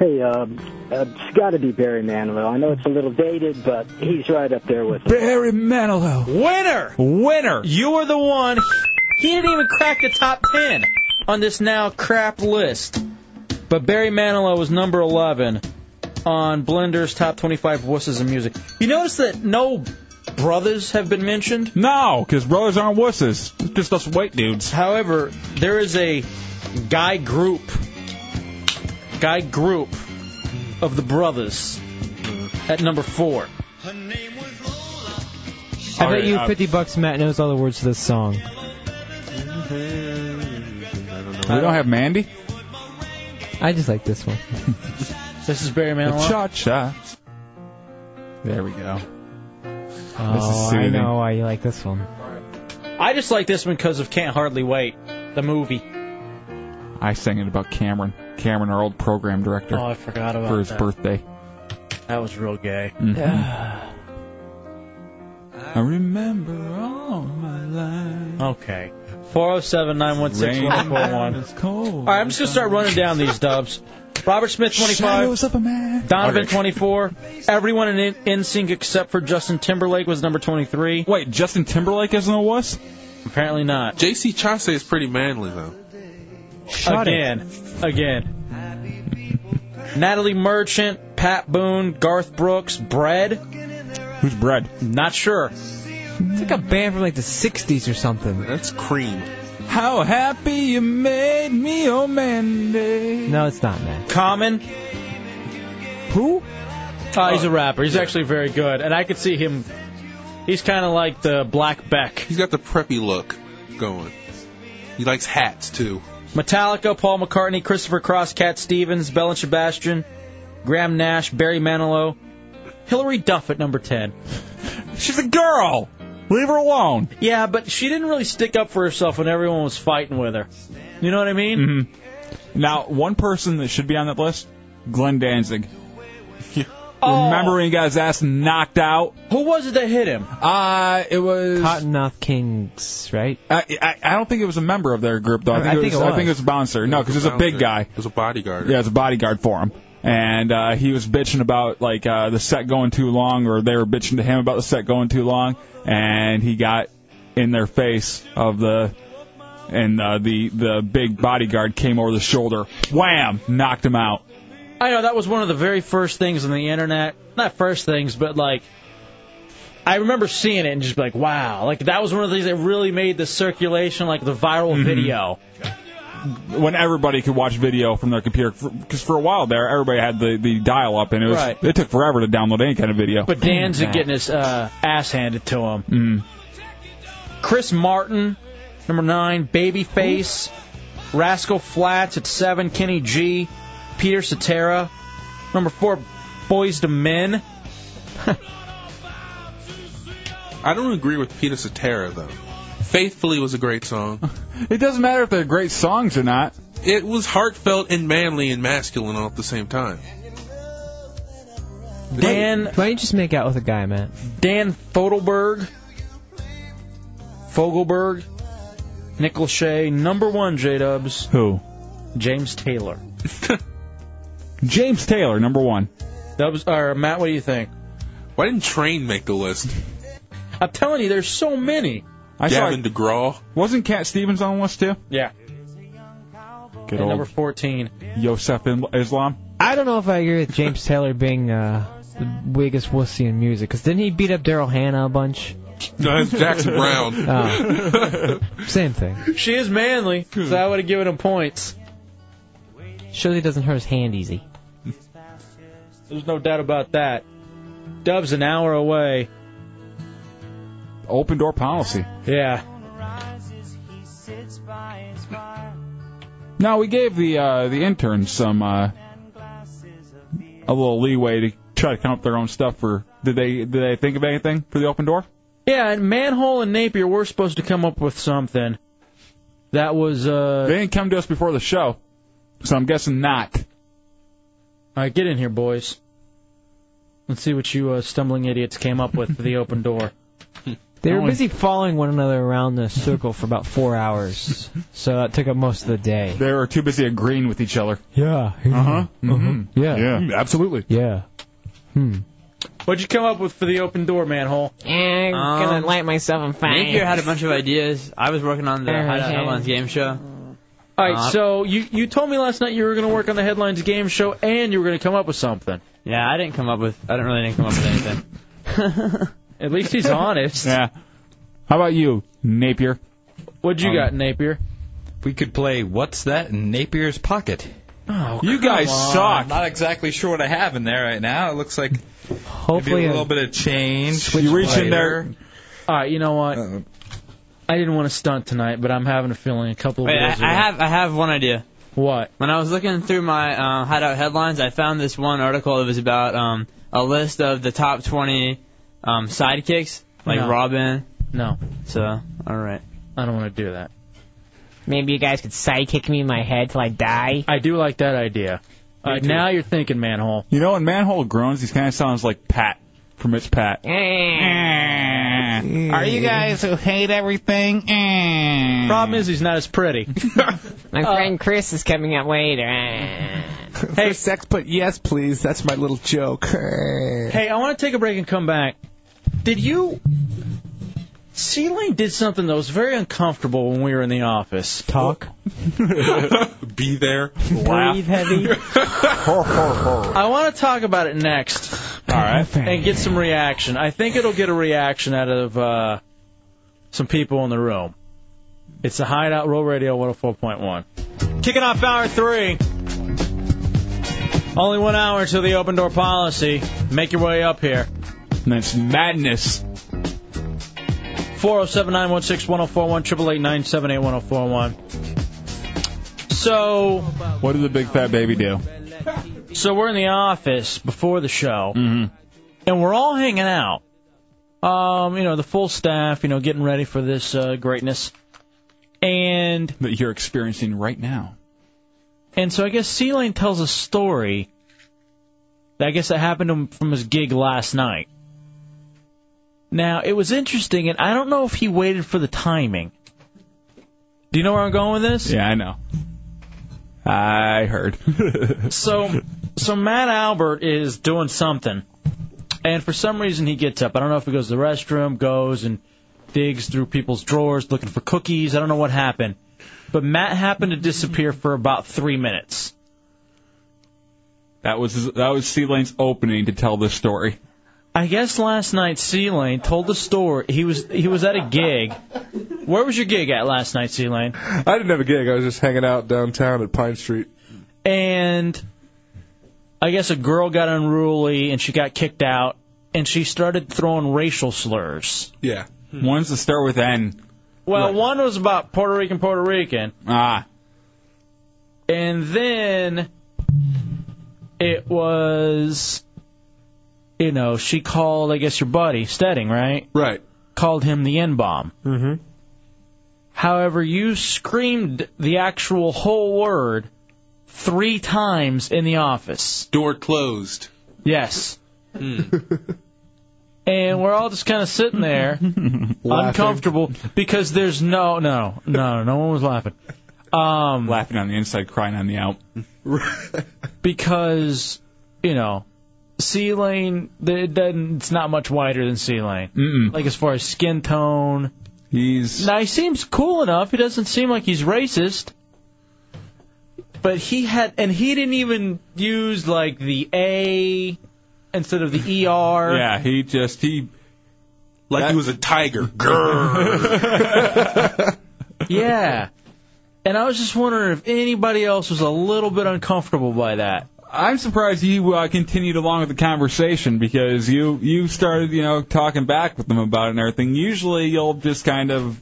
Speaker 21: Hey, um, uh, it's got to be Barry Manilow. I know it's a little dated, but he's right up there with
Speaker 1: Barry Manilow.
Speaker 2: Winner!
Speaker 1: Winner!
Speaker 2: You are the one. He didn't even crack the top 10 on this now crap list. But Barry Manilow was number 11 on Blender's top 25 wusses in music. You notice that no brothers have been mentioned?
Speaker 1: No, because brothers aren't wusses. It's just us white dudes.
Speaker 2: However, there is a guy group, guy group of the brothers at number four.
Speaker 7: I bet you
Speaker 2: Alright, uh,
Speaker 7: 50 bucks Matt knows all the words to this song.
Speaker 1: We don't have Mandy.
Speaker 7: I just like this one.
Speaker 2: This is Barry
Speaker 1: The
Speaker 2: Manilow.
Speaker 1: cha-cha. There we go.
Speaker 7: Oh, I
Speaker 2: soothing.
Speaker 7: know why you like this one.
Speaker 2: I just like this one because of Can't Hardly Wait, the movie.
Speaker 1: I sang it about Cameron. Cameron, our old program director.
Speaker 2: Oh, I forgot about
Speaker 1: For his
Speaker 2: that.
Speaker 1: birthday.
Speaker 2: That was real gay.
Speaker 1: Mhm. I remember all my life.
Speaker 2: Okay. 407 916 All right, I'm just going to start running down these dubs. Robert Smith, 25.
Speaker 1: Shadows of a man.
Speaker 2: Donovan,
Speaker 1: Okay.
Speaker 2: 24. Everyone in NSYNC except for Justin Timberlake was number 23.
Speaker 1: Wait, Justin Timberlake isn't a wuss?
Speaker 2: Apparently not.
Speaker 5: JC Chauncey is pretty manly though. Shut it.
Speaker 2: again. Again. Natalie Merchant, Pat Boone, Garth Brooks, Bread.
Speaker 1: Who's Bread?
Speaker 2: Not sure.
Speaker 7: It's like a band from like the 60s or something.
Speaker 5: That's cream.
Speaker 1: How happy you made me, oh Mandy.
Speaker 7: No, it's not, man.
Speaker 2: Common.
Speaker 1: Who?
Speaker 2: Uh, he's a rapper. He's actually very good, and I could see him. He's kind of like the Black Beck.
Speaker 5: He's got the preppy look going. He likes hats too.
Speaker 2: Metallica, Paul McCartney, Christopher Cross, Cat Stevens, Bell and Sebastian, Graham Nash, Barry Manilow, Hillary Duff at number ten.
Speaker 1: She's a girl. Leave her alone.
Speaker 2: Yeah, but she didn't really stick up for herself when everyone was fighting with her. You know what I mean?
Speaker 1: Mm-hmm. Now, one person that should be on that list, Glenn Danzig. Oh. Remember when he got his ass knocked out?
Speaker 2: Who was it that hit him?
Speaker 1: Uh, it was
Speaker 7: Cottonmouth Kings, right?
Speaker 1: I, I, I don't think it was a member of their group though. I think,
Speaker 7: I
Speaker 1: it, was,
Speaker 7: think it
Speaker 1: I think
Speaker 7: was.
Speaker 1: it was a bouncer. No, because it was a big guy.
Speaker 5: It was a bodyguard.
Speaker 1: Yeah, it was a bodyguard for him. And uh, he was bitching about like uh, the set going too long, or they were bitching to him about the set going too long, and he got in their face of the, and uh, the the big bodyguard came over the shoulder, wham, knocked him out.
Speaker 2: I know that was one of the very first things on the internet. Not first things, but like I remember seeing it and just be like, wow, like that was one of the things that really made the circulation like the viral
Speaker 1: Mm-hmm.
Speaker 2: video.
Speaker 1: When everybody could watch video from their computer, because for a while there, everybody had the, the dial up, and it was
Speaker 2: Right.
Speaker 1: it took forever to download any kind of video. Mm-hmm.
Speaker 2: But Dan's getting his uh, ass handed to him.
Speaker 1: Mm.
Speaker 2: Chris Martin, number nine, Babyface, Rascal Flats at seven, Kenny G, Peter Cetera, number four, Boys to Men.
Speaker 5: I don't agree with Peter Cetera though. Faithfully was a great song.
Speaker 1: It doesn't matter if they're great songs or not.
Speaker 5: It was heartfelt and manly and masculine all at the same time.
Speaker 2: Dan,
Speaker 7: Why don't you just make out with a guy, man?
Speaker 2: Dan Fodelberg, Fogelberg, Nickel Shea, number one J Dubs.
Speaker 1: Who?
Speaker 2: James Taylor.
Speaker 1: James Taylor, number one.
Speaker 2: Dubs, or Matt, what do you think?
Speaker 5: Why didn't Train make the list?
Speaker 2: I'm telling you, there's so many.
Speaker 1: I saw-
Speaker 5: Gavin DeGraw.
Speaker 1: Wasn't Cat Stevens on the list too?
Speaker 2: Yeah.
Speaker 1: Good
Speaker 2: And
Speaker 1: old
Speaker 2: number 14.
Speaker 1: Yosef in- Islam.
Speaker 7: I don't know if I agree with James Taylor being uh, the biggest wussy in music, because didn't he beat up Daryl Hannah a bunch?
Speaker 5: No, that's Jackson Brown.
Speaker 7: Oh. Same thing.
Speaker 2: She is manly, so I would have given him points.
Speaker 7: Surely doesn't hurt his hand easy.
Speaker 2: There's no doubt about that. Dub's an hour away.
Speaker 1: Open door policy.
Speaker 2: Yeah.
Speaker 1: Now we gave the uh, the interns some uh, a little leeway to try to come up with their own stuff. For did they did they think of anything for the open door?
Speaker 2: Yeah, and Manhole and Napier were supposed to come up with something. That was uh
Speaker 1: They didn't come to us before the show. So I'm guessing not.
Speaker 2: All right, get in here, boys. Let's see what you uh, stumbling idiots came up with for the open door.
Speaker 7: They were
Speaker 2: Only-
Speaker 7: busy following one another around the circle for about four hours, so that took up most of the day.
Speaker 1: They were too busy agreeing with each other.
Speaker 7: Yeah. Uh
Speaker 1: huh. Mm-hmm.
Speaker 7: Yeah.
Speaker 1: Yeah. Absolutely.
Speaker 7: Yeah. Hmm.
Speaker 2: What'd you come up with Uh, for the open door, Manhole?
Speaker 7: I'm
Speaker 3: gonna
Speaker 7: light myself on
Speaker 3: Um, Napier had a bunch of ideas. I was working on the
Speaker 2: Okay.
Speaker 3: Hideout Headlines game show.
Speaker 2: All right,
Speaker 3: Uh,
Speaker 2: so you you told me last night you were going to work on the headlines game show and you were going to come up with something.
Speaker 3: Yeah, I didn't come up with. I didn't really didn't come up with anything.
Speaker 2: At least he's honest.
Speaker 1: yeah. How about you, Napier?
Speaker 2: What'd you
Speaker 9: Um,
Speaker 2: got, Napier?
Speaker 9: We could play What's That in Napier's Pocket.
Speaker 2: Oh,
Speaker 9: you
Speaker 2: come
Speaker 9: guys
Speaker 2: on.
Speaker 9: suck. Not exactly sure what I have in there right now. It looks like
Speaker 7: hopefully uh,
Speaker 9: maybe a little bit of change.
Speaker 1: You reach in there.
Speaker 2: All right, you know what? I didn't want to stunt tonight, but I'm having a feeling a couple of
Speaker 3: Wait, I,
Speaker 2: days
Speaker 3: I
Speaker 2: will.
Speaker 3: have I have one idea.
Speaker 2: What?
Speaker 3: When I was looking through my uh, Hideout headlines, I found this one article that was about um, a list of the top 20 um, sidekicks, like
Speaker 2: No.
Speaker 3: Robin.
Speaker 2: No.
Speaker 3: So, all right.
Speaker 2: I don't want to do that.
Speaker 3: Maybe you guys could sidekick me in my head till I die.
Speaker 2: I do like that idea. All right, Uh, now you're thinking, Manhole.
Speaker 1: You know, when Manhole groans, he kind of sounds like Pat from It's Pat.
Speaker 9: Eh.
Speaker 14: Are you guys
Speaker 1: who hate everything? Problem
Speaker 14: eh.
Speaker 2: is, he's not as pretty. Uh,
Speaker 14: My friend Chris is coming up later. hey, sex, but yes, please. That's my little joke.
Speaker 2: Hey, I want to take a break and come back. Did you? Celine did something that was very uncomfortable when we were in the office.
Speaker 7: Talk.
Speaker 5: Be there.
Speaker 2: Breathe
Speaker 7: heavy.
Speaker 2: I want to talk about it next. All right. And get some reaction. I think it'll get a reaction out of uh, some people in the room. It's the Hideout Roll Radio 104.1. Kicking off hour three. Only one hour until the open door policy. Make your way up here.
Speaker 1: That's madness.
Speaker 2: 407 916 1041, 888 978 So.
Speaker 1: What did the big fat baby do?
Speaker 2: So we're in the office before the show,
Speaker 1: Mm-hmm.
Speaker 2: and we're all hanging out. Um, you know, the full staff, you know, getting ready for this uh, greatness. And
Speaker 1: that you're experiencing right now.
Speaker 2: And so I guess Celine tells a story. That I guess that happened to him from his gig last night. Now it was interesting, and I don't know if he waited for the timing. Do you know where I'm going with this?
Speaker 1: Yeah, I know. I heard.
Speaker 2: so so Matt Albert is doing something, and for some reason he gets up. I don't know if he goes to the restroom, goes and digs through people's drawers looking for cookies. I don't know what happened, but Matt happened to disappear for about three minutes.
Speaker 1: That was his, that was Sea Lane's opening to tell this story.
Speaker 2: I guess last night C Lane told the story. He was he was at a gig. Where was your gig at last night, C Lane?
Speaker 12: I didn't have a gig. I was just hanging out downtown at Pine Street.
Speaker 2: and I guess a girl got unruly and she got kicked out and she started throwing racial slurs.
Speaker 1: Yeah.
Speaker 2: Hmm.
Speaker 1: One's to start with N.
Speaker 2: Well, one was about Puerto Rican, Puerto Rican,
Speaker 1: Ah.
Speaker 2: and then it was, you know, she called, I guess, your buddy Stedding, right?
Speaker 5: Right.
Speaker 2: Called him the N bomb.
Speaker 12: Mm-hmm.
Speaker 2: However, you screamed the actual whole word three times in the office.
Speaker 5: Door closed.
Speaker 2: Yes.
Speaker 1: Hmm.
Speaker 2: and we're all just kind of sitting there, uncomfortable, because there's no, no, no, no one was laughing. Um,
Speaker 1: laughing on the inside, crying on the out.
Speaker 2: because, you know, C lane, it doesn't, it's not much wider than C lane.
Speaker 1: Mm-mm.
Speaker 2: Like as far as skin tone.
Speaker 1: He's.
Speaker 2: Now he seems cool enough. He doesn't seem like he's racist. But he had, and he didn't even use like the A instead of the ER.
Speaker 1: Yeah, he just he
Speaker 5: like he was a tiger. Grrr.
Speaker 2: yeah. And I was just wondering if anybody else was a little bit uncomfortable by that.
Speaker 1: I'm surprised you uh, continued along with the conversation because you you started you know talking back with them about it and everything. Usually you'll just kind of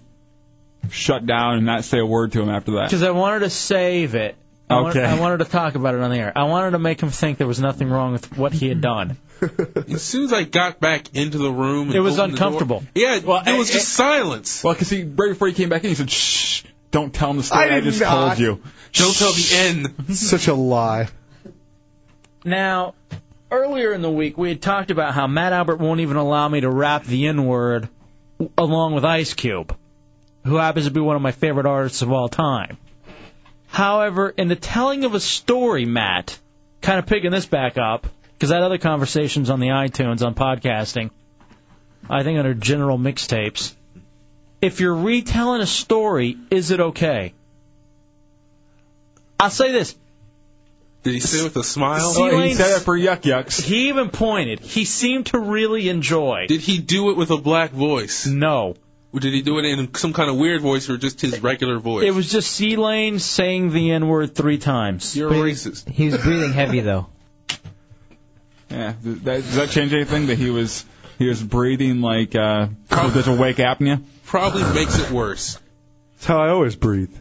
Speaker 1: shut down and not say a word to them after that.
Speaker 2: Because I wanted to save it. I wanted,
Speaker 1: Okay.
Speaker 2: I wanted to talk about it on the air. I wanted to make him think there was nothing wrong with what he had done.
Speaker 5: as soon as I got back into the room, and
Speaker 2: It was
Speaker 5: opened the door-
Speaker 2: uncomfortable.
Speaker 5: yeah, it was just silence.
Speaker 1: Well, because he right before he came back in, he said, "Shh, don't tell him the story I,
Speaker 12: did
Speaker 1: just
Speaker 12: not.
Speaker 1: told you."
Speaker 5: Don't tell the end.
Speaker 12: Such a lie.
Speaker 2: Now, earlier in the week, we had talked about how Matt Albert won't even allow me to rap the N word along with Ice Cube, who happens to be one of my favorite artists of all time. However, in the telling of a story, Matt, kind of picking this back up, because I had other conversations on the iTunes, on podcasting, I think under general mixtapes. If you're retelling a story, is it okay? I'll say this.
Speaker 5: Did he say it with a smile?
Speaker 2: Sea Oh, He Lane's- said it
Speaker 1: for yuck yucks.
Speaker 2: He even pointed. He seemed to really enjoy.
Speaker 5: Did he do it with a black voice?
Speaker 2: No.
Speaker 5: Did he do it in some kind of weird voice or just his regular voice?
Speaker 2: It was just C Lane saying the N word three times.
Speaker 5: You're But racist.
Speaker 7: He was breathing heavy though.
Speaker 1: Yeah. Th- that- does that change anything that he was he was breathing like uh, there's a wake apnea?
Speaker 5: Probably makes it worse.
Speaker 12: That's how I always breathe.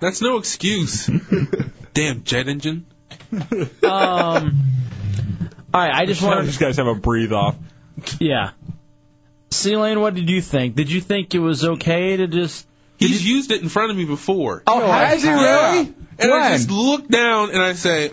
Speaker 5: That's no excuse. Damn jet engine.
Speaker 2: Um. All right, I just
Speaker 1: Now
Speaker 2: wanted.
Speaker 1: these guys have a breathe off.
Speaker 2: Yeah. C Lane, what did you think? Did you think it was okay to just?
Speaker 5: He's used it in front of me before.
Speaker 2: Oh, No, has I- he really?
Speaker 5: Yeah. And I
Speaker 2: When?
Speaker 5: just look down and I say,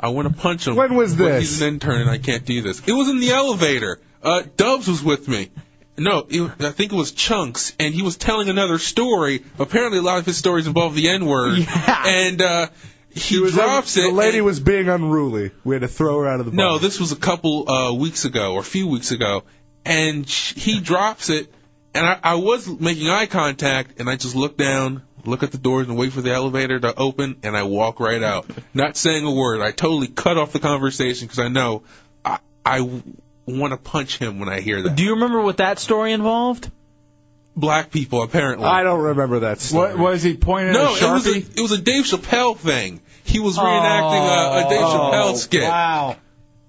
Speaker 5: I want to punch him. When was this? He's an intern and I can't do this. It was in the elevator. Uh, Dubs was with me. No, it, I think it was Chunks, and he was telling another story. Apparently, a lot of his stories involve the N word. Yeah. And uh, he drops
Speaker 12: The
Speaker 5: it.
Speaker 12: lady
Speaker 5: and-
Speaker 12: was being unruly. We had to throw her out of the.
Speaker 5: no, this was a couple uh, weeks ago or a few weeks ago, and sh- he drops it, and I, I was making eye contact, and I just look down, look at the doors, and wait for the elevator to open, and I walk right out, not saying a word. I totally cut off the conversation because I know I, I want to punch him when I hear that.
Speaker 2: Do you remember what that story involved?
Speaker 5: Black people, apparently.
Speaker 12: I don't remember that. Story.
Speaker 1: What was he pointing
Speaker 5: no, it was a, it was a Dave Chappelle thing. He was reenacting a, a Dave Chappelle skit.
Speaker 2: Oh, Wow.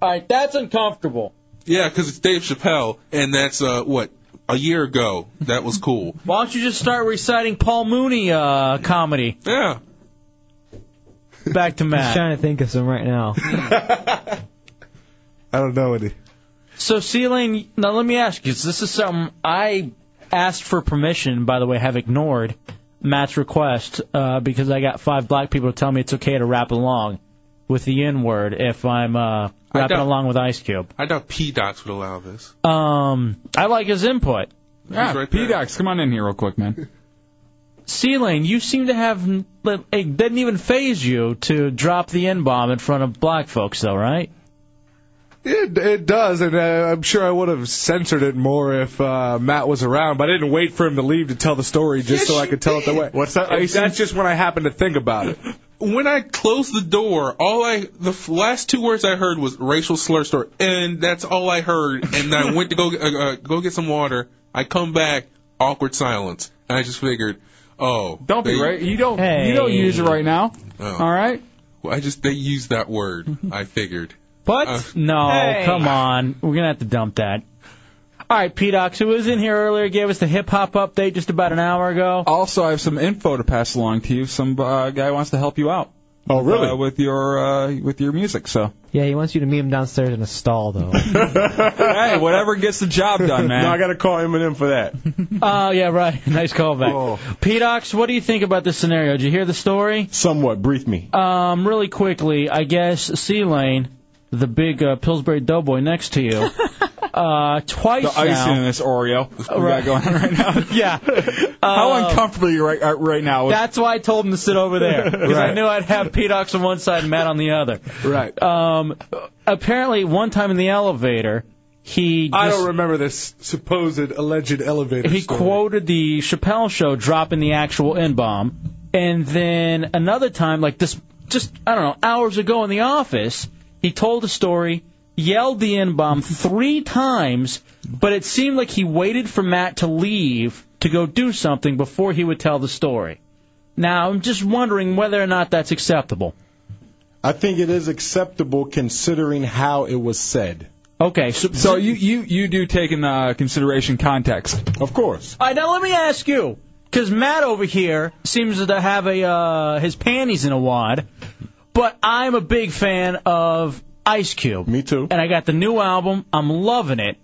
Speaker 2: All right, that's uncomfortable.
Speaker 5: Yeah, because it's Dave Chappelle, and that's uh, what a year ago. That was cool.
Speaker 2: Why don't you just start reciting Paul Mooney uh, comedy?
Speaker 5: Yeah.
Speaker 2: Back to
Speaker 7: He's
Speaker 2: Matt.
Speaker 7: trying to think of some right now.
Speaker 12: I don't know any.
Speaker 2: So, Celine, now let me ask you, 'cause this is something I asked for permission, by the way, have ignored Matt's request uh, because I got five black people to tell me it's okay to rap along with the N word if I'm uh,
Speaker 5: I
Speaker 2: rapping
Speaker 5: don't-
Speaker 2: along with Ice Cube.
Speaker 5: I doubt P Docs would allow this.
Speaker 2: Um, I like his input.
Speaker 1: Yeah, P-Docs, come on in here real quick, man.
Speaker 2: Celine, you seem to have, it didn't even phase you to drop the N bomb in front of black folks, though, right?
Speaker 12: It, it does, and uh, I'm sure I would have censored it more if uh, Matt was around. But I didn't wait for him to leave to tell the story just so I could tell it that way. What's that? That's just when I happened to think about it.
Speaker 5: When I closed the door, all I the f- last two words I heard was racial slur story, and that's all I heard. And I went to go get- uh, uh, go get some water. I come back, awkward silence. And I just figured, oh,
Speaker 1: Don't be
Speaker 5: they-
Speaker 1: right. You don't you don't use it right now.
Speaker 5: Oh.
Speaker 1: All right. Mm-hmm.
Speaker 5: Well, I just they used that word. I figured.
Speaker 2: What?
Speaker 5: Uh,
Speaker 2: no,
Speaker 5: Hey.
Speaker 2: come on. We're going to have to dump that. All right, P-Docs, who was in here earlier, gave us the hip-hop update just about an hour ago.
Speaker 1: Also, I have some info to pass along to you. Some uh, guy wants to help you out.
Speaker 12: Oh,
Speaker 7: really?
Speaker 1: Uh, with your uh, with your music, so.
Speaker 7: Yeah, he wants you to meet him downstairs in a stall though.
Speaker 1: hey, whatever gets the job done, man.
Speaker 7: No, I
Speaker 12: gotta call Eminem for that.
Speaker 2: Oh, yeah, right. Nice callback.
Speaker 1: Oh.
Speaker 2: P-Docs, what do you think about this scenario? Did you hear the story?
Speaker 23: Somewhat. Brief me.
Speaker 2: Um, really quickly, I guess C-Lane, the big uh, Pillsbury Doughboy next to you, uh, twice
Speaker 1: The icing
Speaker 2: now...
Speaker 1: in this Oreo we
Speaker 2: Right.
Speaker 1: got going on right now.
Speaker 2: yeah.
Speaker 1: How
Speaker 2: Um,
Speaker 1: uncomfortable you right, are right now. with-
Speaker 2: That's why I told him to sit over there because I
Speaker 1: Right.
Speaker 2: knew I'd have P-Docs on one side and Matt on the other.
Speaker 12: Right.
Speaker 2: Um, apparently, one time in the elevator, he
Speaker 12: I
Speaker 2: just-
Speaker 12: don't remember this supposed alleged elevator.
Speaker 2: he
Speaker 12: story.
Speaker 2: quoted the Chappelle show dropping the actual N bomb, and then another time, like this, just I don't know, hours ago in the office, he told a story yelled the N bomb three times, but it seemed like he waited for Matt to leave to go do something before he would tell the story. Now, I'm just wondering whether or not that's acceptable.
Speaker 23: I think it is acceptable considering how it was said.
Speaker 2: Okay, so,
Speaker 1: So you, you, you do take in uh, consideration context.
Speaker 23: Of course.
Speaker 2: All right, now let me ask you, because Matt over here seems to have a uh, his panties in a wad, but I'm a big fan of Ice Cube. Me
Speaker 23: too.
Speaker 2: And I got the new album. I'm loving it,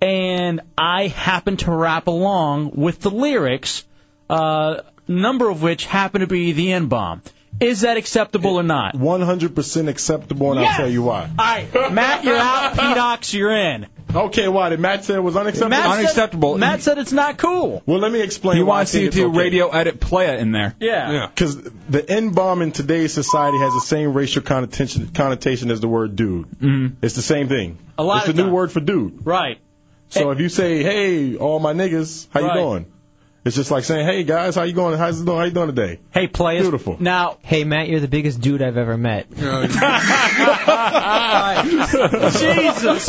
Speaker 2: and I happen to rap along with the lyrics, uh, number of which happen to be the N bomb. Is that acceptable or not?
Speaker 23: 100% acceptable, and I'll tell you why.
Speaker 2: All right, Matt, you're out. Pedox, you're in.
Speaker 23: Okay, why did Matt say it was unacceptable?
Speaker 2: Matt said- Unacceptable. Matt said it's not cool.
Speaker 23: Well, let me explain.
Speaker 1: He
Speaker 23: why I
Speaker 1: wants
Speaker 23: think
Speaker 1: you
Speaker 23: it's
Speaker 1: to
Speaker 23: okay.
Speaker 1: radio edit playa in there.
Speaker 2: Yeah.
Speaker 23: Because the N bomb in today's society has the same racial connotation, connotation as the word dude.
Speaker 1: Mm.
Speaker 23: It's the same thing.
Speaker 2: Mm-hmm. A lot
Speaker 23: it's
Speaker 2: of
Speaker 23: the new
Speaker 2: time.
Speaker 23: word for dude.
Speaker 2: Right.
Speaker 23: So if you say, "Hey, all my niggas, how
Speaker 2: Right.
Speaker 23: you doing?" It's just like saying, "Hey guys, how you going? How's it doing? How you doing today?"
Speaker 2: Hey, players.
Speaker 23: Beautiful.
Speaker 2: Now,
Speaker 7: hey Matt, you're the biggest dude I've ever met.
Speaker 2: Jesus,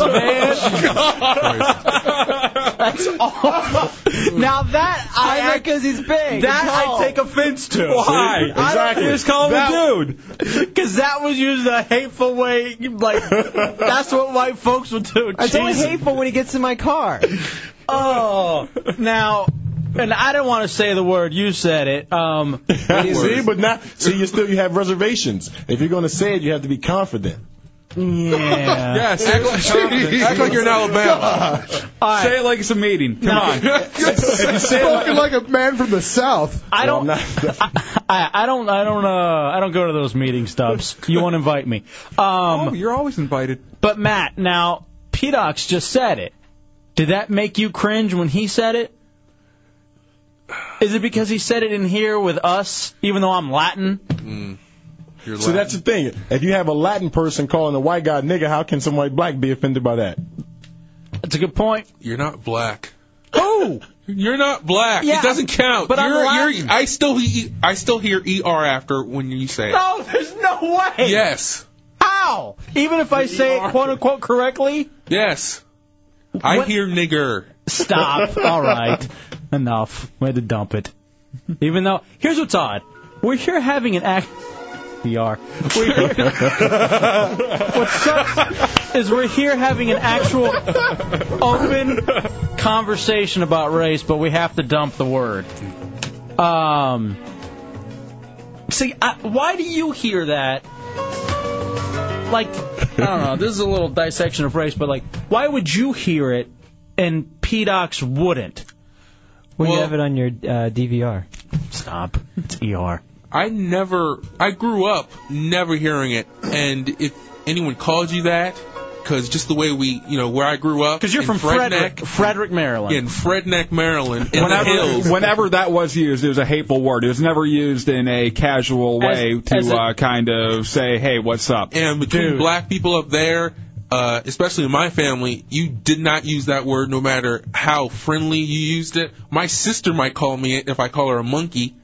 Speaker 2: man. That's awful. Now that I
Speaker 7: Why? Because he's big.
Speaker 2: That
Speaker 7: He's
Speaker 2: I
Speaker 7: tall.
Speaker 2: take offense to.
Speaker 7: Why?
Speaker 2: I don't-
Speaker 7: Exactly.
Speaker 2: Just call him
Speaker 7: That-
Speaker 2: a dude. Because that was used in a hateful way. Like that's what white folks would do.
Speaker 7: It's only
Speaker 2: Jesus.
Speaker 7: hateful when he gets in my car.
Speaker 2: Oh, now, and I don't want to say the word. You said it. Um,
Speaker 23: See, but now, see, you still you have reservations. If you're going to say it, you have to be confident.
Speaker 2: Yeah.
Speaker 23: Yes,
Speaker 5: act like, confident. act like you're in Alabama.
Speaker 1: Say it like it's a meeting. Come
Speaker 2: No.
Speaker 1: on. If you say it
Speaker 12: Spoken like a man from the south.
Speaker 2: I don't. I, I don't. I don't. Uh, I don't go to those meetings, Stubbs. You won't invite me. Um, oh,
Speaker 1: you're always invited.
Speaker 2: But Matt, now Pedox just said it. Did that make you cringe when he said it? Is it because he said it in here with us, even though I'm Latin?
Speaker 12: Mm.
Speaker 23: So that's the thing. If you have a Latin person calling a white guy nigga, how can some white black be offended by that?
Speaker 2: That's a good point.
Speaker 5: You're not black.
Speaker 2: Who?
Speaker 5: You're not black.
Speaker 2: Yeah,
Speaker 5: it doesn't count.
Speaker 2: but I'm
Speaker 5: you're,
Speaker 2: Latin.
Speaker 5: You're, I still he- I still hear er after when you say it.
Speaker 2: No, there's no way.
Speaker 5: Yes.
Speaker 2: How? Even if I say it quote unquote correctly?
Speaker 5: Yes. I
Speaker 2: What-
Speaker 5: hear nigger.
Speaker 2: Stop. All right. Enough. We had to dump it. Even though, here's what's odd. We're here having an act. We are. We're here- what sucks is we're here having an actual open conversation about race, but we have to dump the word. Um. See, I, why do you hear that? Like, I don't know. This is a little dissection of race, but like, why would you hear it and Pedox wouldn't?
Speaker 7: Well, you have it on your uh, DVR.
Speaker 2: Stop. It's ER.
Speaker 5: I never, I grew up never hearing it, and if anyone called you that, 'cause just the way we, you know, where I grew up,
Speaker 2: Because you're
Speaker 5: in
Speaker 2: from Frederick,
Speaker 5: Fredneck-
Speaker 2: Frederick, Maryland.
Speaker 5: in Fredneck, Maryland, in the hills.
Speaker 1: Whenever, whenever that was used, it was a hateful word. It was never used in a casual way to
Speaker 5: as a-
Speaker 1: uh, kind of say, "Hey, what's up?"
Speaker 5: and between
Speaker 1: Dude.
Speaker 5: black people up there, uh, especially in my family, you did not use that word no matter how friendly you used it. My sister might call me it if I call her a monkey,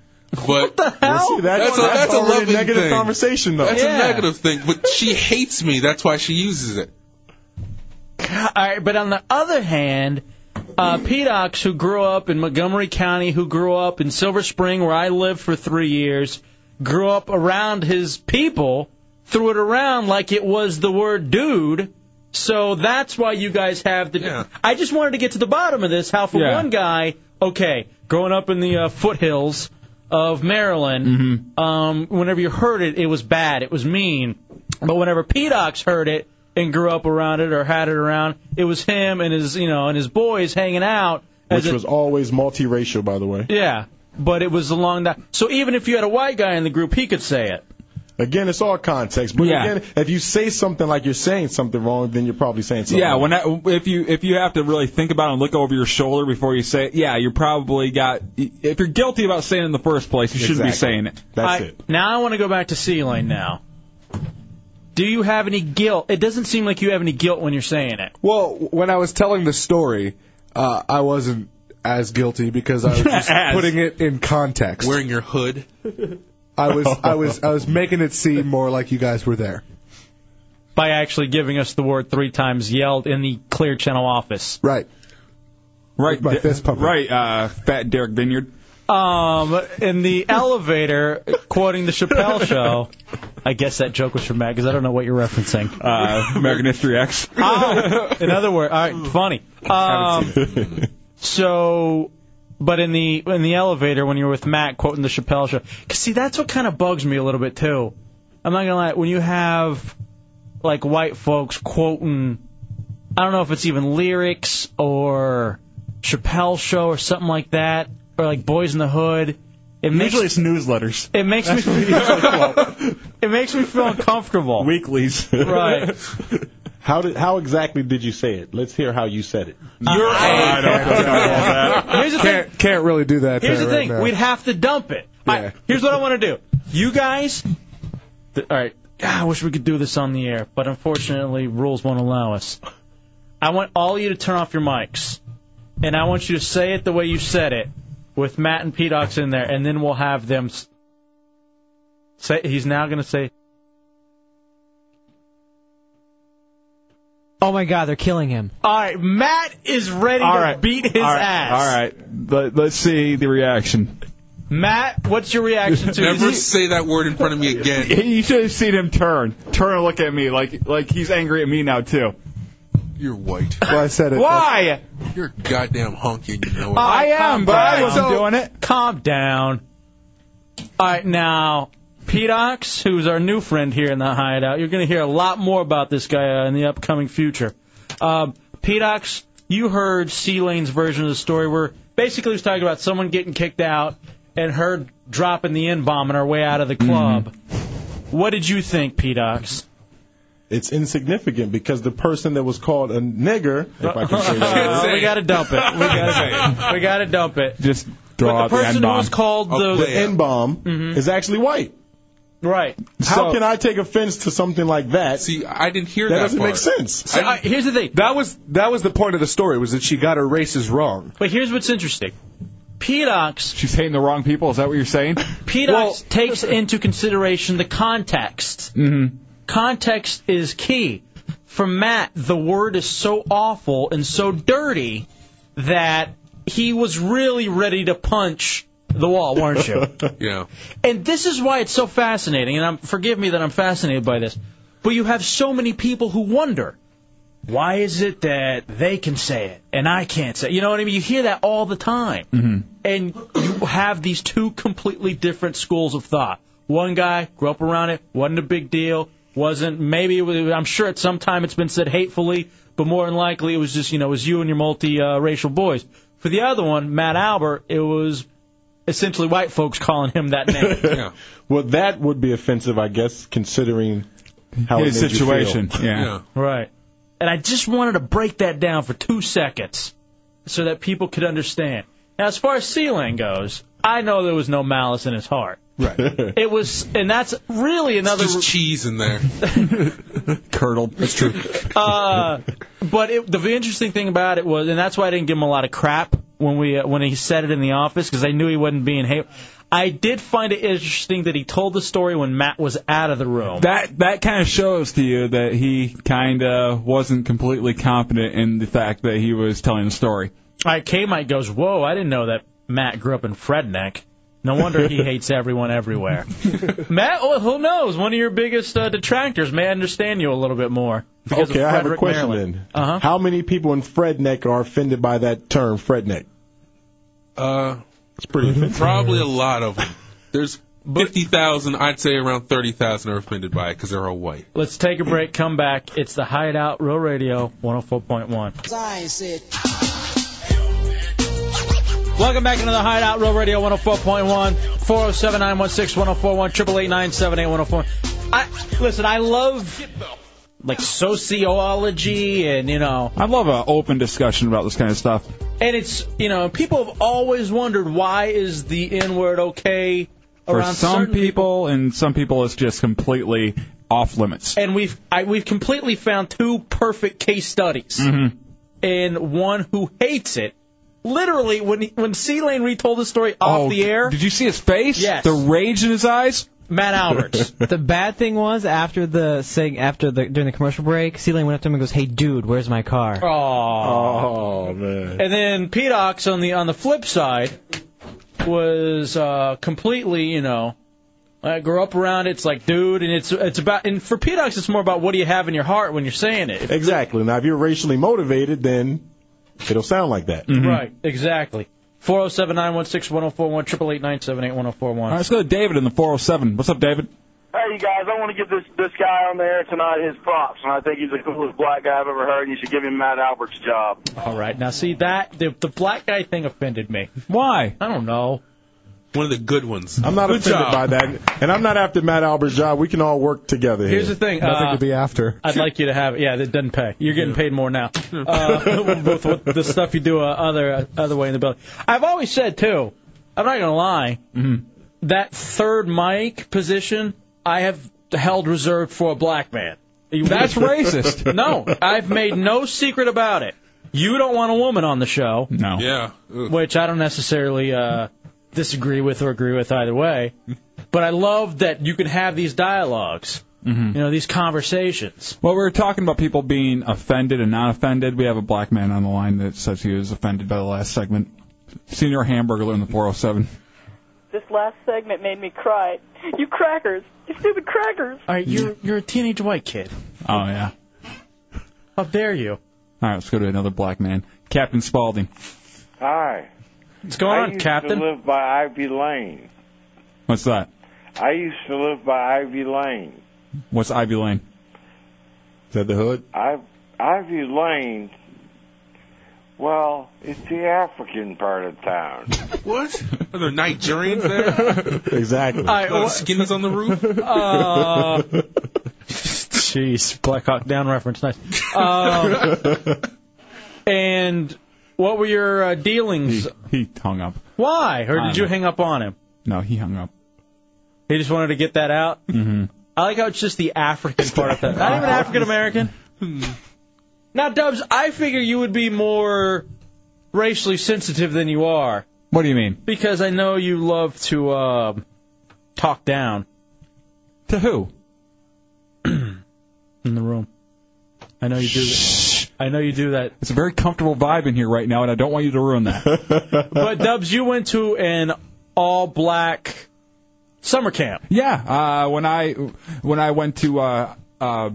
Speaker 5: but
Speaker 23: Well, see, that-
Speaker 5: that's, a
Speaker 23: that's
Speaker 5: that's a
Speaker 23: already a
Speaker 5: loving
Speaker 23: negative
Speaker 5: thing.
Speaker 23: conversation, though.
Speaker 5: That's
Speaker 23: Yeah.
Speaker 5: a negative thing, but she hates me. That's why she uses it.
Speaker 2: All right, but on the other hand, uh, Pedox, who grew up in Montgomery County, who grew up in Silver Spring, where I lived for three years, grew up around his people, threw it around like it was the word dude. So that's why you guys have the. I just wanted to get to the bottom of this. How for
Speaker 1: Yeah.
Speaker 2: one guy, okay, growing up in the uh, foothills of Maryland,
Speaker 1: Mm-hmm.
Speaker 2: um, whenever you heard it, it was bad, it was mean. But whenever Pedox heard it and grew up around it or had it around, it was him and his, you know, and his boys hanging out. as
Speaker 23: Which
Speaker 2: a-
Speaker 23: was always multiracial, by the way.
Speaker 2: yeah, but it was along that. So even if you had a white guy in the group, he could say it.
Speaker 23: Again, it's all context. But
Speaker 1: Yeah.
Speaker 23: again, if you say something like you're saying something wrong, then you're probably saying something.
Speaker 1: Yeah,
Speaker 23: wrong.
Speaker 1: when I, if you if you have to really think about it and look over your shoulder before you say it, yeah, you're probably got. If you're guilty about saying it in the first place, you shouldn't
Speaker 23: Exactly.
Speaker 1: be saying it.
Speaker 23: That's
Speaker 2: I- Now I want to go back to C lane now. Do you have any guilt? It doesn't seem like you have any guilt when you're saying it.
Speaker 12: Well, when I was telling the story, uh, I wasn't as guilty because I was just
Speaker 5: As.
Speaker 12: putting it in context.
Speaker 5: Wearing your hood.
Speaker 12: I was I was I was making it seem more like you guys were there.
Speaker 2: by actually giving us the word three times yelled in the Clear Channel office.
Speaker 1: Right. Right.
Speaker 2: my
Speaker 1: De- Right. Uh, Fat Derek Vineyard.
Speaker 2: Um, in the elevator, quoting the Chappelle Show. I guess that joke was from Matt because I don't know what you're referencing.
Speaker 1: Uh, American History X. Um,
Speaker 2: Oh, in other words, all
Speaker 1: Mm.
Speaker 2: right, funny. Um, so, but in the in the elevator when you were with Matt quoting the Chappelle show, 'cause see that's what kind of bugs me a little bit too. I'm not gonna lie, when you have like white folks quoting, I don't know if it's even lyrics or Chappelle show or something like that, or like Boys in the Hood. It makes,
Speaker 4: Usually it's newsletters.
Speaker 2: It makes me
Speaker 4: That's what we
Speaker 2: feel it makes me feel uncomfortable.
Speaker 4: Weeklies.
Speaker 2: Right.
Speaker 4: How did how exactly did you say it? Let's hear how you said it.
Speaker 2: You're
Speaker 12: I don't know about that.
Speaker 2: Here's the
Speaker 12: can't,
Speaker 2: thing.
Speaker 12: can't really do that.
Speaker 2: Here's
Speaker 12: there
Speaker 2: the
Speaker 12: right
Speaker 2: thing.
Speaker 12: now.
Speaker 2: We'd have to dump it. I, here's what I want to do. You guys. th- all right. Ah, I wish we could do this on the air, but unfortunately, rules won't allow us. I want all of you to turn off your mics, and I want you to say it the way you said it, with Matt and Pedox in there, and then we'll have them s- say. He's now going to say.
Speaker 7: Oh my God, they're killing him.
Speaker 2: All right, Matt is ready
Speaker 1: All
Speaker 2: to
Speaker 1: right.
Speaker 2: beat his
Speaker 1: All right.
Speaker 2: ass.
Speaker 1: All right. Let, let's see the reaction.
Speaker 2: Matt, what's your reaction to
Speaker 5: Never
Speaker 2: this?
Speaker 5: say that word in front of me again.
Speaker 1: You should have seen him turn, turn and look at me like like he's angry at me now too.
Speaker 5: You're white.
Speaker 12: Well, I said it.
Speaker 1: Why?
Speaker 5: You're a goddamn honky. and You know it.
Speaker 1: I am, but I wasn't doing it.
Speaker 2: Calm down. All right, now, Pedox, who's our new friend here in the hideout, you're going to hear a lot more about this guy uh, in the upcoming future. Um, Pedox, you heard C Lane's version of the story where basically he was talking about someone getting kicked out and her dropping the N bomb on her way out of the club.
Speaker 1: Mm-hmm.
Speaker 2: What did you think, Pedox?
Speaker 4: It's insignificant because the person that was called a nigger, if I can say that.
Speaker 2: Uh, we got to dump it. We got we to dump it.
Speaker 1: Just
Speaker 2: throw But the out the person who N-bomb. was called the- Mm-hmm.
Speaker 4: N bomb is actually white.
Speaker 2: Right.
Speaker 4: How
Speaker 2: So-
Speaker 4: can I take offense to something like that?
Speaker 5: See, I didn't hear
Speaker 4: that.
Speaker 12: that
Speaker 4: doesn't make
Speaker 12: part.
Speaker 4: sense.
Speaker 2: So, uh, here's the thing.
Speaker 12: That was that was the point of the story was that she got her races wrong.
Speaker 2: But here's what's interesting. Pedox
Speaker 1: She's hating the wrong people. Is that what you're saying?
Speaker 2: Pedox takes into consideration the context.
Speaker 1: Mm-hmm.
Speaker 2: Context is key. For Matt, the word is so awful and so dirty that he was really ready to punch the wall, weren't you?
Speaker 5: yeah.
Speaker 2: And this is why it's so fascinating. And I'm, forgive me that I'm fascinated by this, but you have so many people who wonder why is it that they can say it and I can't say. It? You know what I mean? You hear that all the time, and you have these two completely different schools of thought. One guy grew up around it, wasn't a big deal, wasn't maybe. It was, I'm sure at some time it's been said hatefully, but more than likely it was just you know it was you and your multi-racial boys. For the other one, Matt Albert, it was essentially white folks calling him that name.
Speaker 4: Well, that would be offensive, I guess, considering how
Speaker 1: His
Speaker 4: it made you feel.
Speaker 1: situation, yeah. Yeah.
Speaker 2: Right. And I just wanted to break that down for two seconds so that people could understand. Now, as far as Sealand goes, I know there was no malice in his heart.
Speaker 1: Right.
Speaker 2: It was, and that's really another.
Speaker 5: There's cheese in there.
Speaker 1: Curdled. That's true.
Speaker 2: Uh, but it, the interesting thing about it was, and that's why I didn't give him a lot of crap when we uh, when he said it in the office because I knew he wasn't being hate. I did find it interesting that he told the story when Matt was out of the room.
Speaker 1: That that kind of shows to you that he kind of wasn't completely competent in the fact that he was telling the story.
Speaker 2: All right, K Mike goes, Whoa, I didn't know that Matt grew up in Fredneck. No wonder he hates everyone everywhere. Matt, well, who knows? One of your biggest uh, detractors may understand you a little bit more. because
Speaker 4: Okay,
Speaker 2: of
Speaker 4: I have a
Speaker 2: Frederick,
Speaker 4: question
Speaker 2: Maryland. Uh-huh.
Speaker 4: then. How many people in Fredneck are offended by that term, Fredneck?
Speaker 5: Uh,
Speaker 4: It's pretty offensive.
Speaker 5: probably a lot of them. There's 50,000. I'd say around 30,000 are offended by it because they're all white.
Speaker 2: Let's take a break, come back. It's the Hideout Real Radio 104.1. Welcome back into the Hideout Real Radio 104.1, 407 916 1041, 888 978 1041. Listen, oh I love like sociology and, you know,
Speaker 1: I love an open discussion about this kind of stuff.
Speaker 2: and it's, you know, people have always wondered why is the N word okay
Speaker 1: For
Speaker 2: around
Speaker 1: some
Speaker 2: certain
Speaker 1: people, and some people, it's just completely off limits.
Speaker 2: and we've I, we've completely found two perfect case studies,
Speaker 1: Mm-hmm.
Speaker 2: and one who hates it. Literally, when when C Lane retold the story off the air,
Speaker 1: Oh, Did you see his face?
Speaker 2: Yes.
Speaker 1: The rage in his eyes?
Speaker 2: Matt Albert.
Speaker 7: the bad thing was after the seg- after the during the commercial break, Celine went up to him and goes, "Hey, dude, where's my car?"
Speaker 2: Oh. man. And then Pedox on the on the flip side was uh, completely, you know, I grew up around it. It's like, dude, and it's it's about and for Pedox, it's more about what do you have in your heart when you're saying it.
Speaker 23: Exactly. Now, if you're racially motivated, then it'll sound like that.
Speaker 2: Mm-hmm.
Speaker 1: Hmm.
Speaker 2: Right. Exactly. Four zero seven nine one six one zero four one triple eight nine seven eight one zero four
Speaker 1: All
Speaker 2: one.
Speaker 1: right, let's go to David in the 407. What's up, David?
Speaker 10: Hey, you guys, I want to give this this guy on there tonight his props, and I think he's the coolest black guy I've ever heard, and you should give him Matt Albert's job.
Speaker 2: All right. Now see that the the black guy thing offended me. Why? I don't know.
Speaker 5: One of the good ones.
Speaker 23: I'm not
Speaker 5: Good
Speaker 23: offended
Speaker 5: job.
Speaker 23: by that, and I'm not after Matt Albert's job. We can all work together.
Speaker 2: Here's
Speaker 23: here.
Speaker 2: the thing, Nothing uh, to be
Speaker 23: after.
Speaker 2: I'd like you to have it. Yeah, that doesn't pay. You're getting paid more now. Uh, with, with the stuff you do uh, other uh, other way in the building. I've always said too. I'm not gonna lie. That third mic position, I have held reserved for a black man.
Speaker 1: That's racist.
Speaker 2: No, I've made no secret about it. You don't want a woman on the show.
Speaker 1: No.
Speaker 5: Yeah.
Speaker 2: Which I don't necessarily uh, disagree with or agree with either way. But I love that you can have these dialogs You know, these conversations.
Speaker 1: Well, we were talking about people being offended and not offended. We have a black man on the line that says he was offended by the last segment. Senior Hamburger in the 407.
Speaker 11: This last segment made me cry. You crackers, you stupid crackers.
Speaker 2: All right, you're you're a teenage white kid.
Speaker 1: Oh, yeah.
Speaker 2: How dare you? All
Speaker 1: right, let's go to another black man. Captain Spaulding.
Speaker 13: Hi.
Speaker 2: What's
Speaker 1: going
Speaker 13: I
Speaker 1: on,
Speaker 13: used
Speaker 1: Captain?
Speaker 13: To live by Ivy Lane.
Speaker 1: What's that?
Speaker 13: I used to live by Ivy Lane.
Speaker 1: What's Ivy Lane?
Speaker 23: Is that the hood?
Speaker 13: I Ivy Lane. Well, it's the African part of town.
Speaker 5: What? Are there Nigerians there?
Speaker 23: exactly.
Speaker 5: A lot of skinnies on the roof?
Speaker 2: Uh, Jeez, Black Hawk Down reference, nice. Um, and what were your uh, dealings?
Speaker 1: He hung up.
Speaker 2: Why, or
Speaker 1: I
Speaker 2: did you
Speaker 1: don't-
Speaker 2: hang up on him?
Speaker 1: No, he hung up.
Speaker 2: He just wanted to get that out.
Speaker 1: Mm-hmm.
Speaker 2: I like how it's just the African part of that. Not even African American.
Speaker 1: Hmm.
Speaker 2: Now, Dubs, I figure you would be more racially sensitive than you are
Speaker 1: What do you mean?
Speaker 2: because I know you love to um, talk down.
Speaker 1: To who?
Speaker 2: in the room. I know you do. That. I know you do that.
Speaker 1: It's a very comfortable vibe in here right now, and I don't want you to ruin that.
Speaker 2: But Dubs, you went to an all-black summer camp.
Speaker 1: Yeah, uh, when I when I went to uh, uh,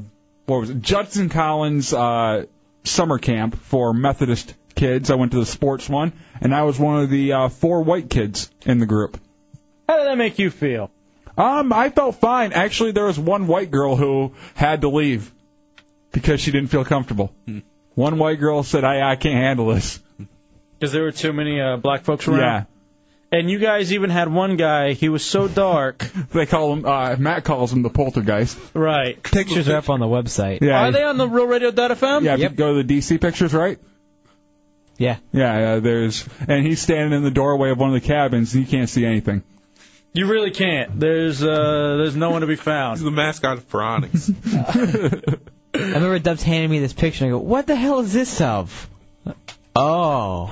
Speaker 1: what was it? Judson Collins uh, summer camp for Methodist kids, I went to the sports one, and I was one of the uh, four white kids in the group.
Speaker 2: How did that make you feel?
Speaker 1: Um, I felt fine. Actually, there was one white girl who had to leave because she didn't feel comfortable.
Speaker 2: Hmm.
Speaker 1: One white girl said, "I I can't handle this."
Speaker 2: Because there were too many uh, black folks around.
Speaker 1: Yeah.
Speaker 2: And you guys even had one guy. He was so dark.
Speaker 1: they call him. Uh, Matt calls him the poltergeist.
Speaker 2: Right.
Speaker 7: Pictures are up on the website.
Speaker 1: Yeah.
Speaker 2: Are they on the Real Radio FM?
Speaker 1: Yeah, if you go to the DC pictures, right?
Speaker 7: Yeah.
Speaker 1: Yeah, uh, there's, and he's standing in the doorway of one of the cabins, and he can't see anything.
Speaker 2: You really can't. There's uh, there's no one to be found.
Speaker 5: He's the mascot of Pharonix.
Speaker 7: I remember Dubs handing me this picture and I go, "What the hell is this of?" Oh.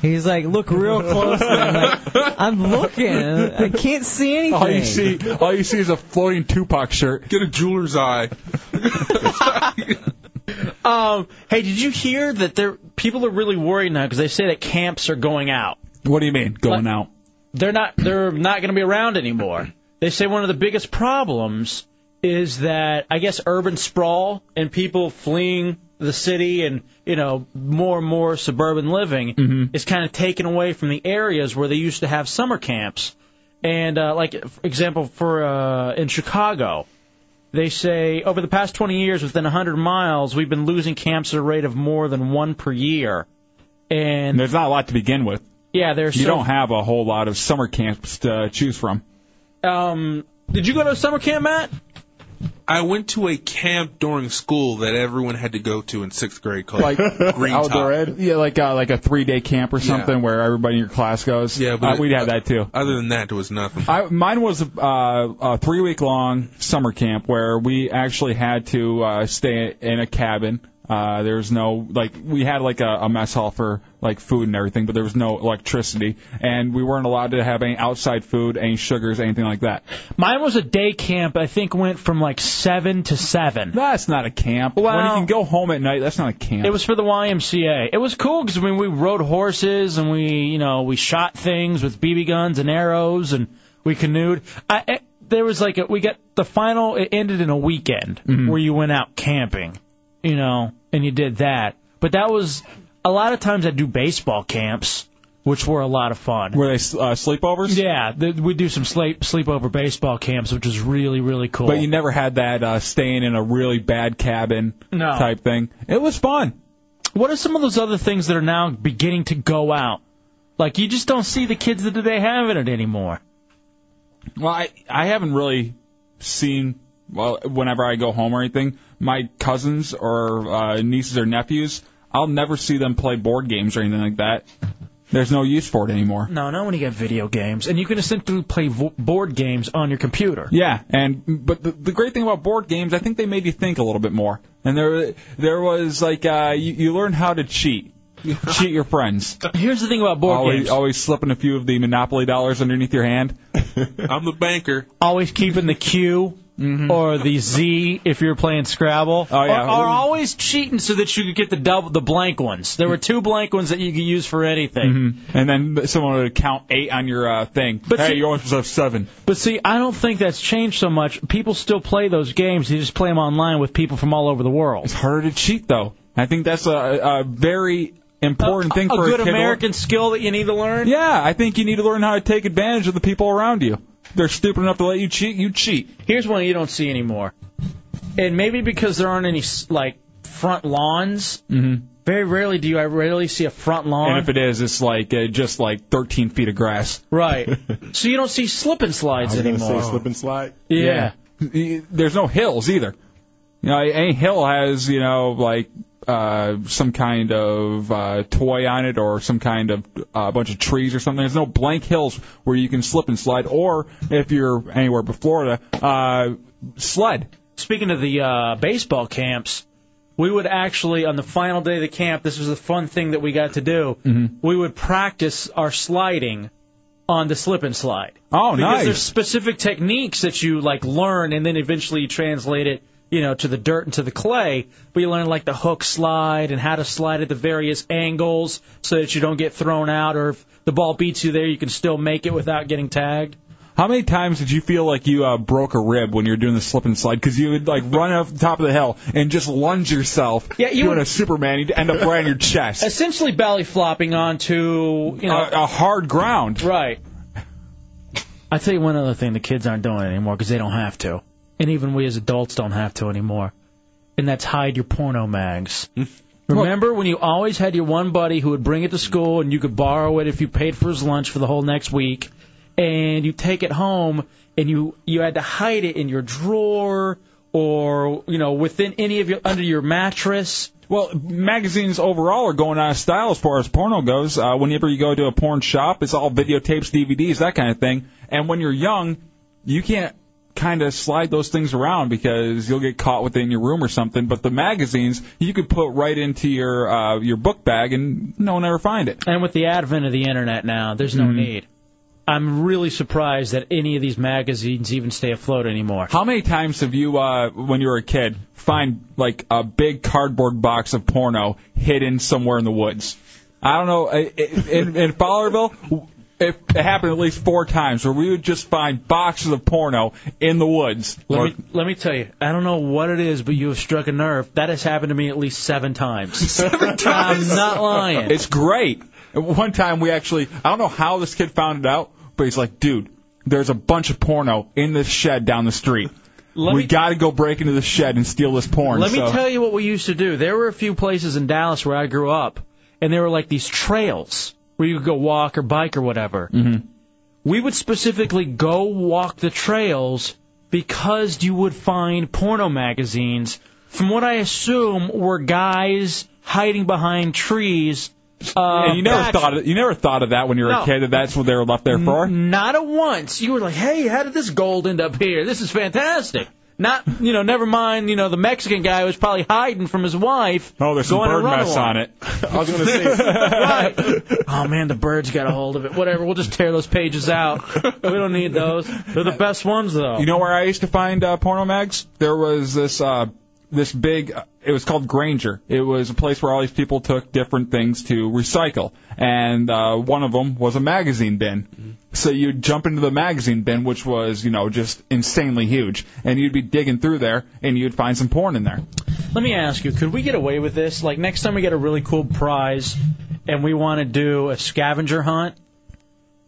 Speaker 7: He's like, "Look real close." and I'm like, "I'm looking. I can't see anything."
Speaker 1: All you see, all you see is a floating Tupac shirt.
Speaker 5: Get a jeweler's eye.
Speaker 2: Um, hey, did you hear that there people are really worried now because they say that camps are going out.
Speaker 1: What do you mean going out?
Speaker 2: They're not. They're not going to be around anymore. They say one of the biggest problems is that I guess urban sprawl and people fleeing the city and you know more and more suburban living
Speaker 1: Mm-hmm.
Speaker 2: is kind of taken away from the areas where they used to have summer camps. And uh, like for example, for uh, in Chicago, they say over the past 20 years, within 100 miles, we've been losing camps at a rate of more than one per year. And
Speaker 1: there's not a lot to begin with.
Speaker 2: yeah, there's
Speaker 1: You
Speaker 2: so,
Speaker 1: don't have a whole lot of summer camps to choose from.
Speaker 2: Um, did you go to a summer camp, Matt?
Speaker 5: I went to a camp during school that everyone had to go to in sixth grade called
Speaker 1: Like
Speaker 5: Green Top.
Speaker 1: Yeah, like uh, like a three day camp or
Speaker 5: Yeah.
Speaker 1: something where everybody in your class goes.
Speaker 5: Yeah, but
Speaker 1: Uh, we'd have that too.
Speaker 5: Other than that, there was nothing.
Speaker 1: I, mine was uh, a three week long summer camp where we actually had to uh, stay in a cabin Uh, there's no like we had like a, a mess hall for like food and everything, but there was no electricity, and we weren't allowed to have any outside food, any sugars, anything like that.
Speaker 2: Mine was a day camp. I think went from like seven to seven.
Speaker 1: That's not a camp. When you
Speaker 2: Well,
Speaker 1: can go home at night, that's not a camp.
Speaker 2: It was for the YMCA. It was cool because I mean we rode horses and we you know we shot things with BB guns and arrows and we canoed. I, I there was like a, we got the final. It ended in a weekend
Speaker 1: Mm-hmm.
Speaker 2: where you went out camping, you know, and you did that. But that was a lot of times I do baseball camps, which were a lot of fun.
Speaker 1: Were they uh, sleepovers?
Speaker 2: Yeah, th we do some sleep sleepover baseball camps, which was really really cool.
Speaker 1: But you never had that uh, staying in a really bad cabin
Speaker 2: No.
Speaker 1: type thing. It was fun.
Speaker 2: What are some of those other things that are now beginning to go out? Like you just don't see the kids that today having it anymore.
Speaker 1: Well, I I haven't really seen well whenever I go home or anything. My cousins or uh, nieces or nephews, I'll never see them play board games or anything like that. There's no use for it anymore.
Speaker 2: No, not when you get video games, and you can essentially play vo- board games on your computer.
Speaker 1: Yeah, and but the, the great thing about board games, I think they made you think a little bit more. And there there was like uh, you, you learn how to cheat, cheat your friends.
Speaker 2: Here's the thing about board
Speaker 1: always,
Speaker 2: games.
Speaker 1: always slipping a few of the Monopoly dollars underneath your hand.
Speaker 5: I'm the banker.
Speaker 2: Always keeping the Q or the Z if you're playing Scrabble. Oh
Speaker 1: Mm-hmm. yeah.
Speaker 2: Or, or always cheating so that you could get the double the blank ones. There were two blank ones that you could use for anything.
Speaker 1: Mm. And then someone would Mm-hmm. count eight on your uh, thing.
Speaker 2: But
Speaker 1: hey,
Speaker 2: see-
Speaker 1: you're only supposed to have seven.
Speaker 2: But see, I don't think that's changed so much. People still play those games. They just play them online with people from all over the world. It's
Speaker 1: harder to cheat though. I think that's a, a very important thing
Speaker 2: a
Speaker 1: for
Speaker 2: good
Speaker 1: a kid to learn.
Speaker 2: American skill that you need to learn.
Speaker 1: Yeah, I think you need to learn how to take advantage of the people around you. If They're stupid enough to let you cheat. You cheat.
Speaker 2: Here's one you don't see anymore, and maybe because there aren't any s like front lawns.
Speaker 1: Mm-hmm.
Speaker 2: Very rarely do I rarely see a front
Speaker 1: And
Speaker 2: lawn.
Speaker 1: if it is, it's like uh, just like 13 feet of grass.
Speaker 2: right. so you don't see slip and slides
Speaker 1: I was gonna say
Speaker 2: anymore.
Speaker 1: slip
Speaker 23: and slide.
Speaker 2: Yeah.
Speaker 1: There's no hills either. You know, any hill has you know like uh, some kind of uh, toy on it or some kind of uh, bunch of trees or something. There's no blank hills where you can slip and slide, or if you're anywhere but Florida, uh, sled.
Speaker 2: Speaking of the uh, baseball camps, we would actually on the final day of the camp. This was a fun thing that we got to do.
Speaker 1: Mm-hmm.
Speaker 2: We would practice our sliding on the slip and slide.
Speaker 1: Oh,
Speaker 2: because
Speaker 1: nice.
Speaker 2: there's specific techniques that you like learn, and then eventually you translate it, you know, to the dirt and to the clay. But you learn like the hook slide and how to slide at the various angles so that you don't get thrown out, or if the ball beats you there, you can still make it without getting tagged.
Speaker 1: How many times did you feel like you uh, broke a rib when you were doing the slip and slide? Because you would like run off the top of the hill and just lunge yourself,
Speaker 2: Yeah, you
Speaker 1: doing
Speaker 2: would-
Speaker 1: a Superman. You'd end up right on your chest.
Speaker 2: Essentially, belly flopping onto you know
Speaker 1: A- a hard ground.
Speaker 2: Right. I tell you one other thing the kids aren't doing anymore because they don't have to, and even we as adults don't have to anymore, and that's hide your porno mags.
Speaker 13: Hmm?
Speaker 2: Remember when you always had your one buddy who would bring it to school and you could borrow it if you paid for his lunch for the whole next week, and you take it home and you you had to hide it in your drawer or you know within any of your under your mattress.
Speaker 1: Well, magazines overall are going out of style as far as porno goes. Uh, whenever you go to a porn shop, it's all videotapes, DVDs, that kind of thing. And when you're young, you can't kind of slide those things around because you'll get caught within your room or something. But the magazines, you could put right into your uh, your book bag, and no one ever find it.
Speaker 2: And with the advent of the internet now, there's no need. I'm really surprised that any of these magazines even stay afloat anymore.
Speaker 1: How many times have you, uh, when you were a kid, find like a big cardboard box of porno hidden somewhere in the woods? I don't know. I- I- In, in Fowlerville, it, it happened at least four times where we would just find boxes of porno in the woods.
Speaker 2: Let
Speaker 1: Or-
Speaker 2: me let me tell you, I don't know what it is, but you have struck a nerve. That has happened to me at least seven times. seven
Speaker 1: times?
Speaker 2: I'm not lying.
Speaker 1: It's great. At One time we actually, I don't know how this kid found it out, but he's like, dude, there's a bunch of porno in this shed down the street.
Speaker 2: Let
Speaker 1: we
Speaker 2: me-
Speaker 1: got to go break into the shed and steal this porn.
Speaker 2: Let me
Speaker 1: so-
Speaker 2: tell you what we used to do. There were a few places in Dallas where I grew up, and there were like these trails where you could go walk or bike or whatever. Mm-hmm. We would specifically go walk the trails because you would find porno magazines, from what I assume were guys hiding behind trees. Uh,
Speaker 1: And you never
Speaker 2: back-
Speaker 1: thought of, you never thought of that when you were
Speaker 2: No.
Speaker 1: a kid that that's what they were left there for.
Speaker 2: Not a once. You were like, hey, how did this gold end up here? This is fantastic. Not you know, never mind. You know, the Mexican guy was probably hiding from his wife.
Speaker 1: Oh, there's some
Speaker 2: going to
Speaker 1: bird
Speaker 2: run
Speaker 1: mess
Speaker 2: along.
Speaker 1: on it. I was
Speaker 2: gonna say. oh man, the birds got a hold of it. Whatever, we'll just tear those pages out. We don't need those. They're the best ones though.
Speaker 1: You know where I used to find uh, porno mags? There was this uh, this big. Uh, it was called Granger. It was a place where all these people took different things to recycle, and uh, one of them was a magazine
Speaker 2: Mm-hmm.
Speaker 1: bin. So you'd jump into the magazine bin, which was you know just insanely huge, and you'd be digging through there, and you'd find some porn in there.
Speaker 2: Let me ask you, could we get away with this? Like next time we get a really cool prize and we want to do a scavenger hunt,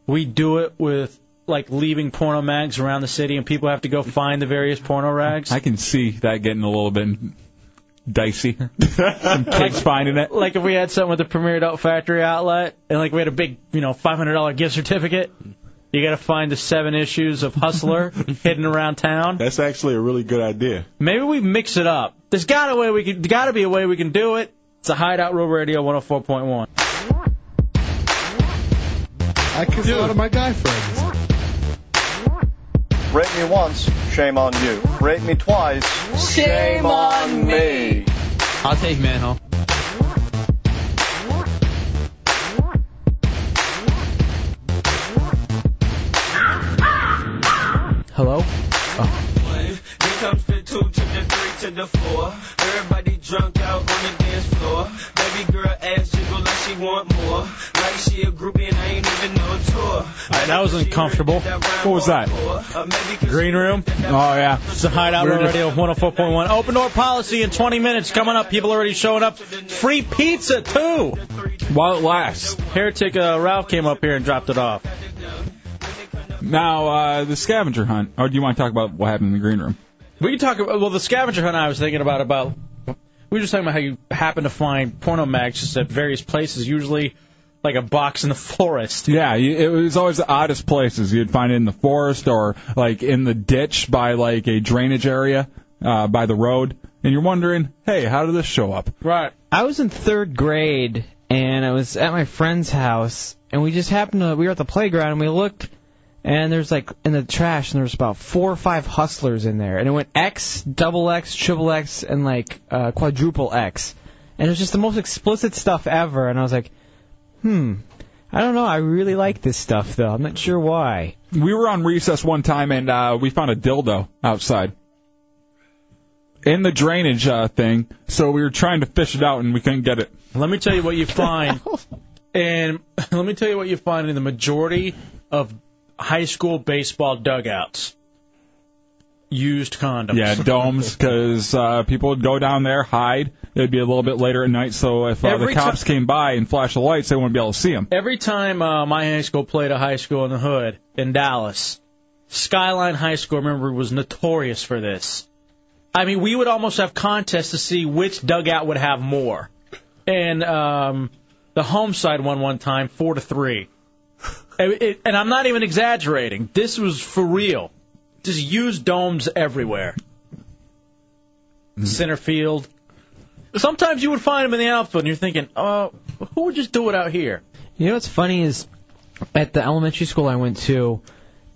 Speaker 2: we do it with like leaving porno mags around the city and people have to go find the various porno rags.
Speaker 1: I can see that getting a little bit dicey. some kids finding it.
Speaker 2: Like if we had something with the Premier Adult Factory outlet and like we had a big, you know, $500 gift certificate, you got to find the seven issues of Hustler hidden around town.
Speaker 4: That's actually a really good idea.
Speaker 2: Maybe we mix it up. There's got a way we could. Got to be a way we can do it. It's a Hideout Road Radio 104.1.
Speaker 12: I kissed a lot of my guy friends.
Speaker 8: Rape me once, shame on you. Rape me twice, shame on me.
Speaker 3: I'll take manhole.
Speaker 7: Hello?
Speaker 2: Oh.
Speaker 14: Here comes the two to the three to the four. Everybody drunk out on the dance floor. Baby girl ass jiggle like she want more. Like she a groupie and I ain't even on tour.
Speaker 2: that was uncomfortable. What was that? Green room. Oh yeah. It's a Hideout
Speaker 14: We're
Speaker 2: Road
Speaker 14: just-
Speaker 2: Radio 104.1. Open door policy in 20 minutes coming up. People already showing up. Free pizza too.
Speaker 1: While it lasts.
Speaker 2: Heretic uh, Ralph came up here and dropped it off.
Speaker 1: Now uh, the scavenger hunt. Or do you want to talk about what happened in the green room?
Speaker 2: We can talk about well the scavenger hunt I was thinking about about we were just talking about how you happen to find porno mags just at various places, usually like a box in the forest.
Speaker 1: Yeah, you- it was always the oddest places. You'd find it in the forest or like in the ditch by like a drainage area uh, by the road, and you're wondering, hey, how did this show up?
Speaker 2: Right.
Speaker 7: I was in third grade and I was at my friend's house and we just happened to we were at the playground and we looked and there's like in the trash and there was about four or five hustlers in there and it went X, double X, triple X and like uh, quadruple X and it was just the most explicit stuff ever and I was like, hmm, I don't know, I really like this stuff though. I'm not sure why.
Speaker 1: We were on recess one time and uh, we found a dildo outside in the drainage uh, thing. So we were trying to fish it out and we couldn't get it.
Speaker 2: Let me tell you what you find, and let me tell you what you find in the majority of high school baseball dugouts. Used condoms.
Speaker 1: Yeah, domes, because uh, people would go down there, hide. It'd be a little bit later at night, so if uh, the
Speaker 2: Every ti-
Speaker 1: cops came by and flashed the lights, they wouldn't be able to see them.
Speaker 2: Every time uh, my high school played a high school in the hood in Dallas, Skyline High School, I remember, was notorious for this. I mean, we would almost have contests to see which dugout would have more. And um, the home side won one time, four to three. And, it, and I'm not even exaggerating. This was for real. Just used domes everywhere. Center field. Sometimes you would find them in the outfield, and you're thinking, "Oh, who would just do it out here?"
Speaker 7: You know what's funny is at the elementary school I went to,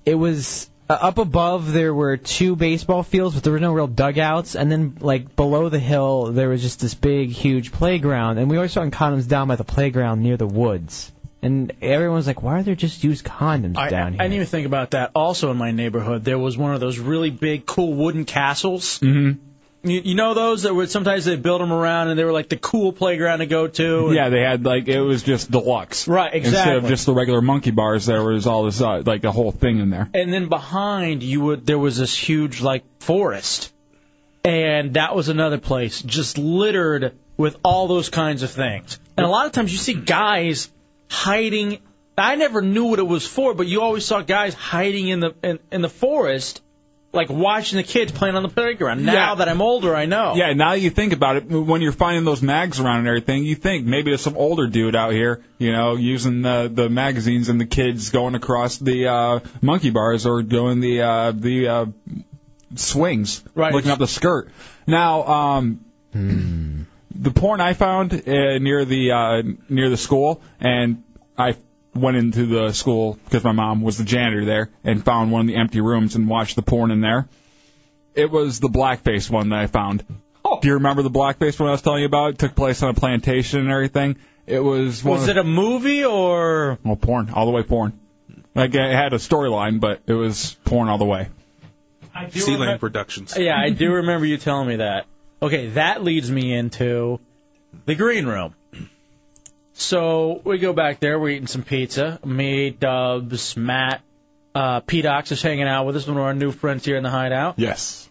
Speaker 7: it was uh, up above there were two baseball fields, but there were no real dugouts. And then like below the hill, there was just this big, huge playground. And we always found condoms down by the playground near the woods. And everyone was like, "Why are there just used condoms
Speaker 2: I,
Speaker 7: down here?"
Speaker 2: I didn't even think about that. Also, in my neighborhood, there was one of those really big, cool wooden castles. Mm-hmm. You, you know those that would sometimes they build them around, and they were like the cool playground to go to. and-
Speaker 1: Yeah, they had like it was just deluxe.
Speaker 2: Right,
Speaker 1: Instead of
Speaker 2: exactly.
Speaker 1: just the regular monkey bars, there was all this uh, like the whole thing in there.
Speaker 2: And then behind you would there was this huge like forest, and that was another place just littered with all those kinds of things. And a lot of times you see guys hiding. I never knew what it was for, but you always saw guys hiding in the in, in the forest, like watching the kids playing on the playground. Now
Speaker 1: Yeah.
Speaker 2: that I'm older, I know.
Speaker 1: Yeah, now you think about it, when you're finding those mags around and everything, you think maybe there's some older dude out here, you know, using the the magazines and the kids going across the uh, monkey bars or doing the uh, the uh, swings,
Speaker 2: right.
Speaker 1: looking up the skirt. Now, um, the porn I found uh, near the uh, near the school, and I went into the school because my mom was the janitor there, and found one of the empty rooms and watched the porn in there. It was the blackface one that I found.
Speaker 2: Oh.
Speaker 1: Do you remember the blackface one I was telling you about? It took place on a plantation and everything. It was one
Speaker 2: Was
Speaker 1: of-
Speaker 2: it a movie or?
Speaker 1: well, porn, all the way porn. Like it had a storyline, but it was porn all the way.
Speaker 5: Sea Lane Productions.
Speaker 2: Yeah, I do remember you telling me that. Okay, that leads me into the green room. So we go back there. We're eating some pizza. Me, Dubs, Matt, uh, P Dox is hanging out with us. One of our new friends here in the hideout.
Speaker 23: Yes.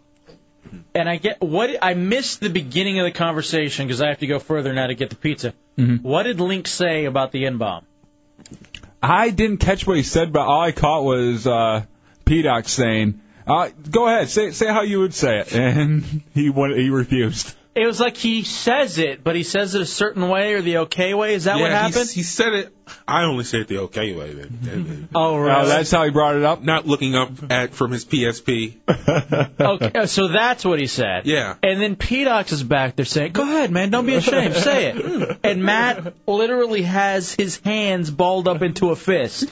Speaker 2: And I get what I missed the beginning of the conversation because I have to go further now to get the pizza. What did Link say about the N bomb?
Speaker 1: I didn't catch what he said, but all I caught was uh, P-Doc saying, uh, "Go ahead, say say how you would say it," and he went, he refused.
Speaker 2: It was like he says it, but he says it a certain way or the okay way. Is that what
Speaker 5: Yeah, he-
Speaker 2: happened?
Speaker 5: He, said it. I only say it the okay way. Then. Then-
Speaker 2: Oh, right.
Speaker 1: that's how he brought it up.
Speaker 5: Not looking up at from his PSP.
Speaker 2: okay, so that's what he said.
Speaker 5: Yeah.
Speaker 2: And then P-Dox is back there saying, "Go ahead, man. Don't be ashamed. Say it." And Matt literally has his hands balled up into a fist,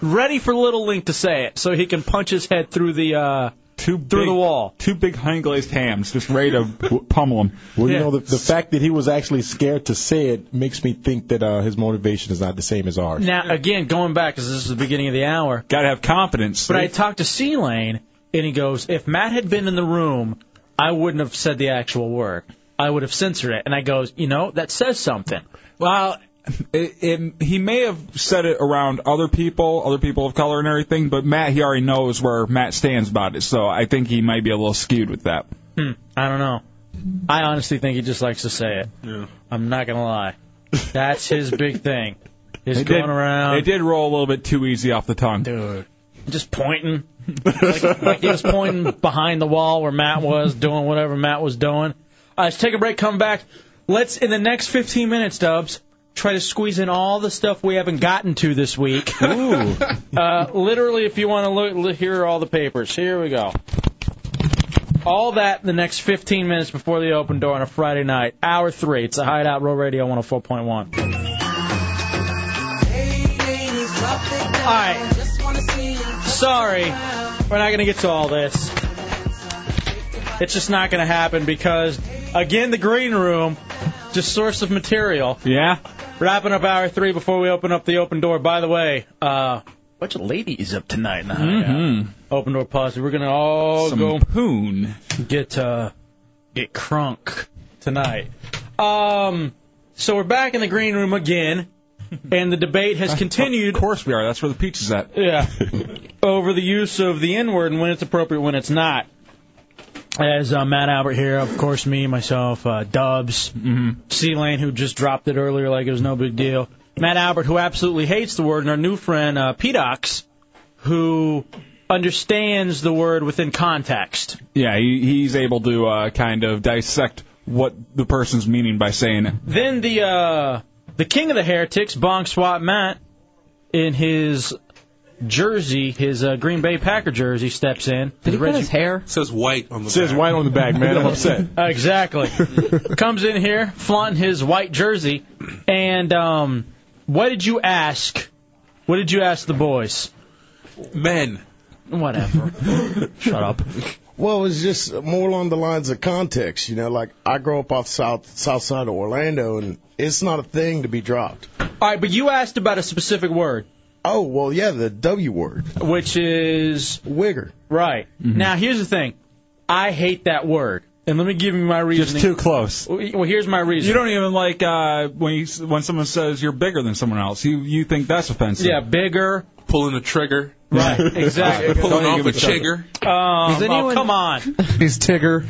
Speaker 2: ready for little Link to say it, so he can punch his head through the uh,
Speaker 1: through
Speaker 2: the wall.
Speaker 1: Two big hand glazed hams, just ready to w- pummel him.
Speaker 23: Well, you know, the, the fact that he was actually scared to say it makes me think that uh, his motivation is not the same as ours.
Speaker 2: Now, again, going back because this is the beginning of the hour.
Speaker 1: Got to have confidence.
Speaker 2: But I talked to C Lane, and he goes, "If Matt had been in the room, I wouldn't have said the actual word. I would have censored it." And I goes, "You know, that says something."
Speaker 1: Well, it, it, he may have said it around other people, other people of color and everything, but Matt, he already knows where Matt stands about it, so I think he might be a little skewed with that.
Speaker 2: Hmm, I don't know. I honestly think he just likes to say it. I'm not gonna lie. That's his big thing. Is
Speaker 1: They
Speaker 2: going
Speaker 1: did,
Speaker 2: around.
Speaker 1: They did roll a little bit too easy off the tongue.
Speaker 2: Dude. Just pointing. like, like he was pointing behind the wall where Matt was, doing whatever Matt was doing. Uh, let's take a break, come back. Let's, in the next 15 minutes, Dubs, try to squeeze in all the stuff we haven't gotten to this week. Ooh. uh, literally, if you want to look, look, here are all the papers. Here we go. All that in the next 15 minutes before the open door on a Friday night, hour three. It's a Hideout Row Radio 104.1. All right. Sorry, we're not going to get to all this. It's just not going to happen because, again, the green room, just source of material.
Speaker 1: Yeah.
Speaker 2: Wrapping up hour three before we open up the open door. By the way, uh, bunch of ladies up tonight in the hideout.
Speaker 3: Mm-hmm.
Speaker 2: Open door policy. We're going to all
Speaker 1: Some
Speaker 2: go
Speaker 1: poon.
Speaker 2: get uh, get crunk tonight. Um, so we're back in the green room again, and the debate has continued. Of
Speaker 1: course we are. That's where the peach is at.
Speaker 2: Yeah. Over the use of the N word and when it's appropriate, when it's not. As uh, Matt Albert here, of course, me, myself, uh, Dubs, C Lane, who just dropped it earlier like it was no big deal. Matt Albert, who absolutely hates the word, and our new friend, uh, Pedox, who understands the word within context.
Speaker 1: Yeah, he, he's able to uh, kind of dissect what the person's meaning by saying it.
Speaker 2: Then the uh, the king of the heretics, Bong Swat Matt, in his jersey, his uh, Green Bay Packer jersey, steps in. Did he his hair?
Speaker 5: says white on the
Speaker 2: Says
Speaker 5: back.
Speaker 2: white
Speaker 23: on the back, man. I'm upset.
Speaker 2: Uh, exactly. Comes in here flaunting his white jersey, and um, what did you ask? What did you ask the boys?
Speaker 5: Men.
Speaker 2: Whatever. Shut up.
Speaker 16: Well, it's just more along the lines of context. You know, like I grew up off south south side of Orlando, and it's not a thing to be dropped.
Speaker 2: All right, but you asked about a specific word.
Speaker 16: Oh well, yeah, the W word,
Speaker 2: which is
Speaker 16: wigger.
Speaker 2: Right. Now, here's the thing. I hate that word. And let me give you my reasoning.
Speaker 1: Just too close.
Speaker 2: Well, here's my reason.
Speaker 1: You don't even like uh, when you, when someone says you're bigger than someone else. You you think that's offensive.
Speaker 2: Yeah, bigger.
Speaker 5: Pulling a trigger.
Speaker 2: Right. Exactly.
Speaker 5: Pulling
Speaker 1: Don't
Speaker 5: off
Speaker 1: even
Speaker 5: a
Speaker 1: give it
Speaker 5: chigger.
Speaker 2: Um,
Speaker 5: Does anyone-
Speaker 2: oh, come on.
Speaker 12: He's Tigger.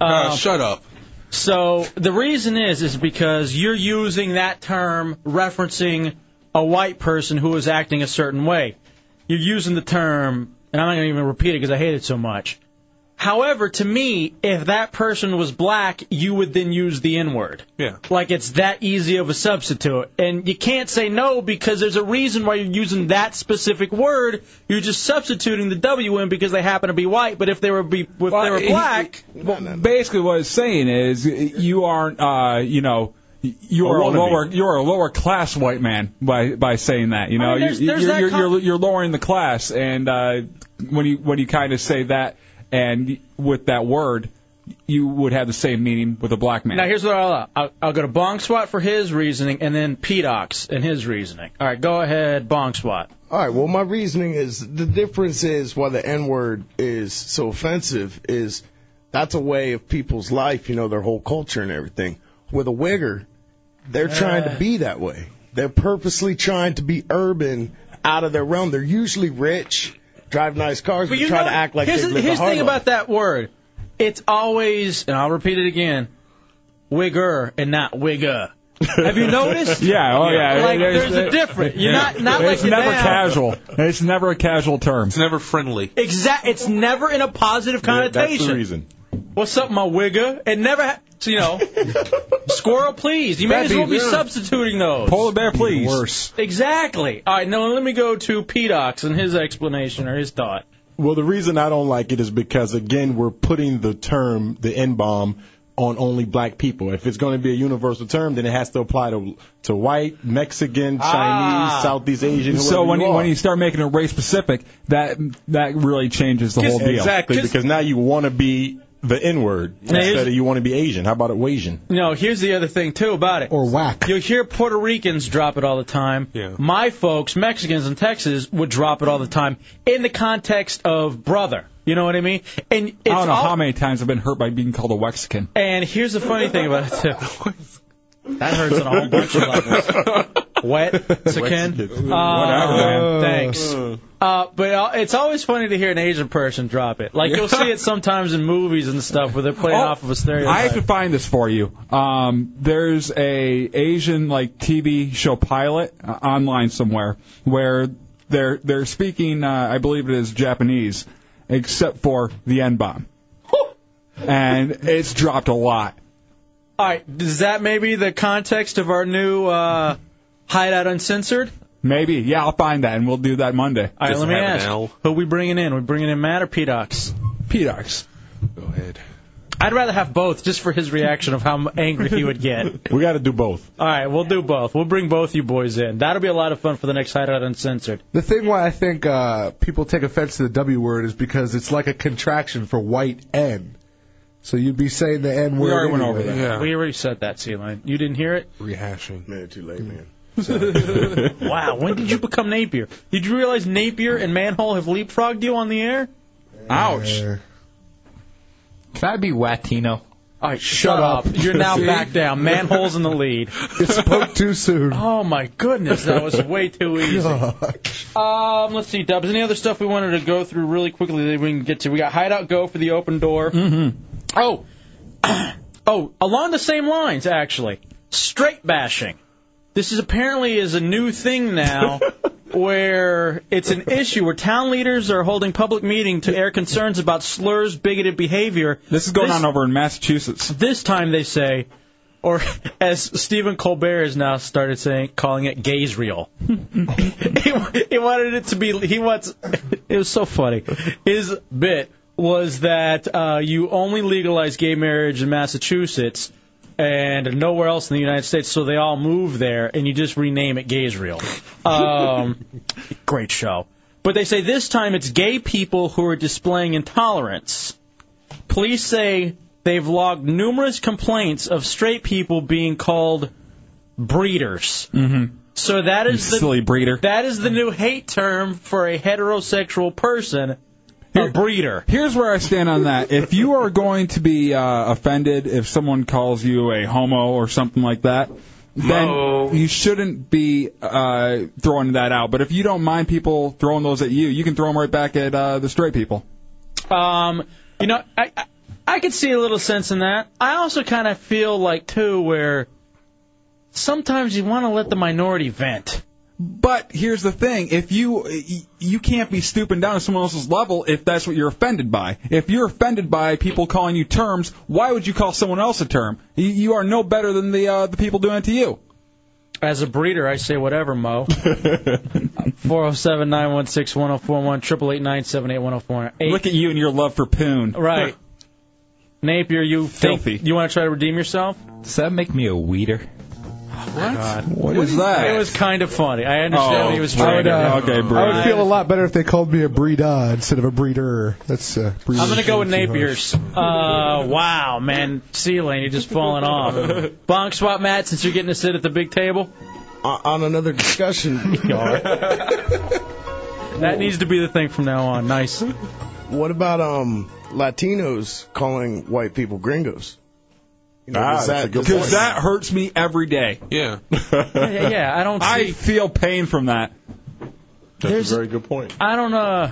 Speaker 5: Uh, shut up.
Speaker 2: Um, So the reason is is because you're using that term referencing a white person who is acting a certain way. You're using the term, and I'm not going to even repeat it because I hate it so much. However, to me, if that person was black, you would then use the N word.
Speaker 5: Yeah.
Speaker 2: Like it's that easy of a substitute. And you can't say no because there's a reason why you're using that specific word. You're just substituting the W in because they happen to be white. But if they were be, if they were
Speaker 1: he-
Speaker 2: black,
Speaker 1: Well, basically, what it's saying is you aren't, uh, you know, you
Speaker 2: A
Speaker 1: are a,
Speaker 2: wannabe.
Speaker 1: lower, you are a lower class white man by by saying that. You
Speaker 2: I
Speaker 1: know,
Speaker 2: mean, there's-
Speaker 1: you,
Speaker 2: there's
Speaker 1: you're,
Speaker 2: that
Speaker 1: you're,
Speaker 2: con-
Speaker 1: you're you're lowering the class, and uh, when you when you kind of say that and with that word, you would have the same meaning with a black man.
Speaker 2: Now here's what I'll, I'll I'll go to Bong Swat for his reasoning, and then Pedox and his reasoning. All right, go ahead, Bong Swat.
Speaker 16: All right. Well, my reasoning is the difference is why the N word is so offensive is that's a way of people's life, you know, their whole culture and everything. With a wigger, they're trying to be that way. They're purposely trying to be urban out of their realm. They're usually rich, drive nice cars, but, try to act like
Speaker 2: here's
Speaker 16: they
Speaker 2: the,
Speaker 16: live
Speaker 2: here's
Speaker 16: a
Speaker 2: the
Speaker 16: hard
Speaker 2: thing
Speaker 16: life.
Speaker 2: about that word. It's always, and I'll repeat it again, wigger and not wigger. Have you noticed?
Speaker 1: Yeah, oh yeah.
Speaker 2: Like there's, a difference. You're not not like
Speaker 1: it's never
Speaker 2: now.
Speaker 1: casual. It's never a casual term. It's
Speaker 5: never friendly.
Speaker 2: Exact. It's never in a positive connotation. What's up, my wigger? It never. Ha- so, you know, squirrel, please. You may
Speaker 1: That'd
Speaker 2: as well
Speaker 1: be-
Speaker 2: be substituting those.
Speaker 1: Polar bear, please. Worse.
Speaker 2: Exactly. All right, now let me go to Pedox and his explanation or his thought.
Speaker 23: Well, the reason I don't like it is because again, we're putting the term the N bomb on only black people. If it's going to be a universal term, then it has to apply to to white, Mexican, Chinese,
Speaker 1: Ah.
Speaker 23: Southeast Asian.
Speaker 1: So
Speaker 23: whoever
Speaker 1: when
Speaker 23: you,
Speaker 1: you,
Speaker 23: are.
Speaker 1: when you start making it race specific, that that really changes the whole deal.
Speaker 23: exactly because now you want to be the N word
Speaker 2: Now here's-
Speaker 23: instead of you want to be Asian. How about it, Asian?
Speaker 2: No, here's the other thing too about it. Or
Speaker 23: whack.
Speaker 2: You'll hear Puerto Ricans drop it all the time. Yeah. My folks, Mexicans in Texas, would drop it all the time in the context of brother. You know what I mean? And it's
Speaker 1: I don't know
Speaker 2: all-
Speaker 1: how many times I've been hurt by being called a Mexican.
Speaker 2: And here's the funny thing about it too. That hurts on a whole bunch of levels. Wet, Sakin.
Speaker 14: Whatever, man.
Speaker 2: Thanks. Uh, but uh, it's always funny to hear an Asian person drop it. Like you'll see it sometimes in movies and stuff where they're playing
Speaker 1: Oh,
Speaker 2: off of a stereotype.
Speaker 1: I have to find this for you. Um, there's a Asian like TV show pilot uh, online somewhere where they're they're speaking, uh, I believe it is Japanese, except for the N bomb, and it's dropped a lot.
Speaker 2: All right, is that maybe the context of our new uh, hideout uncensored?
Speaker 1: Maybe, yeah, I'll find that and we'll do that Monday.
Speaker 2: All right, let me ask. Who we bringing in? We bringing in Matt or Pedox?
Speaker 1: Pedox.
Speaker 23: Go ahead.
Speaker 2: I'd rather have both, just for his reaction of how m- angry he would get.
Speaker 23: We got to do both.
Speaker 2: All right, we'll do both. We'll bring both you boys in. That'll be a lot of fun for the next Hideout Uncensored.
Speaker 12: The thing why I think uh, people take offense to the W word is because it's like a contraction for white N. So you'd be saying the N word. anyway.
Speaker 2: We already said that, C-Line. You didn't hear it?
Speaker 23: Rehashing.
Speaker 16: Man, too late, man.
Speaker 2: wow, when did you become Napier? Did you realize Napier and Manhole have leapfrogged you on the air? Ouch.
Speaker 9: Can I be Watino?
Speaker 2: All right, shut, up. You're now
Speaker 9: See?
Speaker 2: back down. Manhole's in the lead.
Speaker 12: It spoke too soon.
Speaker 2: Oh my goodness, that was way too easy. Um, let's see, Dubs. Any other stuff we wanted to go through really quickly that we can get to? We got Hideout Go for the open door. Mm-hmm. Oh, oh, along the same lines actually. Straight bashing. This is apparently is a new thing now, where it's an issue where town leaders are holding public meeting to air concerns about slurs, bigoted behavior.
Speaker 1: This is going on over in Massachusetts.
Speaker 2: This time they say, or as Stephen Colbert has now started saying, calling it Gaysreal. he, he wanted it to be. He wants. It was so funny. His bit was that uh, you only legalize gay marriage in Massachusetts and nowhere else in the United States, so they all move there, and you just rename it Gaysreal. Um, great show. But they say this time it's gay people who are displaying intolerance. Police say they've logged numerous complaints of straight people being called breeders.
Speaker 1: Mm-hmm.
Speaker 2: So that is the
Speaker 1: silly breeder.
Speaker 2: That is the new hate term for a heterosexual person. a breeder.
Speaker 1: Here's where I stand on that. If you are going to be uh, offended if someone calls you a homo or something like that, then you shouldn't be uh, throwing that out. But if you don't mind people throwing those at you, you can throw them right back at uh, the straight people.
Speaker 2: Um, you know, I, I I could see a little sense in that. I also kind of feel like too where sometimes you want to let the minority vent.
Speaker 1: But here's the thing: if you you can't be stooping down to someone else's level if that's what you're offended by. If you're offended by people calling you terms, why would you call someone else a term? You, you are no better than the uh, the people doing it to you.
Speaker 2: As a breeder, I say whatever, Mo. Four zero seven nine one six one zero four one triple eight nine seven eight one zero four eight.
Speaker 1: Look at you and your love for poon.
Speaker 2: Right. Napier, you filthy. you want to try to redeem yourself?
Speaker 9: Does that make me a weeder?
Speaker 2: God.
Speaker 1: What is that? Oh,
Speaker 2: It was kind of funny. I understand he was trying
Speaker 1: I
Speaker 2: to.
Speaker 1: would, uh, okay,
Speaker 6: I would feel a lot better if they called me a breeda instead of a breeder. That's uh, breeder.
Speaker 2: I'm gonna go with Napier's. Uh, wow, man, Sea Lane, you're just falling off. Bonk swap, Matt, since you're getting to sit at the big table.
Speaker 16: On another discussion.
Speaker 2: that needs to be the thing from now on. Nice.
Speaker 16: What about um Latinos calling white people gringos?
Speaker 1: Ah,
Speaker 16: You know, does that- does
Speaker 1: because that hurts me every day.
Speaker 5: Yeah.
Speaker 2: yeah, yeah, I don't
Speaker 1: I
Speaker 2: see-
Speaker 1: feel pain from that.
Speaker 2: That's There's- a very
Speaker 1: good point.
Speaker 2: I don't Uh,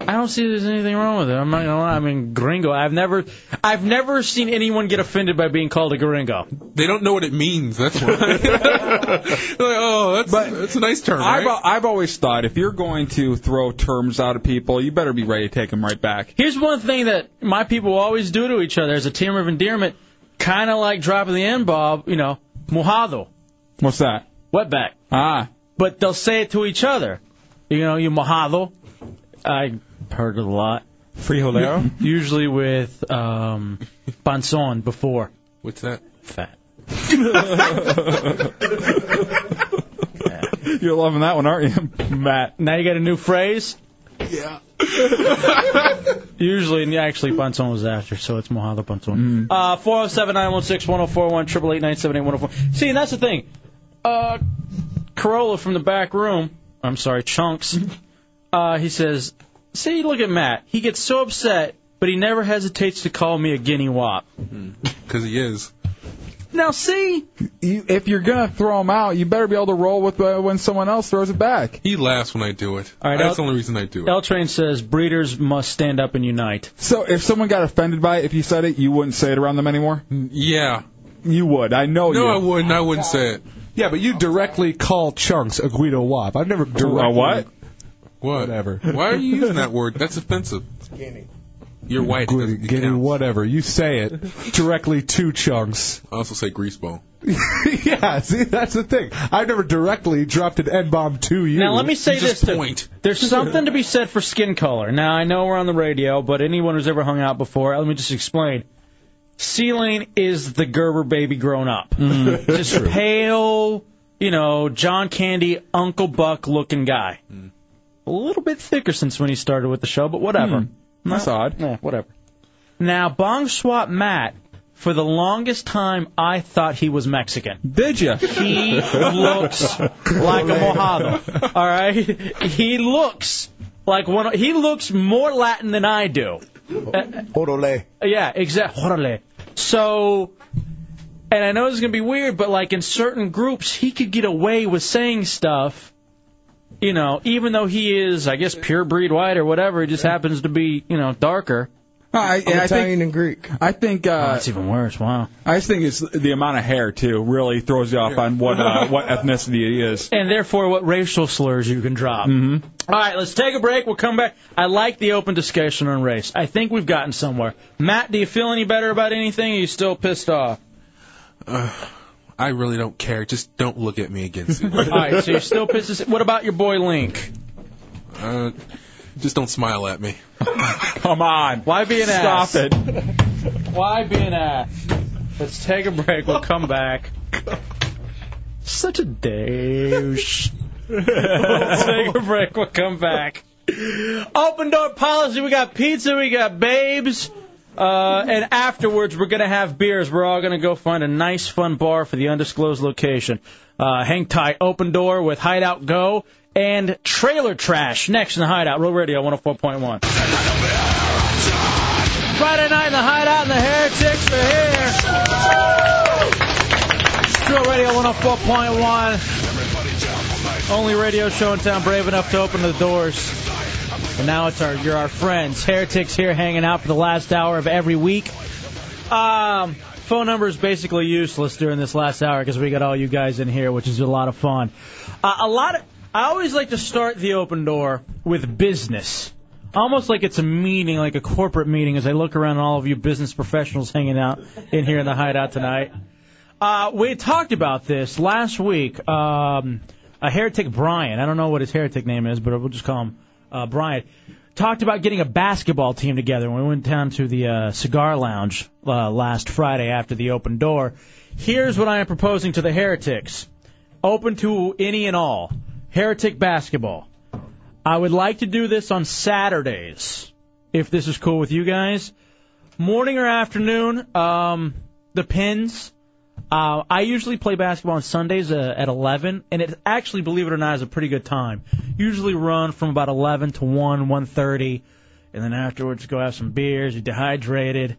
Speaker 2: I don't see there's anything wrong with it. I'm not gonna lie. I mean, gringo. I've never, I've never seen anyone get offended by being called a gringo.
Speaker 5: They don't know what it means. That's why. They're like, oh, that's, that's a nice term, right?
Speaker 1: I've, al- I've always thought if you're going to throw terms out at people, you better be ready to take them right back.
Speaker 2: Here's one thing that my people always do to each other as a term of endearment, kind of like dropping the end bob. You know, mojado,
Speaker 1: What's that?
Speaker 2: wetback.
Speaker 1: Ah.
Speaker 2: But they'll say it to each other. You know, you mojado. I heard it a lot.
Speaker 1: Frijolero?
Speaker 2: Usually with um, panzon before.
Speaker 5: What's that?
Speaker 2: Fat.
Speaker 1: You're loving that one, aren't you, Matt?
Speaker 2: Now you got a new phrase. Uh,
Speaker 5: Yeah.
Speaker 2: Usually, and actually, Bunson was after, so it's Mojado Bunson. Uh, 407 916 1041 888 978 1041. See, and that's the thing. Uh, Corolla from the back room, I'm sorry, Chunks, uh, he says, See, look at Matt. He gets so upset, but he never hesitates to call me a guinea wop.
Speaker 5: Because Mm-hmm. he is.
Speaker 2: Now, see,
Speaker 1: you, if you're gonna throw them out, you better be able to roll with uh, when someone else throws it back.
Speaker 5: He laughs when I do it.
Speaker 2: All right,
Speaker 5: that's
Speaker 2: I'll-
Speaker 5: the only reason I do it.
Speaker 2: L Train says, Breeders must stand up and unite.
Speaker 1: So if someone got offended by it, if you said it, you wouldn't say it around them anymore.
Speaker 5: Yeah.
Speaker 1: You would. I know
Speaker 5: No,
Speaker 1: you.
Speaker 5: I wouldn't. I wouldn't say it.
Speaker 6: Yeah, but you directly call chunks a Guido Wop. I've never directly.
Speaker 1: A what?
Speaker 5: What?
Speaker 6: Whatever.
Speaker 5: Why are you using that word? That's offensive. You're white.
Speaker 6: Guido- Guido, whatever. You say it directly to chunks.
Speaker 5: I also say greaseball.
Speaker 6: yeah, see, that's the thing. I've never directly dropped an N bomb to you.
Speaker 2: Now let me say this too. There's something to be said for skin color. Now I know we're on the radio, but anyone who's ever hung out before, let me just explain. Celine is the Gerber baby grown up.
Speaker 6: Mm-hmm.
Speaker 14: Mm,
Speaker 2: just
Speaker 14: true.
Speaker 2: pale, you know, John Candy, Uncle Buck looking guy. A little bit thicker since when he started with the show, but whatever. That's
Speaker 1: odd.
Speaker 2: Yeah, whatever. Now Bong Swap Matt, for the longest time I thought he was Mexican.
Speaker 1: Did you?
Speaker 2: He looks like a mojado. All right, he looks like one. He looks more Latin than I do.
Speaker 6: Oh.
Speaker 2: Uh,
Speaker 16: Orale.
Speaker 2: yeah, exactly. So, and I know this is gonna be weird, but like in certain groups, he could get away with saying stuff. You know, even though he is, I guess, pure breed white or whatever, he just happens to be, you know, darker.
Speaker 1: Uh, I,
Speaker 2: I'm Italian
Speaker 1: and Greek. I think uh,
Speaker 2: Oh, that's even worse. Wow.
Speaker 1: I just think it's the amount of hair too really throws you off on what uh, what ethnicity he is.
Speaker 2: and therefore what racial slurs you can drop. Mm-hmm. right, let's take a break. We'll come back. I like the open discussion on race. I think we've gotten somewhere. Matt, do you feel any better about anything? Or are you still pissed off?
Speaker 5: Uh, I really don't care. Just don't look at me again. Steve.
Speaker 2: All right, so you're still pissed. as- What about your boy Link?
Speaker 5: Uh, just don't smile at me.
Speaker 1: Come on.
Speaker 2: Why be an ass?
Speaker 1: Stop
Speaker 2: Why be an ass? Let's take a break. We'll come back. Such a douche. Let's take a break. We'll come back. Open door policy. We got pizza. We got babes. Uh, and afterwards, we're going to have beers. We're all going to go find a nice, fun bar for the undisclosed location. Uh, hang tight. Open door with Hideout Go and Trailer Trash next in the Hideout. Real Radio 104.1. Friday night in the Hideout and the Heretics are here. Drill Radio 104.1. Only radio show in town brave enough to open the doors. And now it's our you're our friends. Heretics here hanging out for the last hour of every week. Um phone number is basically useless during this last hour because we got all you guys in here, which is a lot of fun. Uh, a lot of I always like to start the open door with business. Almost like it's a meeting, like a corporate meeting, as I look around at all of you business professionals hanging out in here in the hideout tonight. Uh, we had talked about this last week. Um, a heretic Brian, I don't know what his heretic name is, but we'll just call him uh, Brian, talked about getting a basketball team together. When we went down to the uh, cigar lounge uh, last Friday after the open door, here's what I am proposing to the heretics: open to any and all heretic basketball. I would like to do this on Saturdays, if this is cool with you guys. Morning or afternoon, um, depends. Uh, I usually play basketball on Sundays uh, at 11, and it actually, believe it or not, is a pretty good time. Usually run from about 11 to 1, 1.30, and then afterwards go have some beers. You're dehydrated.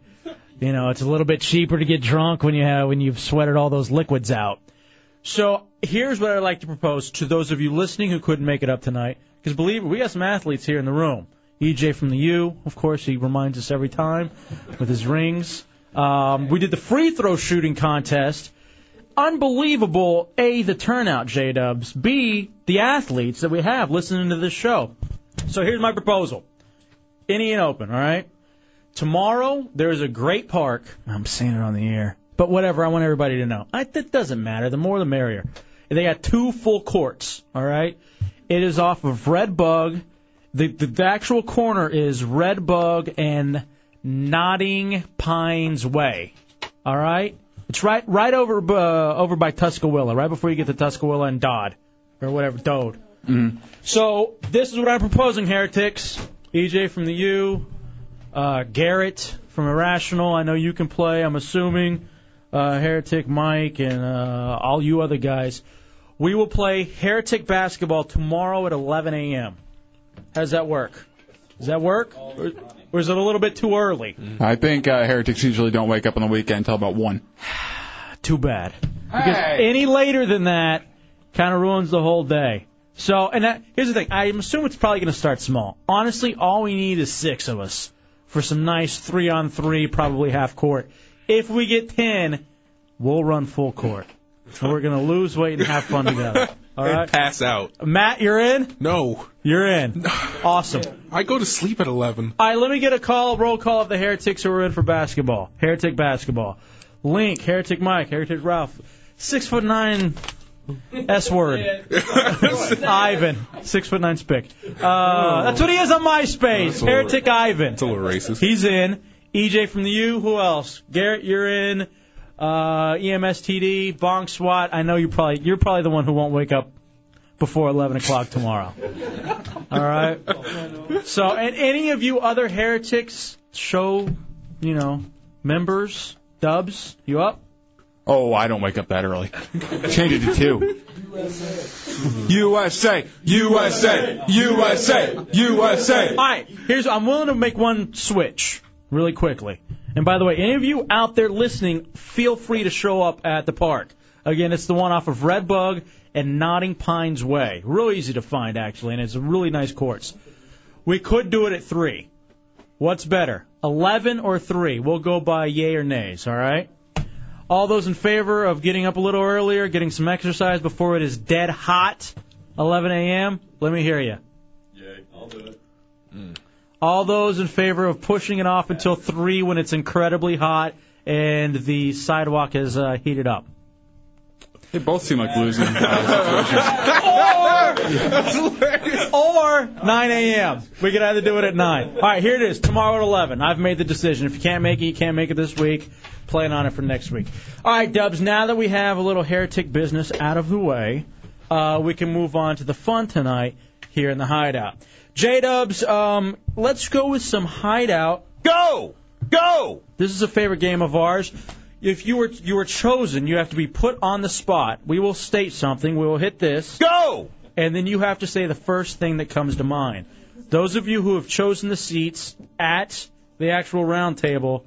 Speaker 2: You know, it's a little bit cheaper to get drunk when you have when you've sweated all those liquids out. So here's what I'd like to propose to those of you listening who couldn't make it up tonight, because believe it, we got some athletes here in the room. EJ from the U, of course, he reminds us every time with his rings. Um, we did the free throw shooting contest. Unbelievable, A, the turnout, J Dubs, B, the athletes that we have listening to this show. So here's my proposal any and open, all right? Tomorrow, there is a great park. I'm saying it on the air, but whatever, I want everybody to know. I, that doesn't matter. The more the merrier. They got two full courts, all right? It is off of Red Bug. The, the, the actual corner is Red Bug and Nodding Pines Way. All right, it's right right over uh, over by Tuscaloosa, right before you get to Tuscaloosa and Dodd or whatever Dode. So this is what I'm proposing, heretics. EJ from the U, uh, Garrett from Irrational. I know you can play. I'm assuming uh, heretic Mike and uh, all you other guys. We will play heretic basketball tomorrow at 11 a.m. How does that work? Does that work? Or, or is it a little bit too early?
Speaker 1: I think uh, heretics usually don't wake up on the weekend until about one.
Speaker 2: Too bad. Because any later than that kind of ruins the whole day. So, and that, here's the thing. I assume it's probably going to start small. Honestly, all we need is six of us for some nice three on three, probably half court. If we get ten, we'll run full court. We're going to lose weight and have fun together. All
Speaker 5: And
Speaker 2: right.
Speaker 5: pass out.
Speaker 2: Matt, you're in?
Speaker 5: No.
Speaker 2: You're in. Awesome.
Speaker 5: I go to sleep at 11.
Speaker 2: All right, let me get a call, roll call of the heretics who are in for basketball. Heretic basketball. Link, Heretic Mike, Heretic Ralph. Six foot nine S word. Ivan. Six foot nine spick. Uh, that's what he is on MySpace.
Speaker 5: That's a little-
Speaker 2: Heretic Ivan. It's
Speaker 5: a little racist.
Speaker 2: He's in. EJ from the U. Who else? Garrett, you're in. Uh, EMSTD, Bonk Swat. I know you probably you're probably the one who won't wake up before 11 o'clock tomorrow. All right. So, and any of you other heretics show, you know, members, dubs, you up?
Speaker 1: Oh, I don't wake up that early. Change it to two. USA, USA, USA, USA.
Speaker 2: All right, here's I'm willing to make one switch really quickly. And by the way, any of you out there listening, feel free to show up at the park. Again, it's the one off of Red Bug and Nodding Pines Way. Real easy to find actually, and it's a really nice course. We could do it at three. What's better, eleven or three? We'll go by yay or nays. All right. All those in favor of getting up a little earlier, getting some exercise before it is dead hot, 11 a.m. Let me hear you. All those in favor of pushing it off until 3 when it's incredibly hot and the sidewalk is uh, heated up.
Speaker 1: They both seem like losing. uh,
Speaker 2: or 9 a.m. We could either do it at 9. All right, here it is. Tomorrow at 11. I've made the decision. If you can't make it, you can't make it this week. Plan on it for next week. All right, Dubs, now that we have a little heretic business out of the way, uh, we can move on to the fun tonight here in the hideout. J Dubs, um, let's go with some hideout. Go! Go! This is a favorite game of ours. If you were you were chosen, you have to be put on the spot. We will state something. We will hit this. Go! And then you have to say the first thing that comes to mind. Those of you who have chosen the seats at the actual round table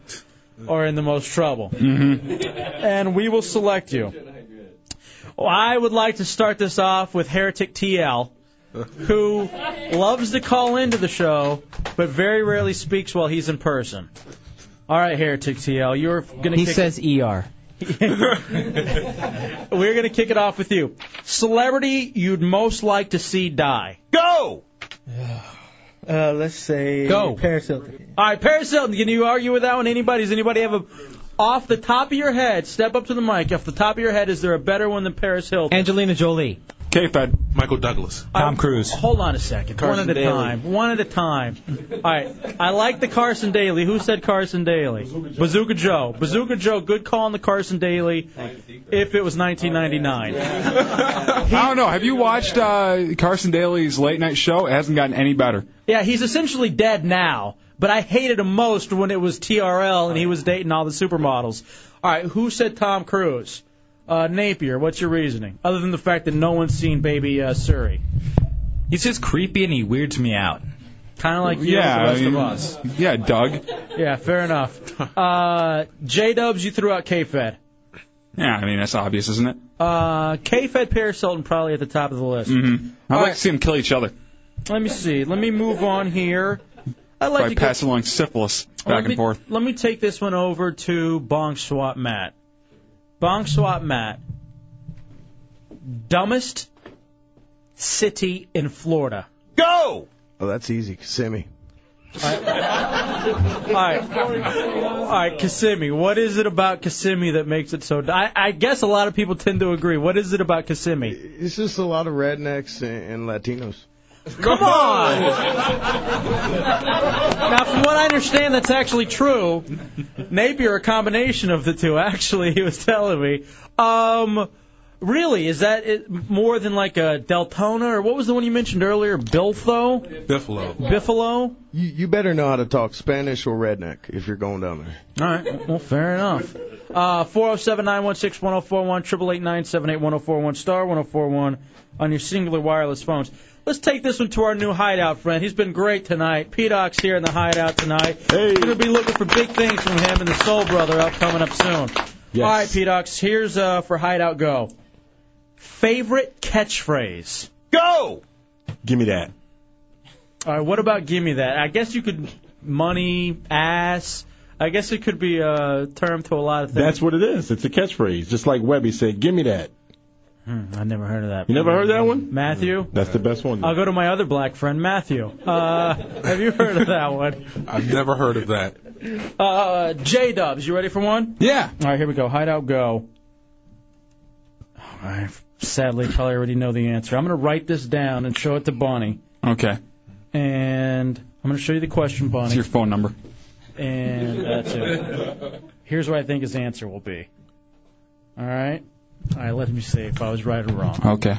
Speaker 2: are in the most trouble. Mm-hmm. And we will select you. Well, I would like to start this off with Heretic TL, who loves to call into the show, but very rarely speaks while he's in person. All right, Heretic TL, you're going to
Speaker 7: He
Speaker 2: kick
Speaker 7: says ER.
Speaker 2: We're going to kick it off with you. Celebrity you'd most like to see die. Go!
Speaker 17: Uh, let's say
Speaker 2: Go.
Speaker 17: Paris Hilton.
Speaker 2: All right, Paris Hilton, can you argue with that one? Anybody? Does anybody have a. Off the top of your head, step up to the mic. Off the top of your head, is there a better one than Paris Hilton?
Speaker 7: Angelina Jolie.
Speaker 1: K-Fed.
Speaker 5: Michael Douglas.
Speaker 2: Tom Cruise. Uh, Hold on a second.
Speaker 5: Carson
Speaker 2: One at a
Speaker 5: Daly.
Speaker 2: time. One at a time. All right. I like the Carson Daly. Who said Carson Daly? Bazooka Joe. Bazooka Joe. Good call on the Carson Daly. If it was 1999.
Speaker 1: I don't know. Have you watched uh, Carson Daly's late night show? It hasn't gotten any better.
Speaker 2: Yeah, he's essentially dead now. But I hated him most when it was TRL and he was dating all the supermodels. All right. Who said Tom Cruise? Uh, Napier. What's your reasoning? Other than the fact that no one's seen Baby uh, Suri.
Speaker 15: He's just creepy and he weirds me out.
Speaker 2: Kind of like you
Speaker 15: Yeah,
Speaker 2: and the rest
Speaker 15: I mean-
Speaker 2: of us.
Speaker 1: Yeah, Doug.
Speaker 2: Yeah, fair enough. Uh, J Dubs, you threw out K Fed.
Speaker 1: Yeah, I mean that's obvious, isn't it?
Speaker 2: Uh, K Fed, Paris Hilton, probably at the top of the list.
Speaker 1: Mm-hmm. I'd
Speaker 2: All
Speaker 1: like
Speaker 2: right.
Speaker 1: to see them kill each other
Speaker 2: Let me see. Let me move on here. I like
Speaker 1: by
Speaker 2: to go-
Speaker 1: passing along syphilis
Speaker 2: let
Speaker 1: back
Speaker 2: me,
Speaker 1: and forth.
Speaker 2: Let me take this one over to Bonk Swap Matt. Bonk Swap Matt, dumbest city in Florida. Go.
Speaker 16: Oh, that's easy, Kissimmee.
Speaker 2: All right, all right, Kissimmee. What is it about Kissimmee that makes it so? d- I, I guess a lot of people tend to agree. What is it about Kissimmee?
Speaker 16: It's just a lot of rednecks and, and Latinos.
Speaker 2: Come on! now, from what I understand, that's actually true. Napier, a combination of the two, actually, he was telling me. Um, really, is that it, more than like a Deltona, or what was the one you mentioned earlier? Biltho?
Speaker 5: Buffalo.
Speaker 2: Biffalo?
Speaker 16: You, you better know how to talk Spanish or redneck if you're going down there.
Speaker 2: All right, well, fair enough. Uh, 407 916 1041, 888 1041, star 1041 on your singular wireless phones. Let's take this one to our new hideout friend. He's been great tonight. P Doc's here in the hideout tonight. Hey. Going to be looking for big things from him and the Soul Brother up coming up soon. All right, P Docs, here's uh, for Hideout Go. Favorite catchphrase? Go!
Speaker 23: Give me that.
Speaker 2: All right, what about gimme that? I guess you could money, ass. I guess it could be a term to a lot of things.
Speaker 23: That's what it is. It's a catchphrase. Just like Webby said, give me that.
Speaker 2: Hmm, I never heard of that.
Speaker 23: You never heard that one? Hmm.
Speaker 2: Matthew?
Speaker 23: That's the best one.
Speaker 2: I'll go to my other black friend, Matthew. Uh, have you heard of that one?
Speaker 5: I've never heard of that.
Speaker 2: Uh, J Dubs, you ready for one?
Speaker 5: Yeah.
Speaker 2: All right, here we go. Hideout, go. I sadly probably already know the answer. I'm going to write this down and show it to Bonnie.
Speaker 1: Okay.
Speaker 2: And I'm going to show you the question,
Speaker 1: It's
Speaker 2: Bonnie.
Speaker 1: your phone number.
Speaker 2: And that's it. Here's what I think his answer will be. All right? All right, let me see if I was right or wrong.
Speaker 1: Okay.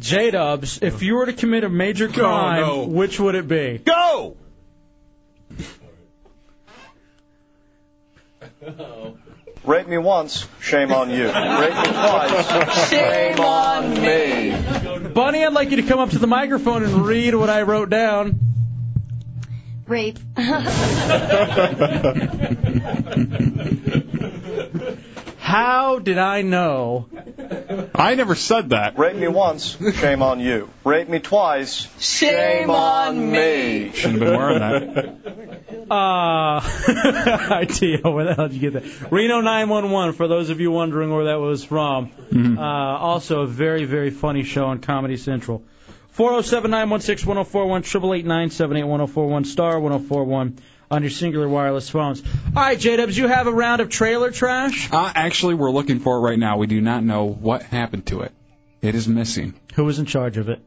Speaker 2: J Dubs, if you were to commit a
Speaker 23: Oh,
Speaker 2: major crime,
Speaker 1: no.
Speaker 2: which would it be? Go!
Speaker 5: Oh.
Speaker 8: Rape me once, shame on you. Rape me twice, shame on me.
Speaker 2: Bonnie, I'd like you to come up to the microphone and read what I wrote down.
Speaker 20: Rape.
Speaker 2: Uh, How did I know?
Speaker 1: I never said that.
Speaker 8: Rape me once, shame on you. Rape me twice, shame on me.
Speaker 1: Shouldn't have been wearing that.
Speaker 2: Uh, ITO, where the hell did you get that? Reno 911, for those of you wondering where that was from.
Speaker 18: Hmm.
Speaker 2: Uh, also, a very, very funny show on Comedy Central. 407 916 1041, 888 978 1041, star 1041 on your singular wireless phones. All right, J Dubs, you have a round of trailer trash?
Speaker 1: Uh, actually, we're looking for it right now. We do not know what happened to it. It is missing.
Speaker 2: Who was in charge of it?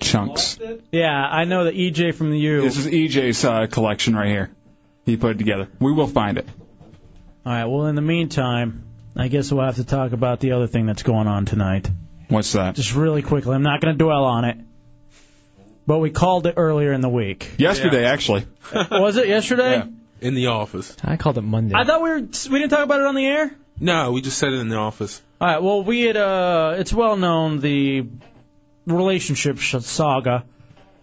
Speaker 1: Chunks.
Speaker 2: Yeah, I know the EJ from the U.
Speaker 1: This is EJ's uh, collection right here. He put it together. We will find it.
Speaker 2: All right. Well, in the meantime, I guess we'll have to talk about the other thing that's going on tonight.
Speaker 1: What's that?
Speaker 2: Just really quickly. I'm not going to dwell on it. But we called it earlier in the week.
Speaker 1: Yesterday, actually.
Speaker 2: Was it yesterday?
Speaker 5: In the office.
Speaker 15: I called it Monday.
Speaker 2: I thought we were we didn't talk about it on the air.
Speaker 5: No, we just said it in the office.
Speaker 2: All right. Well, we had uh, it's well known the relationship sh- saga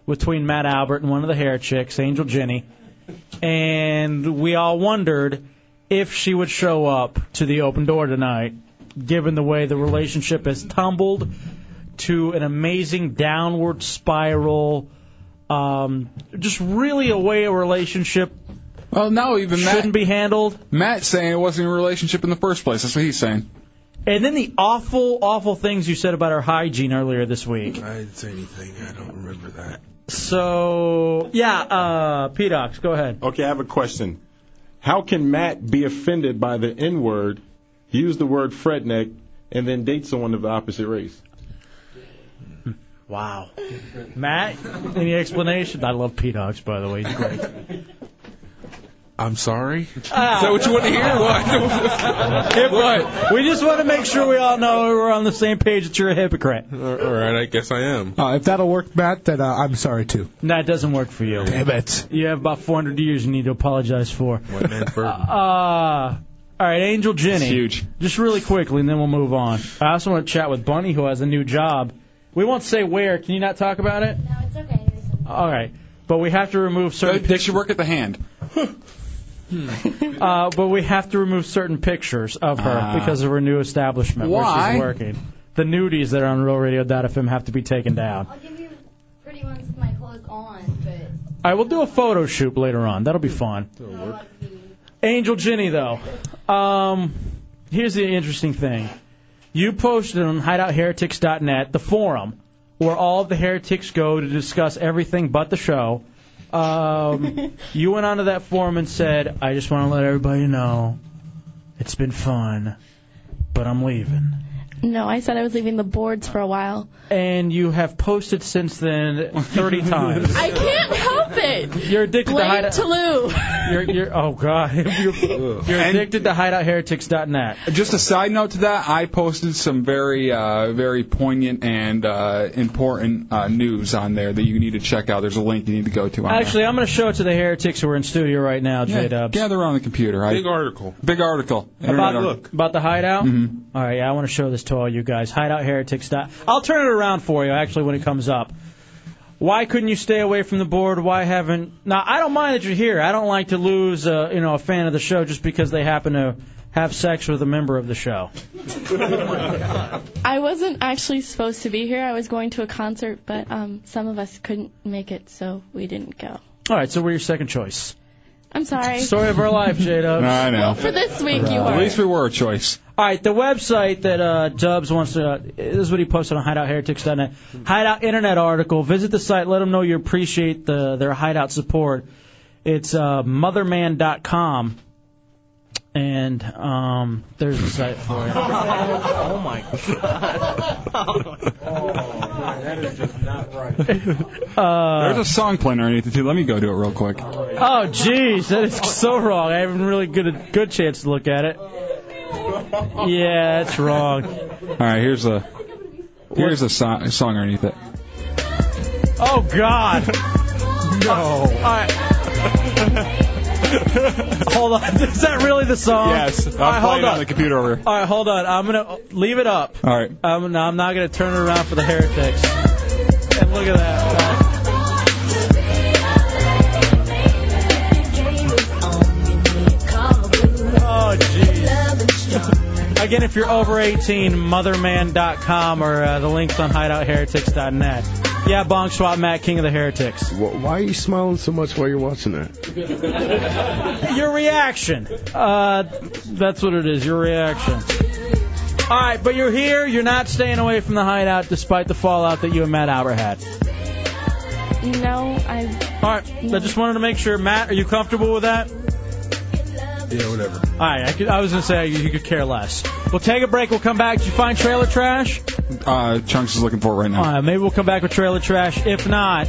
Speaker 2: between Matt Albert and one of the hair chicks, Angel Jenny, and we all wondered if she would show up to the open door tonight, given the way the relationship has tumbled to an amazing downward spiral. Um, just really a way a relationship.
Speaker 1: Well, no, even
Speaker 2: shouldn't be handled.
Speaker 1: Matt's saying it wasn't a relationship in the first place. That's what he's saying.
Speaker 2: And then the awful, awful things you said about our hygiene earlier this week.
Speaker 5: I didn't say anything. I don't remember that.
Speaker 2: So yeah, uh, Pedox, go ahead.
Speaker 23: Okay, I have a question. How can Matt be offended by the N word, use the word Fredneck, and then date someone of the opposite race?
Speaker 2: Wow. Matt, any explanation? I love Pete Hawks, by the way. He's great. Ah.
Speaker 5: I'm sorry. Is that what you want to hear? What?
Speaker 2: Hip- what? We just want to make sure we all know we're on the same page that you're a hypocrite.
Speaker 5: All right, I guess I am.
Speaker 6: Uh, if that'll work, Matt, then uh, I'm sorry too.
Speaker 2: That doesn't work for you.
Speaker 6: Damn it.
Speaker 2: You have about 400 years you need to apologize for.
Speaker 5: One man's burden.
Speaker 2: Uh, all right, Angel Jenny.
Speaker 5: It's huge.
Speaker 2: Just really quickly, and then we'll move on. I also want to chat with Bunny, who has a new job. We won't say where. Can you not talk about it? No, it's okay. All right, but we have to remove certain. They should work at the hand. uh, but we have to remove certain pictures of her
Speaker 1: Ah.
Speaker 2: because of her new establishment where
Speaker 1: Why?
Speaker 2: she's working. The nudies that are on RealRadio.fm have to be taken down.
Speaker 20: Pretty ones with my clothes on, but
Speaker 2: I will do a photo shoot later on. That'll be fun. Angel Jenny, though. Um, here's the interesting thing. You posted on hideoutheretics.net, the forum, where all of the heretics go to discuss everything but the show. Um, you went onto that forum and said, I just want to let everybody know it's been fun, but I'm leaving.
Speaker 18: No, I said I was leaving the boards for a while.
Speaker 2: And you have posted since then 30 times.
Speaker 18: I can't help it.
Speaker 2: You're addicted to
Speaker 18: Blame
Speaker 2: hideout.
Speaker 18: Talou.
Speaker 2: You're, you're, oh God, you're, you're addicted to hideoutheretics.net.
Speaker 1: Just a side note to that, I posted some very, uh, very poignant and uh, important uh, news on there that you need to check out. There's a link you need to go to. On
Speaker 2: Actually, I'm going to show it to the heretics who are in studio right now,
Speaker 1: there.
Speaker 2: J Dubs.
Speaker 1: yeah, they're on the computer. I,
Speaker 5: Big article.
Speaker 1: big article.
Speaker 2: About,
Speaker 1: Internet article.
Speaker 2: about the hideout? Mm-hmm. All right, yeah, I want to show this to all you guys. Hideoutheretics. dot- I'll turn it around for you, actually, when it comes up. Why couldn't you stay away from the board? Why haven't. Now, I don't mind that you're here. I don't like to lose uh, you know, a fan of the show just because they happen to have sex with a member of the show.
Speaker 18: I wasn't actually supposed to be here. I was going to a concert, but um, some of us couldn't make it, so we didn't go.
Speaker 2: All right, so we're your second choice.
Speaker 18: I'm sorry.
Speaker 2: Story of our life, J Dubs.
Speaker 1: I know.
Speaker 18: For this week, you
Speaker 1: At
Speaker 18: are.
Speaker 1: least we were a choice.
Speaker 2: All right, the website that uh, Dubs wants to, this is what he posted on hideoutheretics.net. Hideout Internet article. Visit the site. Let them know you appreciate the, their hideout support. It's uh, motherman.com. And um, there's the site for you.
Speaker 14: Oh
Speaker 2: my
Speaker 14: god. That is just not right.
Speaker 2: Uh,
Speaker 1: There's a song playing underneath it too. Let me go do it real quick.
Speaker 2: oh, jeez, that is so wrong. I haven't really good good chance to look at it. Yeah, that's wrong.
Speaker 1: All right, here's a here's a song, song underneath it.
Speaker 2: Oh God. No. All right. hold on. Is that really the song?
Speaker 1: Yes.
Speaker 2: All
Speaker 1: I'm
Speaker 2: right, hold
Speaker 1: playing
Speaker 2: on.
Speaker 1: on the computer over. here.
Speaker 2: All right, hold on. I'm gonna leave it up.
Speaker 1: All right.
Speaker 2: Um, no, I'm not gonna turn it around for the heretics. And look at that. Oh jeez. Uh, Again, if you're over 18, motherman.com or uh, the links on hideoutheretics.net. Yeah, Bonk Swap, Matt, King of the Heretics.
Speaker 16: Why are you smiling so much while you're watching that?
Speaker 2: Your reaction. Uh, that's what it is. Your reaction. All right, but you're here. You're not staying away from the hideout despite the fallout that you and Matt Albert had.
Speaker 18: No, I
Speaker 2: All right, I just wanted to make sure. Matt, are you comfortable with that?
Speaker 5: Yeah, whatever.
Speaker 2: All right, I, could, I was going to say you could care less. We'll take a break. We'll come back. Did you find trailer trash?
Speaker 1: Uh, Chunks is looking for it right now.
Speaker 2: All right, maybe we'll come back with trailer trash. If not,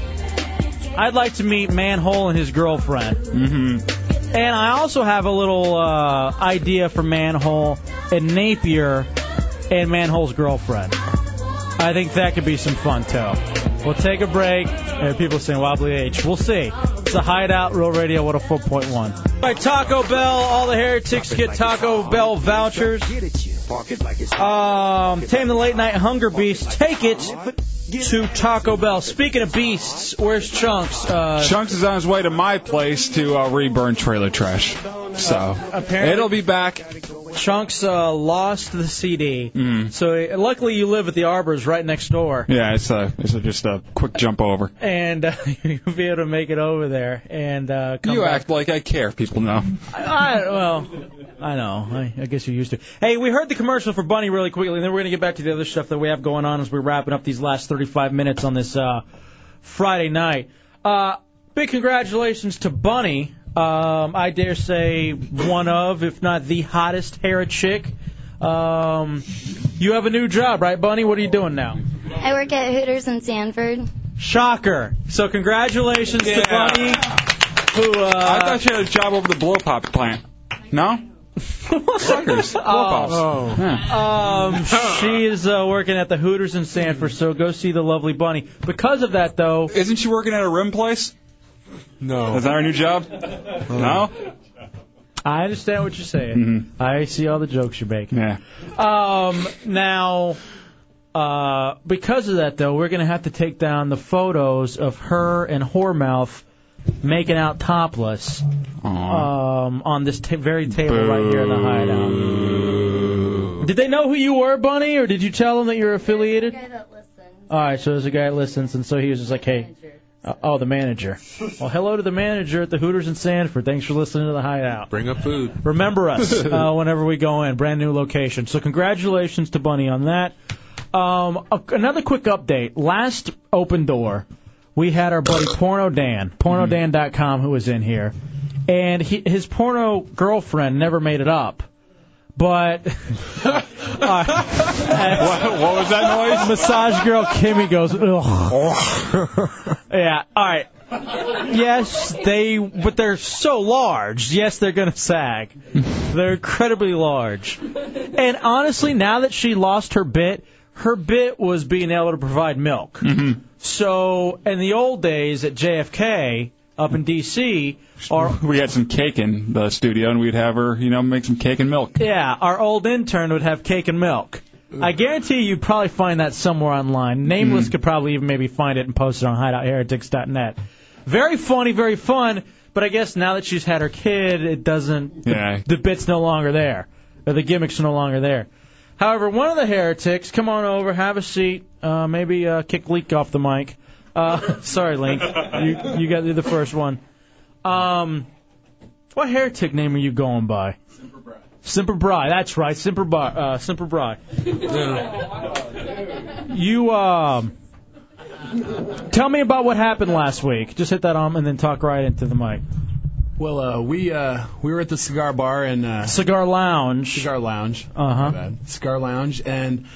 Speaker 2: I'd like to meet Manhole and his girlfriend. Mm-hmm. And I also have a little uh, idea for Manhole and Napier and Manhole's girlfriend. I think that could be some fun too. We'll take a break. And people saying Wobbly H. We'll see. It's a hideout, Real Radio 104.1. All right, Taco Bell. All the heretics get Taco Bell vouchers. Um, Tame the Late Night Hunger Beast. Take it to Taco Bell. Speaking of beasts, where's Chunks? Uh,
Speaker 1: Chunks is on his way to my place to uh, reburn trailer trash. So
Speaker 2: Apparently-
Speaker 1: it'll be back.
Speaker 2: Chunks uh, lost the CD. So uh, luckily you live at the Arbors right next door.
Speaker 1: mm, Yeah, it's a it's a, just a quick jump over.
Speaker 2: And uh, you'll be able to make it over there and uh, come
Speaker 1: you
Speaker 2: back.
Speaker 1: act like I care. if People know.
Speaker 2: I, well, I know. I, I guess you're used to. Hey, we heard the commercial for Bunny really quickly, and then we're going to get back to the other stuff that we have going on as we're wrapping up these last 35 minutes on this uh, Friday night. Uh, big congratulations to Bunny. Um, I dare say one of, if not the hottest hair chick. Um, you have a new job, right, Bunny? What are you doing now?
Speaker 20: I work at Hooters in Sanford.
Speaker 2: Shocker. So congratulations to Bunny. Who, uh,
Speaker 1: I thought you had a job over the blow pop plant. No? Suckers. Blow pops.
Speaker 2: Um, she is uh, working at the Hooters in Sanford, so go see the lovely bunny. Because of that, though,
Speaker 1: isn't she working at a rim place?
Speaker 2: No.
Speaker 1: Oh.
Speaker 2: Uh-huh.
Speaker 1: Is that her new job? No? Mm-hmm.
Speaker 2: I understand what you're saying. I see all the jokes you're making.
Speaker 1: Yeah.
Speaker 2: Um, now, uh, because of that, though, we're going to have to take down the photos of her and Whoremouth making out topless um, on this ta very table right here in the hideout. Did they know who you were, Bunny, or did you tell them that you're affiliated? All right, so there's a guy that listens, and so he was just like, hey. Uh, oh, the manager. Well, hello to the manager at the Hooters in Sanford. Thanks for listening to the Hideout.
Speaker 5: Bring up food.
Speaker 2: Remember us uh, whenever we go in. Brand new location. So congratulations to Bunny on that. Um, a- another quick update. Last open door, we had our buddy Porno Dan, pornodan.com, who was in here, and he, his porno girlfriend never made it up. But
Speaker 1: what, what was that noise?
Speaker 2: Massage girl Kimmy goes, ugh. yeah, all right. Yes, they, but they're so large. Yes, they're going to sag. They're incredibly large. And honestly, now that she lost her bit, her bit was being able to provide milk.
Speaker 1: Mm-hmm.
Speaker 2: So, in the old days at JFK, up in D.C., our
Speaker 1: We had some cake in the studio, and we'd have her, you know, make some cake and milk.
Speaker 2: yeah, our old intern would have cake and milk. I guarantee you probably find that somewhere online. Nameless could probably even maybe find it and post it on hideoutheretics.net. Very funny, very fun, but I guess now that she's had her kid, it doesn't.
Speaker 1: Yeah.
Speaker 2: The, the bit's no longer there, or the gimmick's no longer there. However, one of the heretics, come on over, have a seat, uh, maybe uh, kick Leak off the mic. Uh, sorry, Link, you you got to do the first one. Um, what heretic name are you going by? Simper Bry, that's right, Simper Bry. Uh, Simper Bry. You um, tell me about what happened last week. Just hit that um and then talk right into the mic.
Speaker 19: Well, uh, we uh, we were at the cigar bar and uh,
Speaker 2: cigar lounge.
Speaker 19: Cigar lounge.
Speaker 2: Uh huh.
Speaker 19: Cigar lounge, and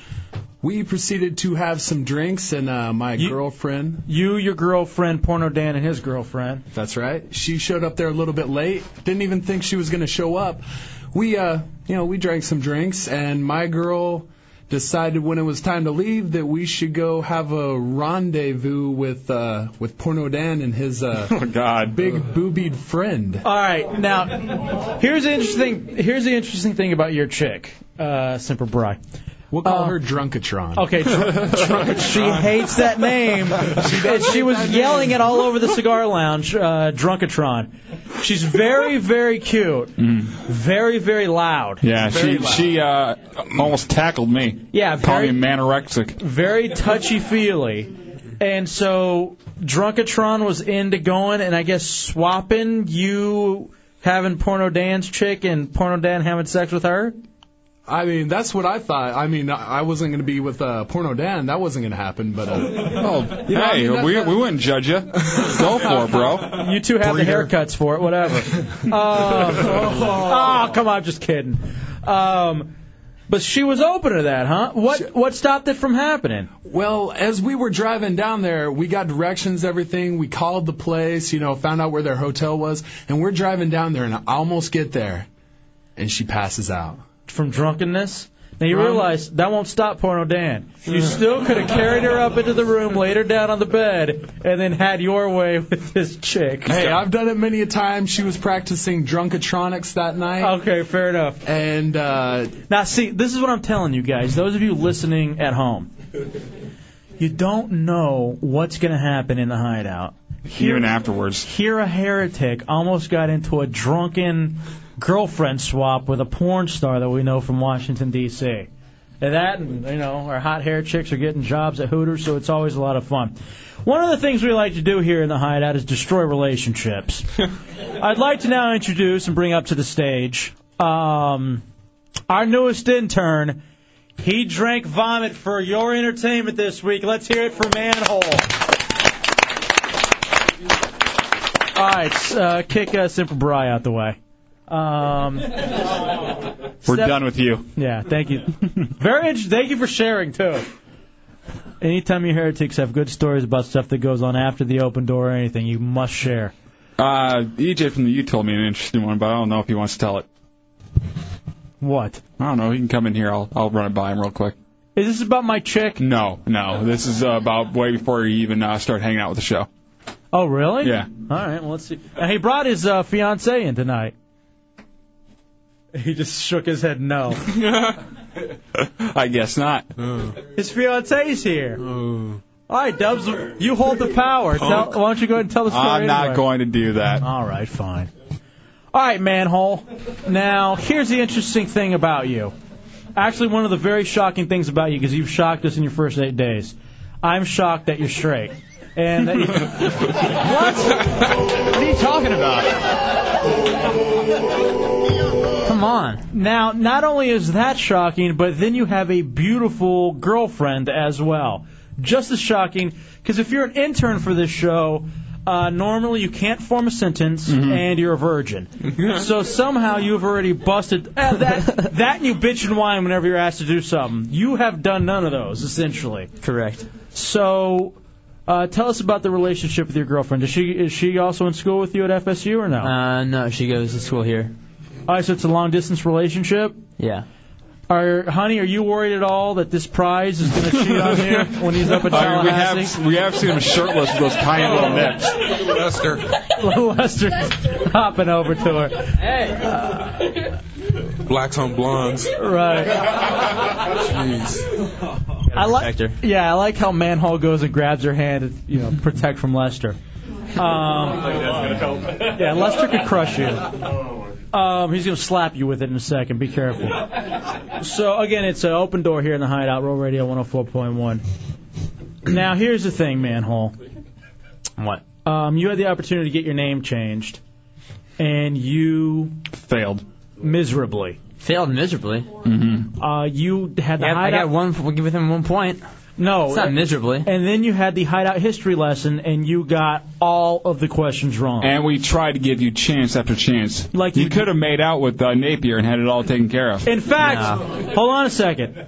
Speaker 19: we proceeded to have some drinks. And uh, my girlfriend.
Speaker 2: You, your girlfriend, Porno Dan, and his girlfriend.
Speaker 19: That's right. She showed up there a little bit late. Didn't even think she was going to show up. We, uh, you know, we drank some drinks, and my girl decided when it was time to leave that we should go have a rendezvous with uh, with Porno Dan and his uh,
Speaker 1: oh, God.
Speaker 19: big boobied friend.
Speaker 2: All right, now here's the interesting here's the interesting thing about your chick, uh, Simper Bry.
Speaker 19: We'll call her Drunkatron.
Speaker 2: Okay, Dr- Dr- she hates that name.
Speaker 19: She
Speaker 2: and she was yelling it all over the cigar lounge, uh, Drunkatron. She's very, very cute, very, very loud.
Speaker 1: Mm. Yeah, she she uh, almost tackled me.
Speaker 2: Yeah,
Speaker 1: called
Speaker 2: very-
Speaker 1: me anorexic.
Speaker 2: very touchy feely. And so Drunkatron was into going and I guess swapping you having Porno Dan's chick and Porno Dan having sex with her.
Speaker 19: I mean, that's what I thought. I mean, I I wasn't going to be with uh, Porno Dan. That wasn't going to happen. But uh,
Speaker 1: oh,
Speaker 19: you know, I
Speaker 1: hey,
Speaker 19: mean, that's
Speaker 1: we
Speaker 19: not-
Speaker 1: we wouldn't judge you. Go for it, bro.
Speaker 2: You two have the haircuts for it, whatever. Um, oh, come on, I'm just kidding. Um, but she was open to that, huh? What what stopped it from happening?
Speaker 19: Well, as we were driving down there, we got directions, everything. We called the place, you know, found out where their hotel was, and we're driving down there, and I almost get there, and she passes out.
Speaker 2: From drunkenness? Now you realize that won't stop Porno Dan. You still could have carried her up into the room, laid her down on the bed, and then had your way with this chick.
Speaker 19: Hey, I've done it many a time. She was practicing drunkatronics that night.
Speaker 2: Okay, fair enough.
Speaker 19: And uh,
Speaker 2: now, see, this is what I'm telling you guys. Those of you listening at home, you don't know what's going to happen in the hideout.
Speaker 1: Even afterwards.
Speaker 2: Here, a heretic almost got into a drunken girlfriend swap with a porn star that we know from Washington D.C. And that, and you know, our hot hair chicks are getting jobs at Hooters, so it's always a lot of fun. One of the things we like to do here in the hideout is destroy relationships. I'd like to now introduce and bring up to the stage um, our newest intern. He drank vomit for your entertainment this week. Let's hear it for Manhole. All right, uh, kick uh, Simple Bry out the way. Um,
Speaker 1: We're
Speaker 2: Steph-
Speaker 1: done with you.
Speaker 2: Yeah, thank you. Very interesting. Thank you for sharing too. anytime you heretics have good stories about stuff that goes on after the open door or anything, you must share.
Speaker 1: Uh, EJ from the U told me an interesting one, but I don't know if he wants to tell it.
Speaker 2: What?
Speaker 1: I don't know. He can come in here. I'll I'll run it by him real quick.
Speaker 2: Is this about my chick?
Speaker 1: No, no. This is uh, about way before you even uh, start hanging out with the show.
Speaker 2: Oh, really?
Speaker 1: Yeah.
Speaker 2: All right. Well, let's see. Uh, he brought his uh, fiance in tonight. He just shook his head no.
Speaker 1: I guess not.
Speaker 2: his fiance's here. All right, Dubs, you hold the power. Tell, why don't you go ahead and tell the story?
Speaker 1: I'm not
Speaker 2: anyway.
Speaker 1: going to do that.
Speaker 2: All right, fine. All right, manhole. Now, here's the interesting thing about you. Actually, one of the very shocking things about you, because you've shocked us in your first eight days. I'm shocked that you're straight. And that you, what? What are you talking about? Come on. Now, not only is that shocking, but then you have a beautiful girlfriend as well. Just as shocking, because if you're an intern for this show, uh, normally you can't form a sentence and you're a virgin. so somehow you've already busted eh, that. that and you bitch and whine whenever you're asked to do something. You have done none of those, essentially.
Speaker 3: Correct.
Speaker 2: So. Uh, tell us about the relationship with your girlfriend. Is she is she also in school with you at FSU or no?
Speaker 3: Uh, no, she goes to school here.
Speaker 2: All right, so it's a long distance relationship.
Speaker 3: Yeah.
Speaker 2: Are honey, are you worried at all that this prize is going to cheat on you when he's up at
Speaker 1: I mean, Uh, we
Speaker 2: Tallahassee? Oh.
Speaker 1: have we have seen him shirtless with those tiny little nips.
Speaker 5: Lester.
Speaker 2: Lester hopping over to her.
Speaker 5: Blacks on blondes.
Speaker 2: Right.
Speaker 5: Jeez.
Speaker 2: I like. Yeah, I like how Manhole goes and grabs her hand, to, you know, protect from Lester. Um, yeah, Lester could crush you. Um, he's gonna slap you with it in a second. Be careful. So again, it's an open door here in the Hideout Roll Radio 104.1. Now here's the thing, Manhole.
Speaker 3: What?
Speaker 2: Um, you had the opportunity to get your name changed, and you
Speaker 1: failed
Speaker 2: miserably.
Speaker 3: Failed miserably.
Speaker 1: Mm-hmm.
Speaker 2: Uh, you had the
Speaker 3: Yeah, I
Speaker 2: Hideout.
Speaker 3: got one. We'll give him one point.
Speaker 2: No,
Speaker 3: It's not miserably.
Speaker 2: And then you had the Hideout history lesson, and you got all of the questions wrong.
Speaker 1: And we tried to give you chance after chance.
Speaker 2: Like
Speaker 1: you
Speaker 2: you-
Speaker 1: could have made out with uh, Napier and had it all taken care of.
Speaker 2: In fact, hold on a second.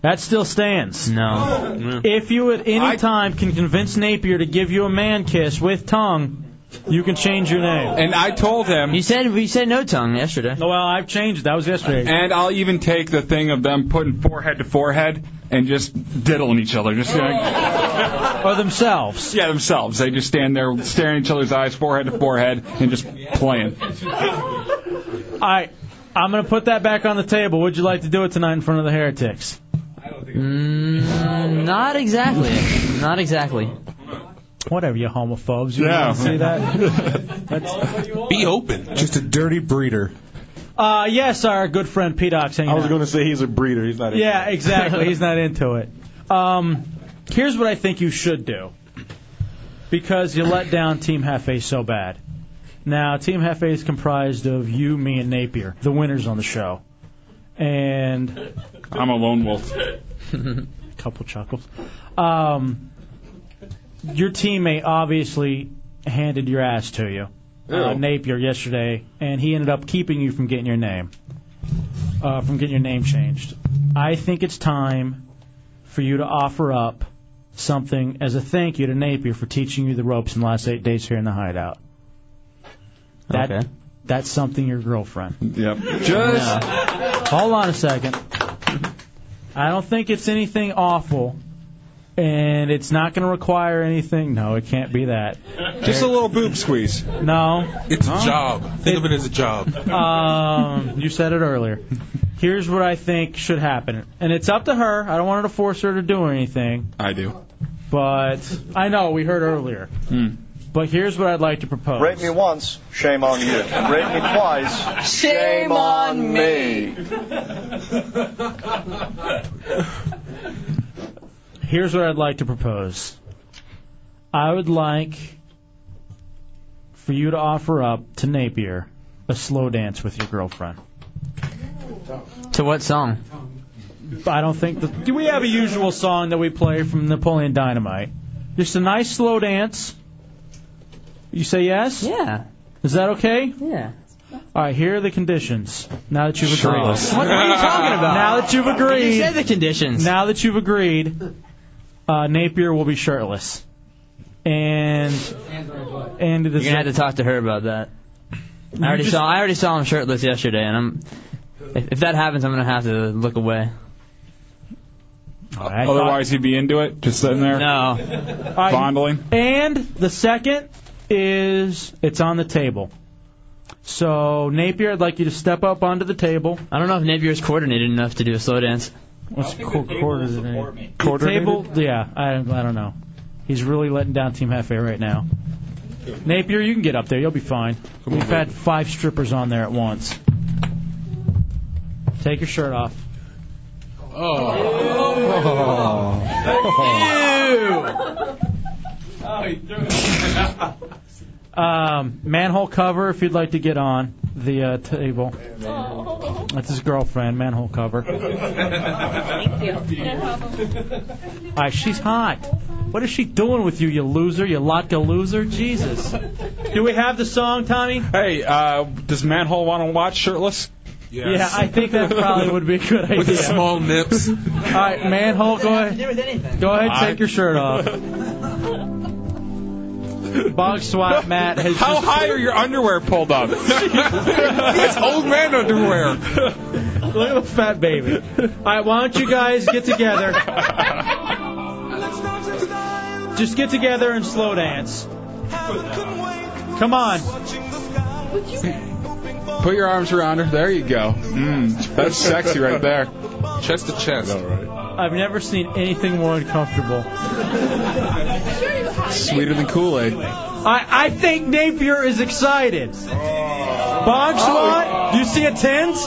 Speaker 2: That still stands.
Speaker 3: No.
Speaker 2: If you at any time can convince Napier to give you a man kiss with tongue, you can change your name.
Speaker 1: And I told him.
Speaker 3: You said you said no tongue yesterday.
Speaker 2: Oh, Well, I've changed. That was yesterday.
Speaker 1: And I'll even take the thing of them putting forehead to forehead and just diddling each other, just like,
Speaker 2: or themselves.
Speaker 1: Yeah, themselves. They just stand there staring at each other's eyes, forehead to forehead, and just playing.
Speaker 2: I, I'm gonna put that back on the table. Would you like to do it tonight in front of the heretics?
Speaker 3: Mm, not exactly. Not exactly.
Speaker 2: Whatever, you homophobes. You
Speaker 3: Yeah.
Speaker 2: yeah. See that?
Speaker 5: Be open.
Speaker 12: Just a dirty breeder.
Speaker 2: Uh, yes, our good friend P. Doc's hanging
Speaker 12: I was
Speaker 2: out.
Speaker 12: going to say he's a breeder. He's not.
Speaker 2: Yeah, exactly. He's not into it. Um, here's what I think you should do, because you let down Team Hefe so bad. Now, Team Hefe is comprised of you, me, and Napier, the winners on the show, and
Speaker 1: I'm a lone wolf.
Speaker 2: a couple chuckles. Um, your teammate obviously handed your ass to you, uh,
Speaker 17: Ew.
Speaker 2: Napier, yesterday, and he ended up keeping you from getting your name, uh, from getting your name changed. I think it's time for you to offer up something as a thank you to Napier for teaching you the ropes in the last eight days here in the hideout. That,
Speaker 3: Okay.
Speaker 2: That's something your girlfriend.
Speaker 1: Yep. Just
Speaker 2: Hold on a second. I don't think it's anything awful, and it's not going to require anything. No, it can't be that.
Speaker 1: just a little boob squeeze.
Speaker 2: No.
Speaker 5: It's a
Speaker 2: Huh?
Speaker 5: job. Think of it as a job.
Speaker 2: Um, you said it earlier. Here's what I think should happen, and it's up to her. I don't want her to force her to do anything,
Speaker 1: I do.
Speaker 2: but I know we heard earlier.
Speaker 1: Hmm.
Speaker 2: But here's what I'd like to propose.
Speaker 8: Rate me once, shame on you. Rate me twice, shame on me.
Speaker 2: Here's what I'd like to propose. I would like for you to offer up to Napier a slow dance with your girlfriend.
Speaker 3: To what song?
Speaker 2: I don't think that. Do we have a usual song that we play from Napoleon Dynamite? Just a nice slow dance. You say yes?
Speaker 3: Yeah.
Speaker 2: Is that okay?
Speaker 3: Yeah.
Speaker 2: All right. Here are the conditions. Now that you've agreed.
Speaker 3: Shirtless. What- what are you talking about?
Speaker 2: Now that you've
Speaker 3: You
Speaker 2: agreed.
Speaker 3: said the conditions.
Speaker 2: Now that you've agreed, uh, Napier will be shirtless. And and
Speaker 3: You're
Speaker 2: this
Speaker 3: gonna have to talk to her about that. I already saw. I already saw him shirtless yesterday, and I'm. If, if that happens, I'm gonna have to look away.
Speaker 1: Otherwise, he'd be into it, just sitting there.
Speaker 2: No.
Speaker 1: Fondling.
Speaker 2: And the second is it's on the table. So Napier, I'd like you to step up onto the table.
Speaker 3: I don't know if Napier is coordinated enough to do a slow dance.
Speaker 2: What's qu- quarter is it? in?
Speaker 3: Quarter
Speaker 2: Table? Yeah, I, I don't know. He's really letting down Team Hefe right now. Napier, you can get up there. You'll be fine. We've had five strippers on there at once. Take your shirt off.
Speaker 5: Oh.
Speaker 2: Oh. Um, manhole cover, if you'd like to get on the uh, table. That's his girlfriend, manhole cover.
Speaker 10: Thank you.
Speaker 2: All right, she's hot. What is she doing with you, you loser, you Lotka loser? Jesus. Do we have the song, Tommy?
Speaker 1: Hey, uh, does Manhole want to watch shirtless?
Speaker 2: Yeah, I think that probably would be a good idea.
Speaker 1: With the small
Speaker 5: nips. All
Speaker 2: right, manhole, go ahead. Go ahead, take your shirt off. Bog swap, Matt. Has
Speaker 1: How
Speaker 2: just-
Speaker 1: high are your underwear pulled up? it's old man underwear.
Speaker 2: Look at the fat baby. All right, why don't you guys get together? Just get together and slow dance. Come on.
Speaker 1: Put your arms around her. There you go. Mm, that's sexy right there. Chest to chest.
Speaker 2: I've never seen anything more uncomfortable.
Speaker 1: Sweeter than Kool Aid.
Speaker 2: I, I think Napier is excited. Bog swat, you see a tens?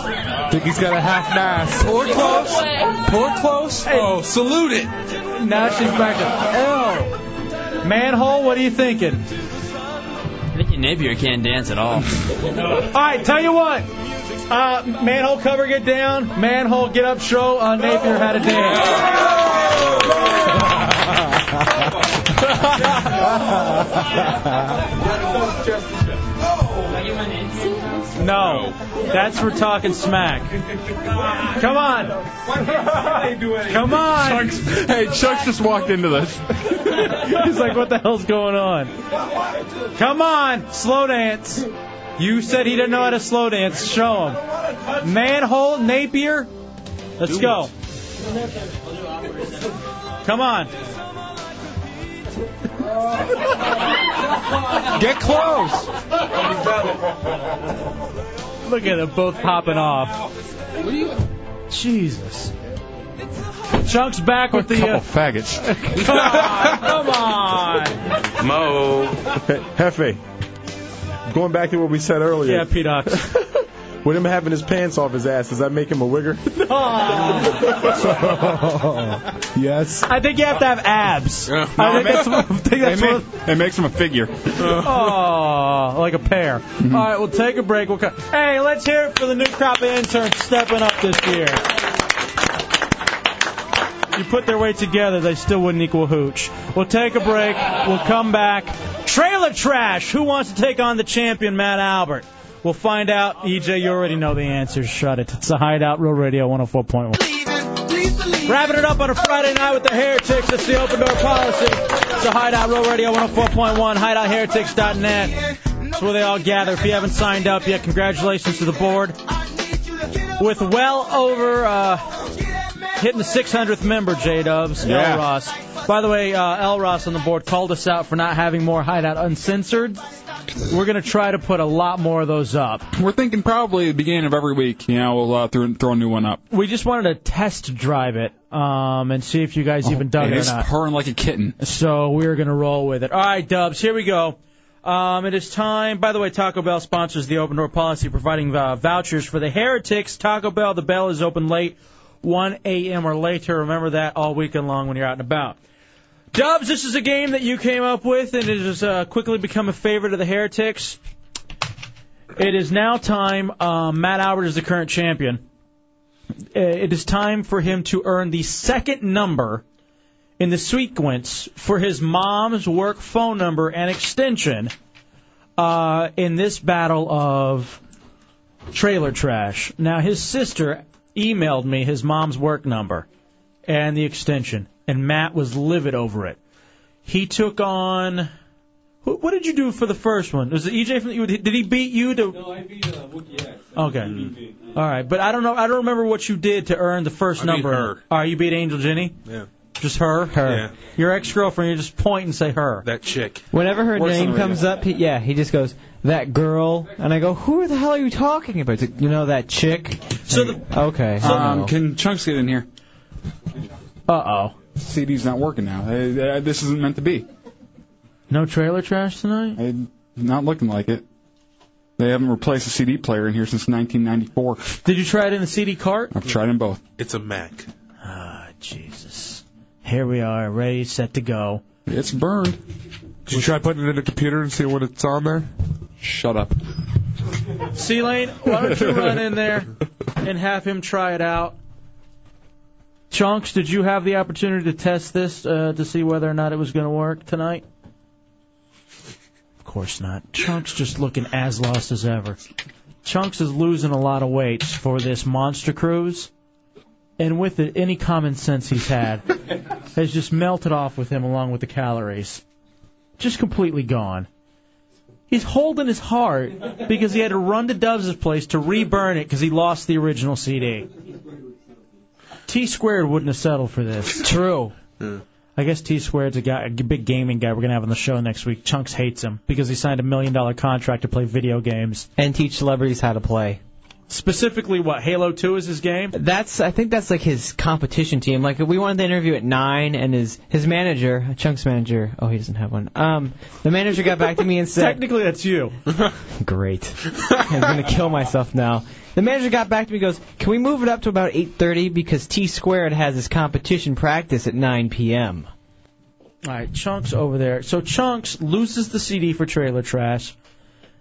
Speaker 1: Think he's got a half mass. Poor
Speaker 2: close.
Speaker 1: Poor close.
Speaker 2: Oh, salute it. Now she's back up. Ew. Manhole, what are you thinking?
Speaker 3: I think Napier can't dance at all.
Speaker 2: All right, tell you what. Uh, manhole cover, get down. Manhole, get up. Show uh, Napier how to dance. No, that's for talking smack. Come on. Come on.
Speaker 1: hey, Chuck's just walked into this.
Speaker 2: He's like, what the hell's going on? Come on, slow dance. You said he didn't know how to slow dance. Show him. Manhole, Napier. Let's go. Come on. Get close. Look at them both popping off. Jesus. Chunk's back with the. Uh,
Speaker 23: faggots.
Speaker 2: come on, come on.
Speaker 23: Mo. Hefe. Going back to what we said earlier.
Speaker 2: Yeah, P Doc.
Speaker 23: With him having his pants off his ass, does that make him a wigger?
Speaker 2: yes. I think you have to have abs. I think that's what. I think that's what
Speaker 1: It makes him a figure.
Speaker 2: oh, like a pair. All right, we'll take a break. We'll co- hey, let's hear it for the new crop of interns stepping up this year. You put their weight together, they still wouldn't equal hooch. We'll take a break. We'll come back. Trailer trash. Who wants to take on the champion, Matt Albert? We'll find out. EJ, you already know the answer. Shut it. It's the Hideout Real Radio 104.1. Wrapping it up on a Friday night with the Heretics. It's the open door policy. It's the Hideout Row Radio 104.1, hideoutheretics.net. That's where they all gather. If you haven't signed up yet, congratulations to the board. With well over uh, hitting the 600th member, J Dubs,
Speaker 10: Yeah.
Speaker 2: L Ross. By the way, uh, L Ross on the board called us out for not having more Hideout Uncensored. We're going to try to put a lot more of those up.
Speaker 1: We're thinking probably the beginning of every week. You know, we'll uh, throw, throw a new one up.
Speaker 2: We just wanted to test drive it um, and see if you guys even dug
Speaker 1: And
Speaker 2: it or
Speaker 1: it's
Speaker 2: not.
Speaker 1: Oh, purring like a kitten.
Speaker 2: So we're going to roll with it. All right, Dubs, here we go. Um, it is time. By the way, Taco Bell sponsors the open door policy, providing uh, vouchers for the heretics. Taco Bell, the bell is open late, 1 a.m. or later. Remember that all weekend long when you're out and about. Dubs, this is a game that you came up with, and it has uh, quickly become a favorite of the heretics. It is now time. Um, Matt Albert is the current champion. Uh, It is time for him to earn the second number in the sequence for his mom's work phone number and extension uh, in this battle of trailer trash. Now, his sister emailed me his mom's work number and the extension. and Matt was livid over it. He took on. Who, what did you do for the first one? Was it EJ from? the- Did he beat you to? No, I beat uh, Wookie X. Okay. All right, but I don't know. I don't remember what you did to earn the first
Speaker 25: Mm-hmm. I beat
Speaker 2: number.
Speaker 25: her.
Speaker 2: All right, you beat Angel Jenny.
Speaker 25: Yeah.
Speaker 2: Just her. Her. Your ex-girlfriend. You just point and say her.
Speaker 25: That chick.
Speaker 7: Whenever her
Speaker 2: Works on
Speaker 7: name
Speaker 2: the radio.
Speaker 7: comes up, he, yeah, he just goes, "That girl," and I go, "Who the hell are you talking about? He's like, You know that chick?"
Speaker 2: So
Speaker 7: the okay,
Speaker 1: Um,
Speaker 7: oh.
Speaker 1: can Chunks get in here?
Speaker 2: Uh oh.
Speaker 1: CD's not working now. Uh, uh, this isn't meant to be.
Speaker 2: No trailer trash tonight?
Speaker 1: not looking like it. They haven't replaced a CD player in here since 1994.
Speaker 2: Did you try it in the CD cart?
Speaker 1: I've tried them both.
Speaker 25: It's a Mac.
Speaker 2: Ah, Jesus. Here we are, ready, set to go.
Speaker 1: It's burned.
Speaker 5: Did you try putting it in the computer and see when it's on there?
Speaker 1: Shut up.
Speaker 2: C Lane, why don't you run in there and have him try it out? Chunks, did you have the opportunity to test this uh, to see whether or not it was going to work tonight? Of course not. Chunks just looking as lost as ever. Chunks is losing a lot of weight for this monster cruise, and with it, any common sense he's had has just melted off with him along with the calories. Just completely gone. He's holding his heart because he had to run to Doves' place to reburn it because he lost the original CD. T squared wouldn't have settled for this. True. I guess T squared's a guy, a big gaming guy we're gonna have on the show next week. Chunks hates him because he signed a million dollar contract to play video games
Speaker 7: and teach celebrities how to play.
Speaker 2: Specifically, what Halo Two is his game.
Speaker 7: That's I think that's like his competition team. Like we wanted the interview at nine, and his his manager, Chunks manager. Oh, he doesn't have one. Um, the manager got back to me and said,
Speaker 2: Technically, that's you.
Speaker 7: Great. I'm gonna kill myself now. The manager got back to me and goes, Can we move it up to about eight thirty? Because T squared has his competition practice at nine PM.
Speaker 2: All right, Chunks over there. So Chunks loses the CD for Trailer Trash,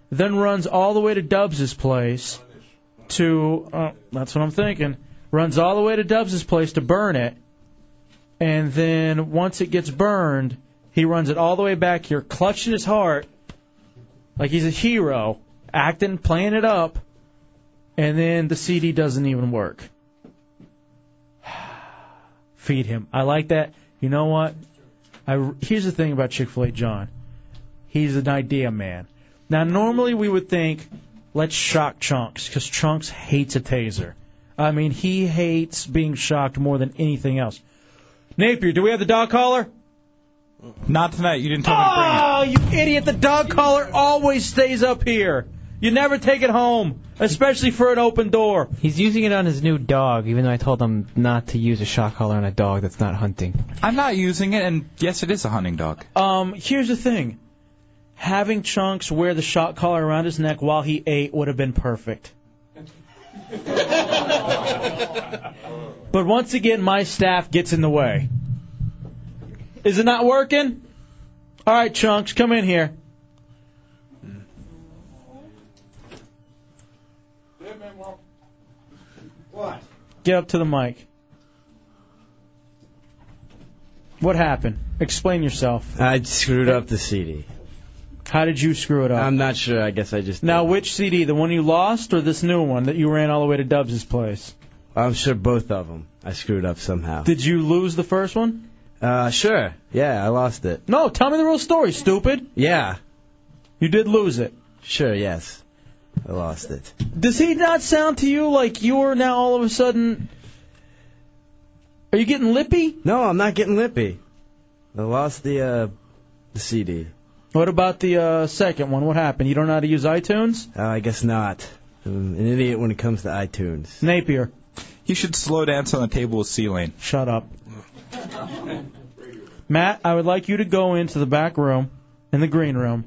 Speaker 2: then runs all the way to Dubs' place to. Uh, that's what I'm thinking. Runs all the way to Dubs' place to burn it, and then once it gets burned, he runs it all the way back here, clutching his heart, like he's a hero, acting, playing it up, and then the CD doesn't even work. Feed him. I like that. You know what? I, here's the thing about Chick fil A John. He's an idea man. Now, normally we would think, let's shock Chunks, because Chunks hates a taser. I mean, he hates being shocked more than anything else. Napier, do we have the dog collar?
Speaker 10: Not tonight. You didn't tell
Speaker 2: Oh, you idiot! The dog collar always stays up here. You never take it home, especially for an open door.
Speaker 7: He's using it on his new dog, even though I told him not to use a shock collar on a dog that's not hunting.
Speaker 10: I'm not using it, and yes, it is a hunting dog.
Speaker 2: Um, here's the thing. Having Chunks wear the shock collar around his neck while he ate would have been perfect. but once again, my staff gets in the way. Is it not working? All right, Chunks, come in here.
Speaker 20: What?
Speaker 2: Get up to the mic. What happened? Explain yourself.
Speaker 13: I screwed up the CD.
Speaker 2: How did you screw it up?
Speaker 13: I'm not sure. I guess I just.
Speaker 2: Now, which CD? The one you lost or this new one that you ran all the way to Dubs' place?
Speaker 13: I'm sure both of them. I screwed up somehow.
Speaker 2: Did you lose the first one?
Speaker 13: Uh, sure. Yeah, I lost it.
Speaker 2: No, tell me the real story, stupid.
Speaker 13: Yeah.
Speaker 2: You did lose it.
Speaker 13: Sure. Yes. I lost it.
Speaker 2: Does he not sound to you like you're now all of a sudden. Are you getting lippy?
Speaker 13: No, I'm not getting lippy. I lost the uh, the CD.
Speaker 2: What about the uh, second one? What happened? You don't know how to use iTunes?
Speaker 13: Uh, I guess not. I'm an idiot when it comes to iTunes.
Speaker 2: Napier.
Speaker 10: You should slow dance on the table with C Lane.
Speaker 2: Shut up. Matt, I would like you to go into the back room, in the green room,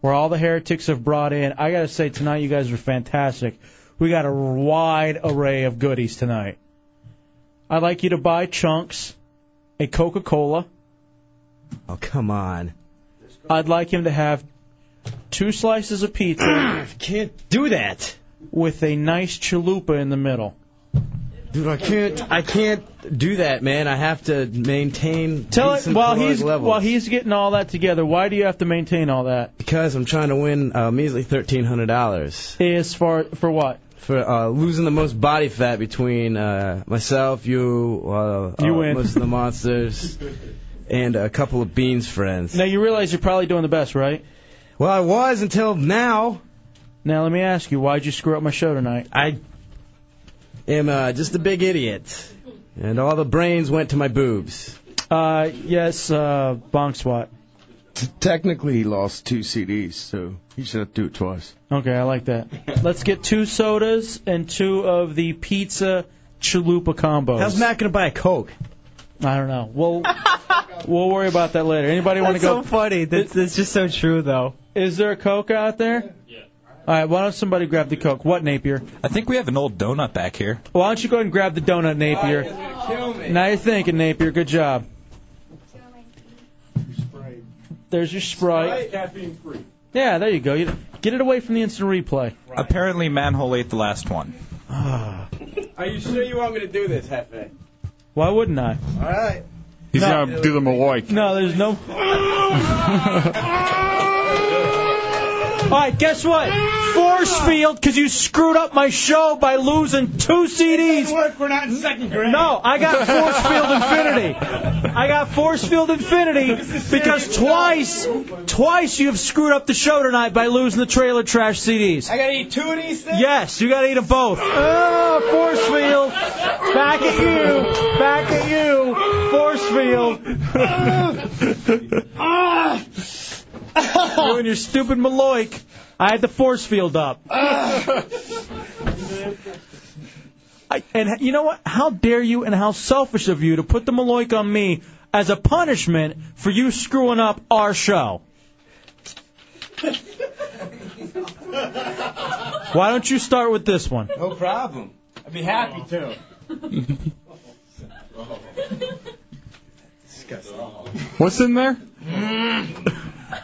Speaker 2: where all the heretics have brought in. I gotta say, tonight you guys are fantastic. We got a wide array of goodies tonight. I'd like you to buy chunks, a Coca Cola.
Speaker 13: Oh come on.
Speaker 2: I'd like him to have two slices of pizza.
Speaker 13: can't do that.
Speaker 2: With a nice chalupa in the middle.
Speaker 13: Dude, I can't. I can't do that, man. I have to maintain.
Speaker 2: Tell it
Speaker 13: decent
Speaker 2: while
Speaker 13: caloric
Speaker 2: he's
Speaker 13: levels.
Speaker 2: while he's getting all that together. Why do you have to maintain all that?
Speaker 13: uh, Because I'm trying to win a measly thirteen hundred dollars
Speaker 2: Is for for what?
Speaker 13: for uh, losing the most body fat between uh, myself, you, uh,
Speaker 2: You
Speaker 13: uh,
Speaker 2: win.
Speaker 13: most of the monsters, and a couple of Beans friends.
Speaker 2: Now you realize you're probably doing the best, right?
Speaker 13: Well, I was until now.
Speaker 2: Now let me ask you, why'd you screw up my show tonight?
Speaker 13: I am uh, just a big idiot, and all the brains went to my boobs.
Speaker 2: Uh, yes, uh, bonk swat.
Speaker 16: Technically, he lost two CDs, so he should have to do it twice.
Speaker 2: Okay, I like that. Let's get two sodas and two of the pizza chalupa combos.
Speaker 13: How's Matt gonna buy a Coke?
Speaker 2: I don't know. We'll we'll worry about that later. Anybody want to
Speaker 10: That's
Speaker 2: go?
Speaker 10: so funny. That's, that's just so true, though.
Speaker 2: Is there a Coke out there? Yeah. All right. Why don't somebody grab the Coke? What Napier?
Speaker 18: I think we have an old donut back here.
Speaker 2: Why don't you go ahead and grab the donut, Napier? Now you're thinking, Napier. Good job. There's your Sprite.
Speaker 26: Caffeine free.
Speaker 2: Yeah, there you go. You- Get it away from the instant replay.
Speaker 18: Apparently, Manhole ate the last one.
Speaker 7: Are you sure you want me to do this, Hefe?
Speaker 2: Why wouldn't I?
Speaker 7: All right.
Speaker 1: He's gonna do the Malloy.
Speaker 2: No, there's no. All right, guess what? Force field, because you screwed up my show by losing two CDs.
Speaker 7: Work, we're not in second grade.
Speaker 2: No, I got Force Field Infinity. I got Force Field Infinity because twice, twice you have screwed up the show tonight by losing the trailer trash CDs.
Speaker 7: I gotta eat two of these things.
Speaker 2: Yes, you got to eat them both. Ah, force field. Back at you. Back at you. Force field. Ah. you and your stupid Maloik. I had the force field up. Ah. I, and you know what? How dare you and how selfish of you to put the Maloik on me as a punishment for you screwing up our show. Why don't you start with this one?
Speaker 7: No problem. I'd be happy to.
Speaker 2: What's in there?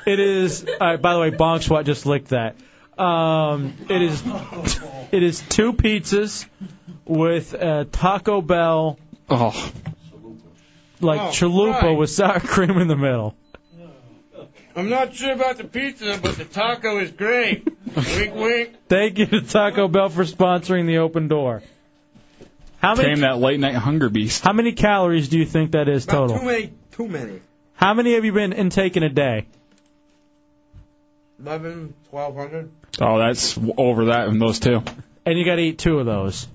Speaker 2: it is. All right, by the way, Bonk Swat just licked that. Um, it is. It is two pizzas with uh, Taco Bell. Oh. Like
Speaker 7: Oh,
Speaker 2: chalupa
Speaker 7: right.
Speaker 2: with sour cream in the middle.
Speaker 7: I'm not sure about the pizza, but the taco is great. wink, wink.
Speaker 2: Thank you to Taco Bell for sponsoring the open door. How many?
Speaker 1: Came that late night hunger beast.
Speaker 2: How many calories do you think that is total?
Speaker 7: Too many. Too many.
Speaker 2: How many have you been intaking a day?
Speaker 7: 11, 1200.
Speaker 1: Oh, that's w- over that and those two.
Speaker 2: and you got to eat two of those.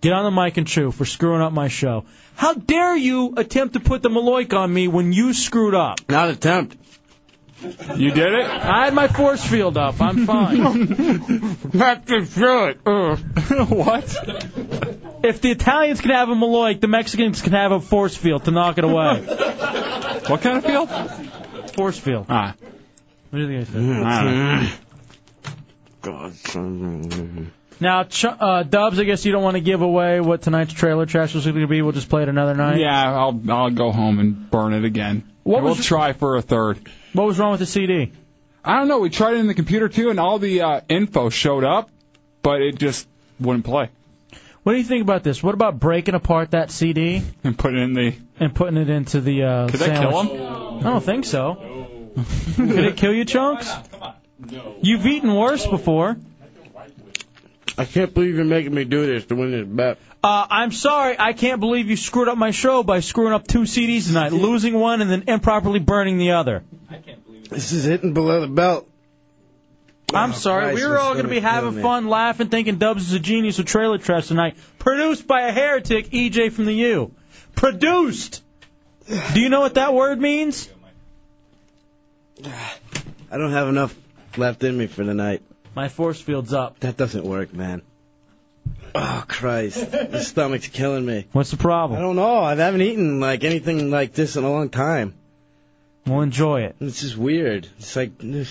Speaker 2: Get on the mic and chew for screwing up my show. How dare you attempt to put the Maloik on me when you screwed up?
Speaker 13: Not attempt.
Speaker 2: You did it? I had my force field up. I'm fine. Not to feel it. what? If the Italians can have a Maloik, the Mexicans can have a force field to knock it away. what kind of field? Force field. Ah. What do you think I said?
Speaker 16: God.
Speaker 2: Now, Ch- uh, Dubs, I guess you don't want to give away what tonight's trailer trash was going to be. We'll just play it another night.
Speaker 1: Yeah, I'll I'll go home and burn it again.
Speaker 2: What
Speaker 1: And we'll
Speaker 2: was-
Speaker 1: try for a third.
Speaker 2: What was wrong with the CD?
Speaker 1: I don't know. We tried it in the computer too, and all the uh, info showed up, but it just wouldn't play.
Speaker 2: What do you think about this? What about breaking apart that CD
Speaker 1: And put it in the.
Speaker 2: and putting it into the uh,
Speaker 1: Could that
Speaker 2: sandwich?
Speaker 1: kill
Speaker 2: I don't think so. Could it kill you, Chunks? You've eaten worse before.
Speaker 16: I can't believe you're making me do this to win this bet.
Speaker 2: Uh, I'm sorry, I can't believe you screwed up my show by screwing up two CDs tonight, losing one and then improperly burning the other.
Speaker 16: This is hitting below the belt.
Speaker 2: I'm
Speaker 16: Oh,
Speaker 2: sorry.
Speaker 16: Christ,
Speaker 2: we were
Speaker 16: that's
Speaker 2: all going to be
Speaker 16: gonna kill
Speaker 2: having
Speaker 16: me.
Speaker 2: fun, laughing, thinking Dubs is a genius with Trailer Trash tonight. Produced by a heretic, EJ from the U. Produced. Do you know what that word means?
Speaker 13: I don't have enough left in me for the night.
Speaker 2: My force field's up.
Speaker 13: That doesn't work, man. Oh Christ, the stomach's killing me.
Speaker 2: What's the problem?
Speaker 13: I don't know. I haven't eaten like anything like this in a long time.
Speaker 2: We'll enjoy it.
Speaker 13: It's just weird. It's like ugh.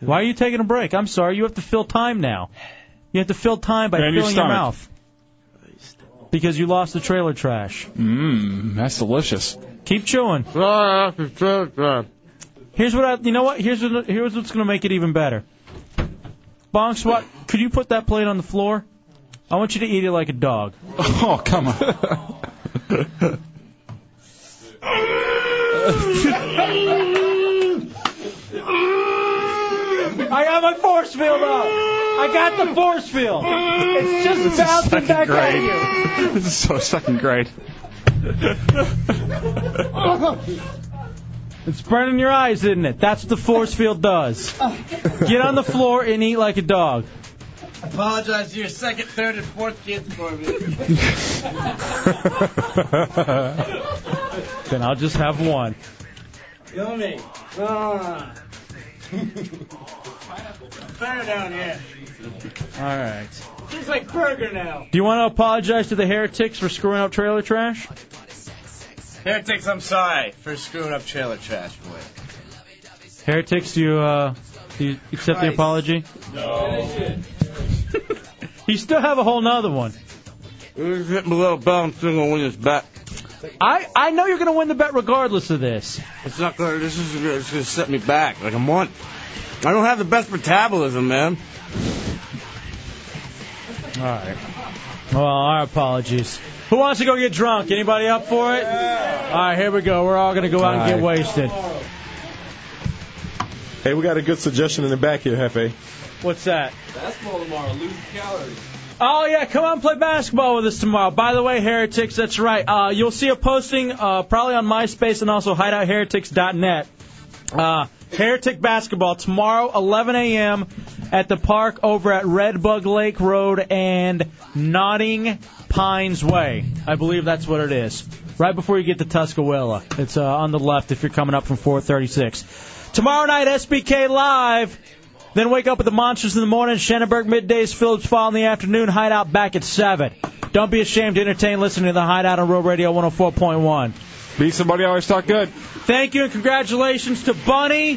Speaker 2: Why are you taking a break? I'm sorry. You have to fill time now. You have to fill time by
Speaker 1: And your
Speaker 2: filling your
Speaker 1: stomach.
Speaker 2: mouth. Because you lost the Trailer Trash.
Speaker 1: Mmm, that's delicious.
Speaker 2: Keep chewing.
Speaker 1: Ah,
Speaker 2: Here's what I, you know what? Here's what, here's what's gonna make it even better. Bonk Swat, could you put that plate on the floor? I want you to eat it like a dog.
Speaker 1: Oh, come on.
Speaker 2: I got my force field up. I got the force field. It's just bouncing back at you.
Speaker 1: this is so second grade.
Speaker 2: It's burning your eyes, isn't it? That's what the force field does. Get on the floor and eat like a dog.
Speaker 13: Apologize to your second, third, and fourth kids for me.
Speaker 2: Then I'll just have one.
Speaker 13: Yummy. Ah. Fire down here.
Speaker 2: All right.
Speaker 13: Tastes like burger now.
Speaker 2: Do you want to apologize to the heretics for screwing up trailer trash?
Speaker 13: Heretics, I'm sorry for screwing up trailer trash, boy.
Speaker 2: Heretics, do you, uh, do you accept the
Speaker 13: Christ.
Speaker 2: apology?
Speaker 13: No.
Speaker 2: You still have a whole nother one.
Speaker 10: Below bound, still gonna win this bet.
Speaker 2: I, I know you're going to win the bet regardless of this.
Speaker 10: It's not gonna. This is it's gonna set me back like a month. I don't have the best metabolism, man.
Speaker 2: All right. Well, our apologies. Who wants to go get drunk? Anybody up for it? All right, here we go. We're all going to go out and get
Speaker 23: All right.
Speaker 2: wasted.
Speaker 23: Hey, we got a good suggestion in the back here, Hefe.
Speaker 2: What's that?
Speaker 13: Basketball tomorrow, lose calories.
Speaker 2: Oh yeah, come on, play basketball with us tomorrow. By the way, heretics, that's right. Uh, you'll see a posting uh, probably on MySpace and also hideoutheretics.net. Uh, Heretic basketball tomorrow, 11 a.m. at the park over at Red Bug Lake Road and Notting Pines Way. I believe that's what it is. Right before you get to Tuscaloosa, it's uh, on the left if you're coming up from 436. Tomorrow night, SBK live. Then wake up with the monsters in the morning, Shenanberg middays, Phillips Fall in the afternoon, Hideout back at 7. Don't be ashamed to entertain listening to the Hideout on Real Radio 104.1. Be somebody always talk good. Thank you and congratulations to Bunny.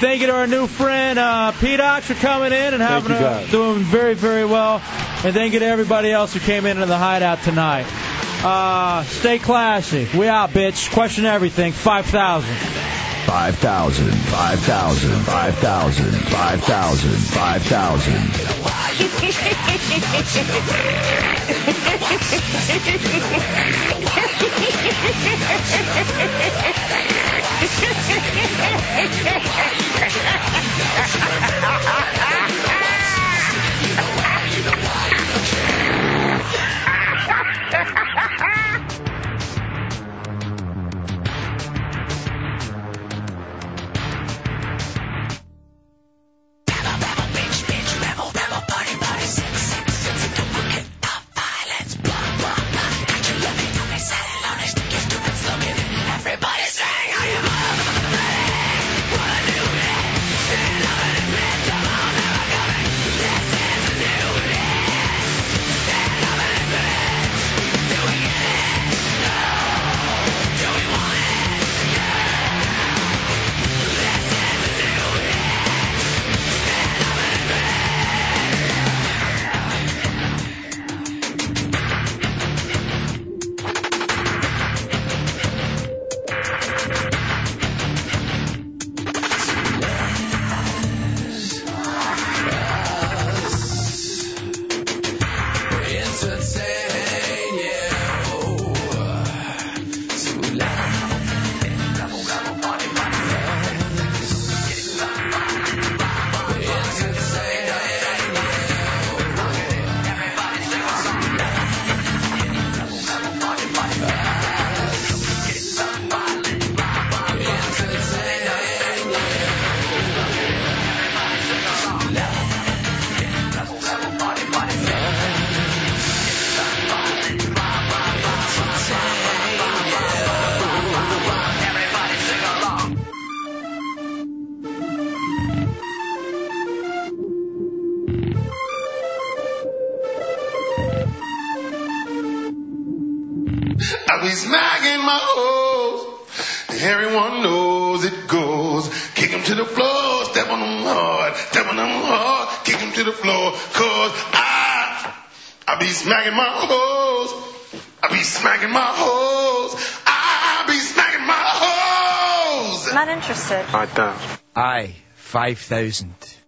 Speaker 2: Thank you to our new friend uh, P. Doc for coming in and having
Speaker 23: you,
Speaker 2: a,
Speaker 23: guys.
Speaker 2: doing very, very well. And thank you to everybody else who came in into the Hideout tonight. Uh, stay classy. We out, bitch. Question everything. 5,000.
Speaker 18: 5,000, 5,000, 5,000, 5,000, 5,000.
Speaker 11: I be smacking my hoes. And everyone knows it goes. Kick 'em to the floor, step on 'em hard, step on 'em hard, kick 'em to the floor. Cause I, I be smacking my hoes. I be smacking my hoes. I be smacking my hoes.
Speaker 27: Not interested.
Speaker 11: I don't.
Speaker 28: I, 5,000.